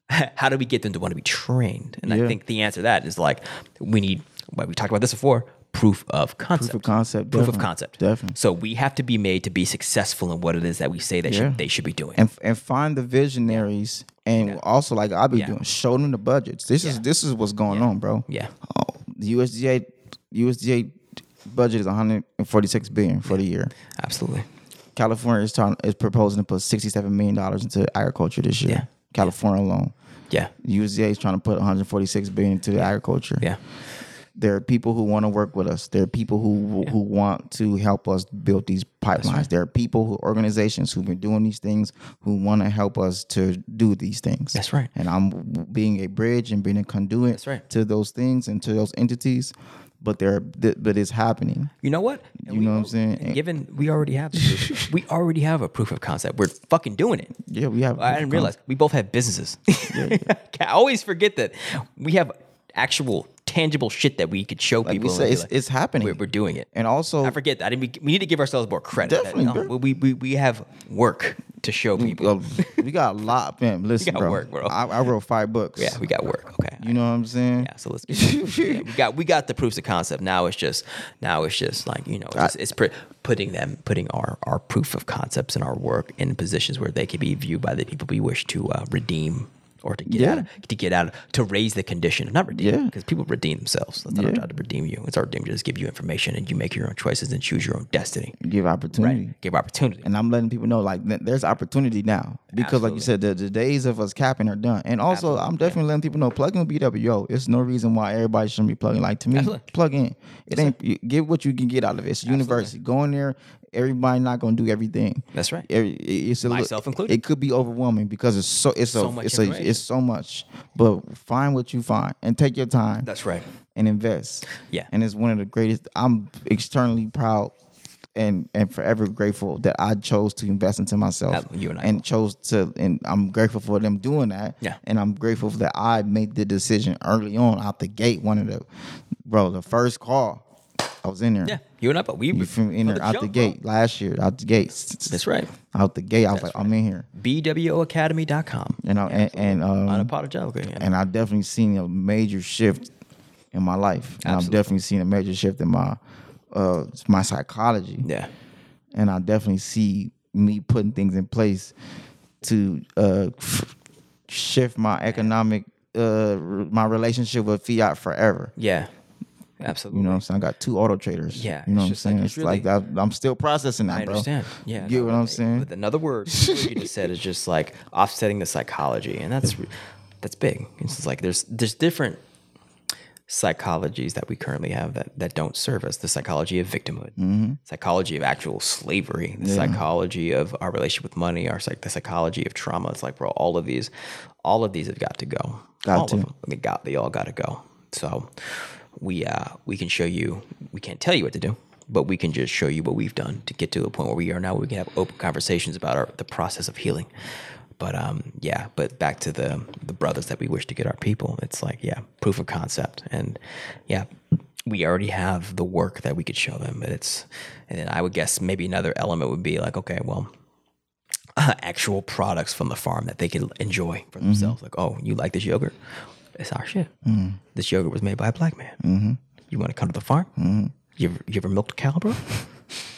*laughs* how do we get them to want to be trained? And I
Yeah.
think the answer to that is like we need. Well, we talked about this before. Proof of concept.
concept,
Proof of
definitely,
concept.
definitely.
So we have to be made to be successful in what it is that we say that
Yeah.
should, they should be doing.
and and find the visionaries, and also like I'll be doing, show them the budgets. This is this is what's going on, bro.
yeah.
Oh, the USDA USDA budget is 146 billion for the year.
Absolutely.
California is trying, is proposing to put 67 million dollars into agriculture this year.
Yeah.
California alone.
Yeah.
USDA is trying to put 146 billion into agriculture.
Yeah.
There are people who want to work with us. There are people who who want to help us build these pipelines. There are people who organizations who've been doing these things who want to help us to do these things.
That's right.
And I'm being a bridge and being a conduit
That's right.
to those things and to those entities. But there, but it's happening.
You know what? And
You know what I'm saying?
and given we already have, the
*laughs*
proof- we already have a proof of concept. We're fucking doing it.
Yeah, we have.
I didn't realize we both have businesses. *laughs* I always forget that we have actual tangible shit that we could show
Like
people.
we
and
say,
be
it's,
like,
it's happening.
we're, we're doing it.
and also,
I forget that. I didn't, we, we need to give ourselves more credit. That-
Definitely,
no,
bro.
we, we, we have work to show people.
Yo, we got a lot,
*laughs*
man. Listen,
got
bro.
work, bro.
I, I wrote five books.
Yeah, we got work. Okay.
you know what I'm saying?
Yeah, so let's
*laughs*
get yeah, we got we got the proofs of concept. Now it's just now it's just like you know it's, just, it's pr- putting them putting our our proof of concepts and our work in positions where they can be viewed by the people we wish to uh, redeem or to get
Yeah.
out of, to get out of, to raise the condition, not redeem.
Yeah.
because people redeem themselves. That's not our
Yeah.
job to redeem you. It's our job to just give you information and you make your own choices and choose your own destiny.
give opportunity.
Give opportunity.
Mm-hmm. And I'm letting people know like th- there's opportunity now because like you said the, the days of us capping are done. And also I'm definitely letting people know plug in with BWO. It's no reason why everybody shouldn't be plugging. Like to me,
Absolutely.
plug in. It ain't you get what you can get out of it. It's university. Go in there. Everybody not gonna do everything.
That's right.
Every, it- it's a little-
Myself included.
It could be overwhelming because it's so it's
So
a
much
it's a
information.
it's so much. But find what you find and take your time
That's right.
and invest.
Yeah.
And it's one of the greatest. I'm externally proud and and forever grateful that I chose to invest into myself.
That- you and I
chose to and I'm grateful for them doing that.
Yeah.
And I'm grateful that I made the decision early on out the gate. One of the bro, the first call, I was in there.
Yeah, you and I, but we
You from in
from
there out the
jump, bro.
gate last year, out the gate.
That's right.
Out the gate, I was like, I'm in here.
BWOacademy.com.
You know, and, and um,
Unapologetically. yeah.
and I've definitely seen a major shift in my life. And I've
Absolutely.
definitely seen a major shift in my uh my psychology.
yeah.
And I definitely see me putting things in place to uh shift my economic uh my relationship with fiat forever.
Yeah.
You
Absolutely.
know what I'm saying? I got two auto traders.
Yeah,
You know
it's
what I'm
just like-
saying?
it's
it's like I, I'm still processing that,
I
bro.
understand. Yeah.
You
no,
get what I'm
but-
saying?
But another word what you just said is just
*laughs*
like offsetting the psychology. And that's that's big. It's just like there's there's different psychologies that we currently have that, that don't serve us the psychology of victimhood
Mm-hmm.
psychology of actual slavery the psychology of our relationship with money our psych, the psychology of trauma it's like bro all of these all of these have got to go
Got
all
to.
of them they got they all got to go so we uh we can show you we can't tell you what to do but we can just show you what we've done to get to a point where we are now we can have open conversations about our the process of healing but um, yeah. But back to the the brothers that we wish to get our people. It's like yeah, proof of concept, and yeah, we already have the work that we could show them. But it's and then I would guess maybe another element would be like okay, well, *laughs* actual products from the farm that they could enjoy for themselves. Like oh, you like this yogurt? It's our shit. This yogurt was made by a black man. Mm-hmm. You want to come to the farm? Mm-hmm.
Mm.
You ever, you ever milked a cow, bro?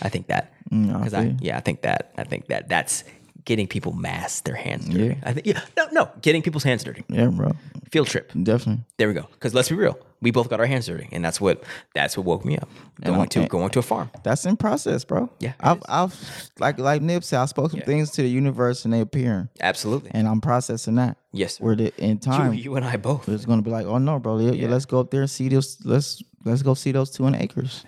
I think
*laughs*
that
Mm,
because I yeah I think that I think that that's getting people mass their hands dirty. I think yeah no no getting people's hands dirty
Yeah, bro.
field trip
Definitely.
there we go because let's be real we both got our hands dirty and that's what that's what woke me up going
I'm-
to going to a farm
That's in process, bro.
Yeah, it
I've,
is.
I've like like Nip said, I spoke some
Yeah.
things to the universe and they appearing,
absolutely
and I'm processing that.
Yes, sir.
where the in
you,
time
you and I both
it's gonna be like, oh no, bro, yeah, yeah, let's go up there and see those. Let's let's go see those two hundred acres.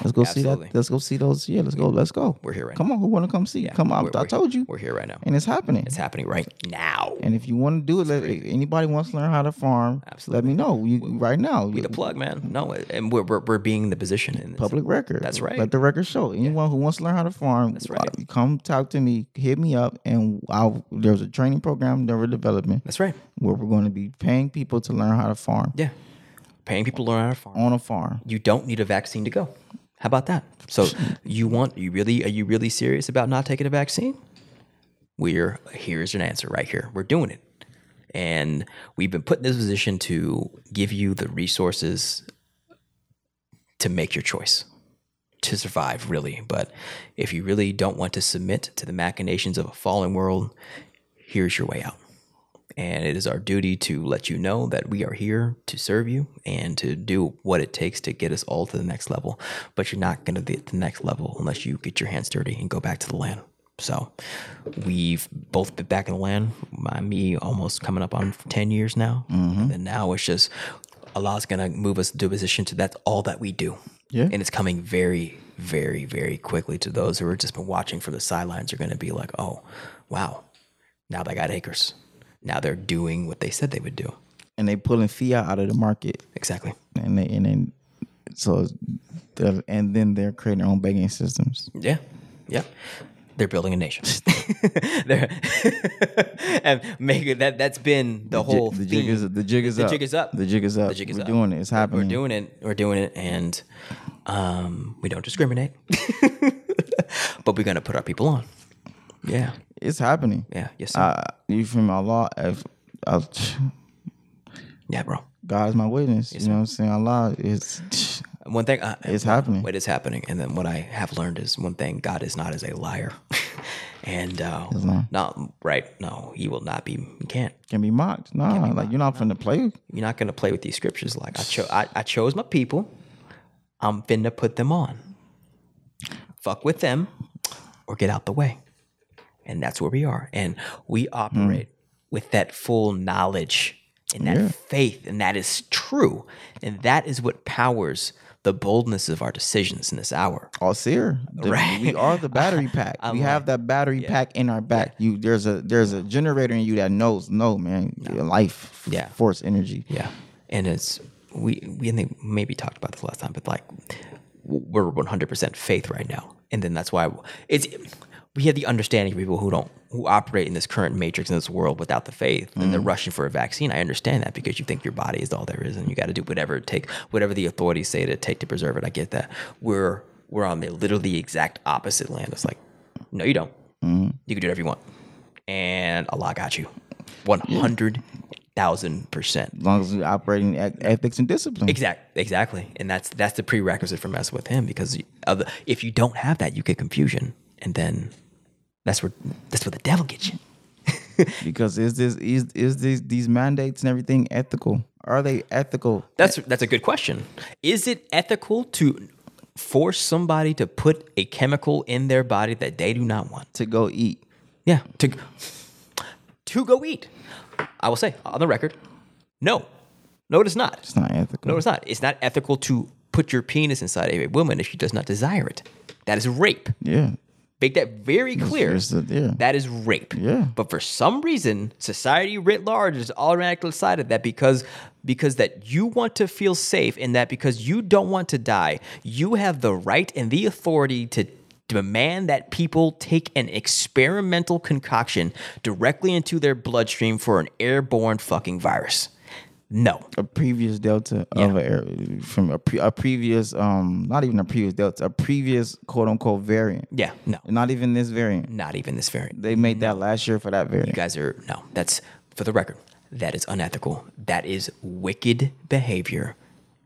Let's go see
Absolutely.
that. Let's go see those. Yeah, let's go. Let's go.
We're here right
Come on, who wanna come see? Come on,
We're-
I
we're-
told you,
we're here right now
and it's happening.
it's happening right now
and if you want to do it, let, if anybody wants to learn how to farm, let me know. You right now,
the plug man no and we're we're, we're being the position in this.
public record.
That's right.
Let the record show. Anyone who wants to learn how to farm, that's
right.
Come talk to me. Hit me up, and I'll. There's a training program, never development,
that's right
where we're going to be paying people to learn how to farm
yeah paying people to learn how to farm
on a farm.
you don't need a vaccine to go. How about that? So you want you really are you really serious about not taking a vaccine? We're here's an answer right here. We're doing it. And we've been put in this position to give you the resources to make your choice. To survive, really. But if you really don't want to submit to the machinations of a fallen world, here's your way out. And it is our duty to let you know that we are here to serve you and to do what it takes to get us all to the next level. But you're not going to get to the next level unless you get your hands dirty and go back to the land. So we've both been back in the land. My, me almost coming up on 10 years now. And now it's just Allah's going to move us to a position to that's all that we do.
Yeah.
And it's coming very, very, very quickly to those who are just been watching from the sidelines are going to be like, oh, wow, now they got acres. Now they're doing what they said they would do.
and they pulling fiat out of the market,
Exactly.
and they and then so the- and then they're creating their own banking systems.
Yeah. Yeah. They're building a nation. *laughs* they're *laughs* and make that that's been the whole
the jig
theme.
is the jig is
the
up.
jig is up.
The jig is up.
jig is
we're
up.
doing it. It's happening.
We're doing it. We're doing it, and um, we don't discriminate. *laughs* but we're gonna put our people on. Yeah.
It's happening.
Yeah. Yes. Sir.
Uh, you from Allah? If, I-
yeah, bro.
God is my witness. you know what I'm saying? Allah is
One thing uh,
it's happening.
What is happening, and then what I have learned is one thing: God is not as a liar, *laughs* And uh,
Islam.
not right. No, you will not be. You can't.
Can be mocked. Nah, like you're not finna play.
You're not going to play with these scriptures. Like I, cho- I, I chose my people. I'm finna put them on. Fuck with them, or get out the way. And that's where we are. And we operate with that full knowledge and that faith, and that is true. And that is what powers the boldness of our decisions in this hour.
All seer. The-
Right.
We are the *laughs* battery pack. we have that battery pack in our back. You there's a there's a generator in you that knows no man. Your life.
Yeah.
Force energy.
Yeah, and it's we we I think maybe talked about this last time, but like we're one hundred percent faith right now, and then that's why it's we have the understanding of people who don't who operate in this current matrix in this world without the faith, and they're rushing for a vaccine. I understand that because you think your body is all there is, and you got to do whatever it take whatever the authorities say to take to preserve it. I get that. We're we're on the literally exact opposite land. It's like no, you don't. You can do whatever you want, and Allah got you, one hundred thousand percent.
As long as you're operating at ethics and discipline. *laughs*
Exactly, exactly, and that's that's the prerequisite for messing with him because you- other, if you don't have that, you get confusion, and then that's where that's where the devil gets you.
Because is this is is this these mandates and everything ethical? Are they ethical?
That's that's a good question. Is it ethical to force somebody to put a chemical in their body that they do not want?
to go eat.
Yeah, to to go eat. I will say on the record, no, no, it is not.
It's not ethical.
No, it's not. It's not ethical to put your penis inside of a woman if she does not desire it. That is rape.
yeah.
Make that very clear.
It's the- yeah.
That is rape.
Mm. Yeah.
But for some reason, society writ large is automatically decided that because because that you want to feel safe and that because you don't want to die, you have the right and the authority to demand that people take an experimental concoction directly into their bloodstream for an airborne fucking virus. No.
a previous delta of a air- from a, pre, a previous um not even a previous delta a previous quote unquote variant.
Yeah. No.
Not even this variant.
Not even this variant.
They made that last year for that
Mm-hmm. You
variant.
guys are no. That's for the record. That is unethical. That is wicked behavior,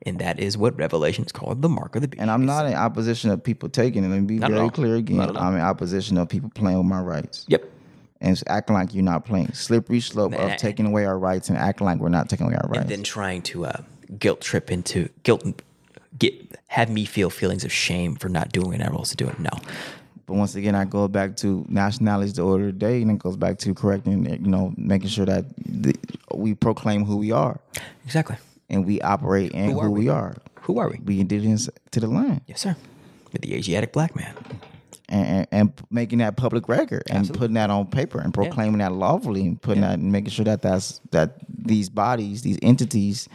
and that is what Revelation is called the mark of the beast.
And I'm not in opposition of people taking it. Let me be
Not at all.
very clear again.
Not at all.
I'm in opposition of people playing with my rights
Yep.
and it's acting like you're not playing. Slippery slope
And-
of taking away our rights and acting like we're not taking away our rights.
Then trying to uh, guilt trip into guilt, get have me feel feelings of shame for not doing what I was to do it. No.
But once again, I go back to nationalities, the order of the day, and it goes back to correcting, you know, making sure that the, we proclaim who we are
Exactly.
and we operate and who,
are
we? are.
Who are we?
We indigenous to the land
Yes, sir. With the Asiatic black man.
and, and, and making that public record and putting that on paper and proclaiming that lawfully and putting that and making sure that that's that these bodies, these entities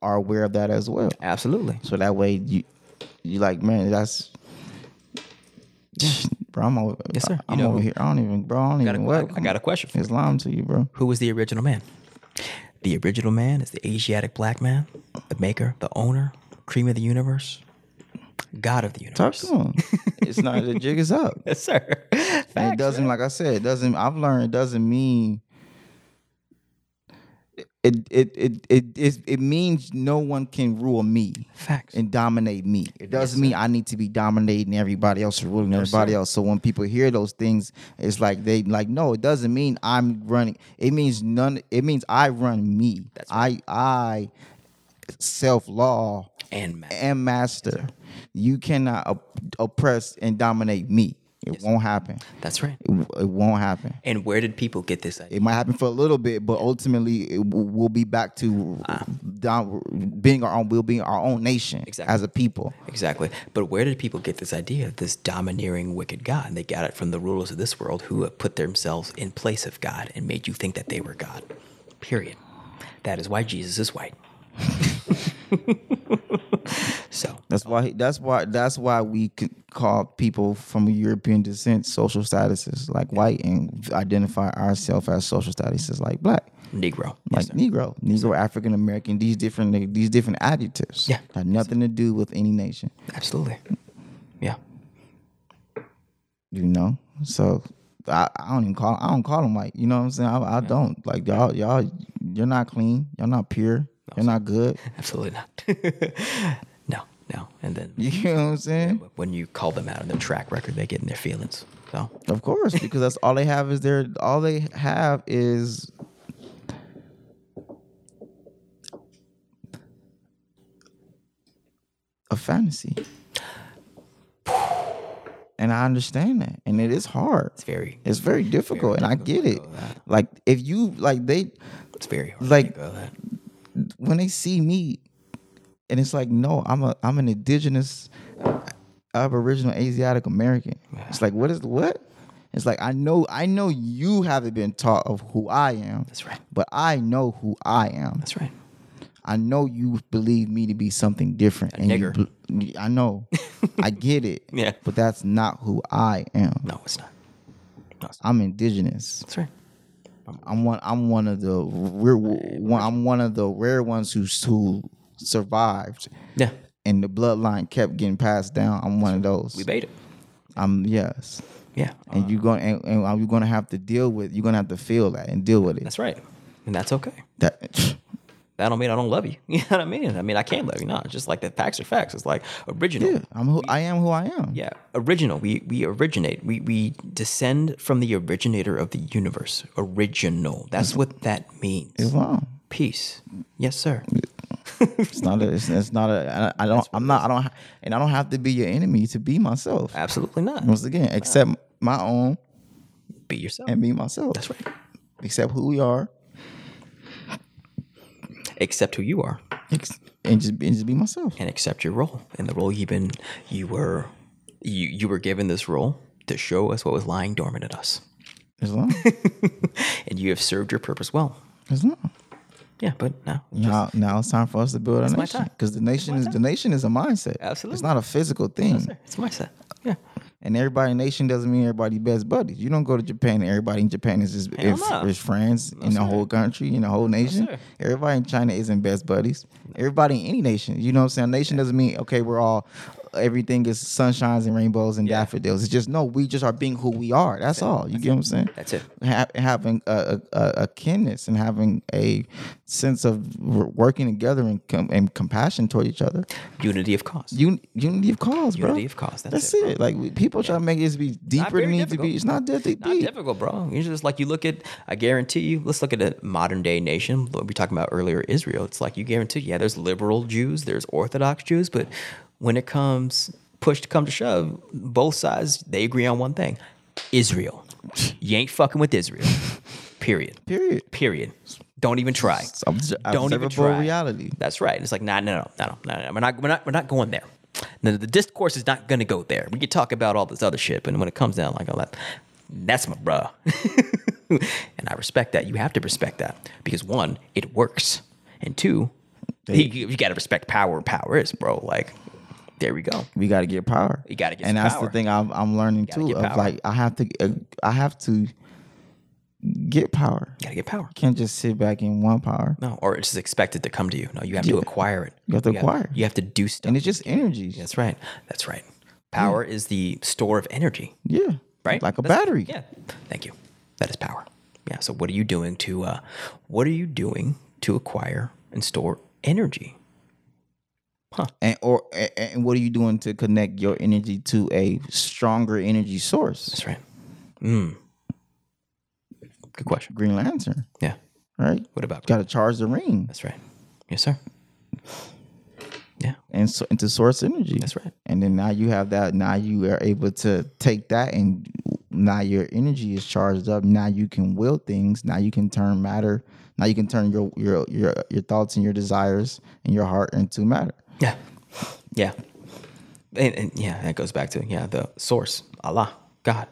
are aware of that as well.
Absolutely.
So that way you you like, man, that's *sighs* bro, I'm over,
Yes, sir. You
I'm
know
over
who-
here. I don't even bro, I don't
I-
even what
I got a question for you.
Islam to you, bro.
Who was the original man? The original man is the Asiatic black man, the maker, the owner, cream of the universe, God of the universe.
Talk to him.
*laughs*
it's not the jig is up.
Yes, sir.
And it doesn't, like I said, it doesn't. I've learned it doesn't mean. It it it it it, it means no one can rule me
Facts.
and dominate me. It doesn't mean I need to be dominating everybody else or ruling everybody else. So when people hear those things, it's like they like no. It doesn't mean I'm running. It means none. It means I run me.
That's
I I self law
and ma-
and master. You cannot op- oppress and dominate me. It won't happen.
That's right.
It, w- it won't happen.
And where did people get this idea?
It might happen for a little bit, but ultimately, it w- we'll be back to
Ah.
down, being our own. We'll be our own nation
Exactly.
as a people.
Exactly. But where did people get this idea of this domineering, wicked God? And they got it from the rulers of this world who have put themselves in place of God and made you think that they were God. Period. That is why Jesus is white. *laughs* so,
That's why. That's why. That's why we could call people from European descent social statuses like white, and identify ourselves as social statuses like black.
Negro.
like Negro, Negro, African American, these different these different adjectives.
Yeah.
Have nothing to do with any nation,
Absolutely. Yeah.
you know. So I, I don't even call I don't call them white. You know what I'm saying? I, I don't like y'all y'all you're not clean. Y'all not pure. You're not good.
Absolutely not. *laughs* no, no. And then
You know what I'm saying?
when you call them out on their track record, they get in their feelings. So
Of course, because that's all they have is their all they have is a fantasy. And I understand that. And it is hard.
it's very
It's very difficult. and I get it. Like if you like they
it's very hard.
Like-
to think of that.
when they see me and it's like no i'm a i'm an indigenous aboriginal asiatic american it's like what is what it's like i know i know you haven't been taught of who i am
That's right.
but i know who i am
That's right.
i know you believe me to be something different and you
nigger.
bel- i know i get it
*laughs* Yeah.
but that's not who i am
No, it's not.
i'm indigenous
That's right.
I'm one. I'm one of the rare. One, I'm one of the rare ones who who survived,
Yeah.
and the bloodline kept getting passed down. I'm one of those.
We Uh-huh. made it.
I'm yes,
Yeah.
and you're going and, and you're going to have to deal with. You're going to have to feel that and deal with it.
That's right. And that's okay.
That *laughs*
That don't mean I don't love you. *laughs* You know what I mean? I mean I can love you. Not just like the facts are facts. It's like original.
yeah, I'm who I am. Who I am.
Yeah, original. We we originate. We we descend from the originator of the universe. Original. That's what that means.
It's wrong.
Peace. Yes, sir.
It's not a. It's, it's not a. I, I don't. I'm not. I don't. ha- And I don't have to be your enemy to be myself.
Absolutely not.
Once again, accept my own
Be yourself.
and be myself.
That's right.
Accept who we are.
Accept who you are
ex- And just, and just be myself.
and accept your role and the role you've been. You were, you you were given this role to show us what was lying dormant in us,
It's
*laughs*
long.
and you have served your purpose well.
It's long.
Yeah, but no,
Now, now it's time for us to build our
my
nation
time.
because the nation is the nation is a mindset.
Absolutely.
it's not a physical thing.
it's my set. Yeah,
and everybody nation doesn't mean everybody best buddies. You don't go to Japan and everybody in Japan is just
Hell
is,
no.
is friends in the whole country in the whole nation.
sir.
everybody in China isn't best buddies. Everybody in any nation, you know what I'm saying? Nation doesn't mean okay, we're all everything is sunshines and rainbows and daffodils. It's just no, we just are being who we are. That's all. You get what I'm saying?
That's it.
ha- having a, a, a- a kindness and having a sense of r- working together and, com- and compassion toward each other.
unity of cause.
Un- unity of cause, bro.
Unity of cause, that's
that's
it,
it. Like we- people try to make it to be deeper
very
than it needs to
difficult.
be. It's not that deep.
Not difficult, bro. It's just like you look at. I guarantee you. Let's look at a modern day nation. What we talked about earlier, Israel. It's like you guarantee. Yeah, there's liberal Jews, there's Orthodox Jews, but when it comes push to come to shove, both sides they agree on one thing: Israel. You ain't fucking with Israel. Period.
Period.
Period. Don't even try.
It's obs-
Don't even
observable
try.
reality.
That's right. It's like, nah, no, no, no, no, no, no. We're not, we're not, we're not going there. No, the discourse is not going to go there. We can talk about all this other shit, but when it comes down like all that, that's my bruh. *laughs* and I respect that. You have to respect that because one, it works, and two, you, you got to respect power. where Power is, bro. Like, there we go.
We got to get power.
You gotta get
and
some
that's
power.
the thing I'm, I'm learning
gotta
too.
get
Of
power.
like I have to, uh, I have to get power.
Got to get power.
Can't just sit back in one power.
No, or it's just expected to come to you. No, you have to acquire it.
You have to acquire.
you have to do stuff.
And it's just energy.
That's right. That's right. Power is the store of energy.
Yeah.
right?
Like a
That's-
battery.
Yeah. Thank you. That is power. Yeah. So what are you doing to uh what are you doing to acquire and store energy?
and or and, and what are you doing to connect your energy to a stronger energy source?
That's right. Mm. Good question.
Green Lantern,
Yeah.
right?
What about
Got to charge the ring
That's right. Yes, sir. Yeah.
and so, into source energy.
That's right.
And then now you have that. Now you are able to take that, and now your energy is charged up. Now you can will things. Now you can turn matter. Now you can turn your your your your thoughts and your desires and your heart into matter.
Yeah. Yeah. And, and yeah, that goes back to yeah, the source, Allah, God.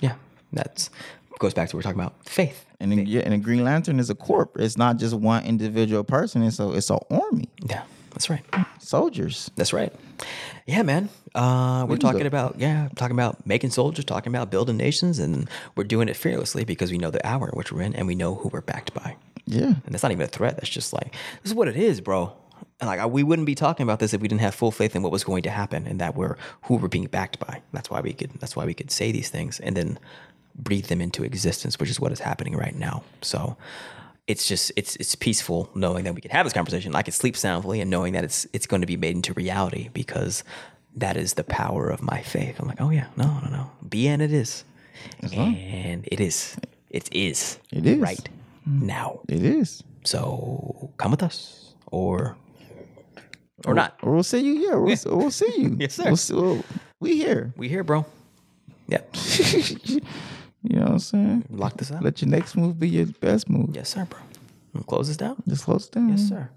Yeah. That's goes back to what we're talking about. Faith.
And then, yeah, and a Green Lantern is a corp. It's not just one individual person. It's a it's an army,
Yeah. That's right.
soldiers.
That's right. Yeah, man. Uh, we're
can
talking
go.
about yeah, talking about making soldiers, talking about building nations, and we're doing it fearlessly because we know the hour in which we're in, and we know who we're backed by.
Yeah.
And that's not even a threat. That's just like this is what it is, bro. And like I, we wouldn't be talking about this if we didn't have full faith in what was going to happen and that we're who we're being backed by. That's why we could. That's why we could say these things and then breathe them into existence, which is what is happening right now. So it's just it's it's peaceful knowing that we can have this conversation. I can sleep soundly and knowing that it's it's going to be made into reality because that is the power of my faith. I'm like, oh yeah, no, no, no, be and it is. and it is. It is.
It is.
Right now.
It is.
So come with us or or not.
Or we'll see you. Yeah, we'll, we'll see you.
*laughs* Yes, sir.
We'll see, we'll- we here. *laughs*
We here, bro. *laughs* Yep.
you know what I'm saying?
Lock this out.
Let your next move be your best move.
Yes, sir, bro. We'll close this down.
Just close it down.
Yes, sir.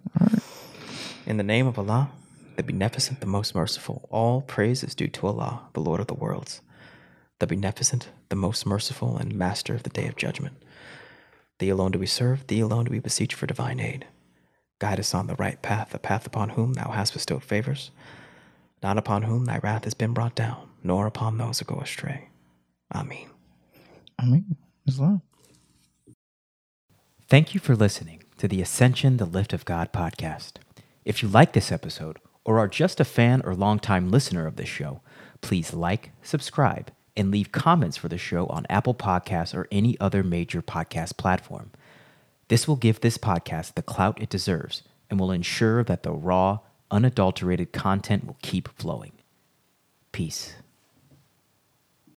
In the name of Allah, the Beneficent, the Most Merciful, all praise is due to Allah, the Lord of the worlds, the Beneficent, the Most Merciful, and Master of the Day of Judgment. Thee alone do we serve, Thee alone do we beseech for divine aid. Guide us on the right path, the path upon whom Thou hast bestowed favors, not upon whom Thy wrath has been brought down, nor upon those who go astray. Ameen.
I mean, Islam.
Thank you for listening to the Ascension, the Lift of God podcast. If you like this episode or are just a fan or longtime listener of this show, please like, subscribe, and leave comments for the show on Apple Podcasts or any other major podcast platform. This will give this podcast the clout it deserves and will ensure that the raw, unadulterated content will keep flowing. Peace.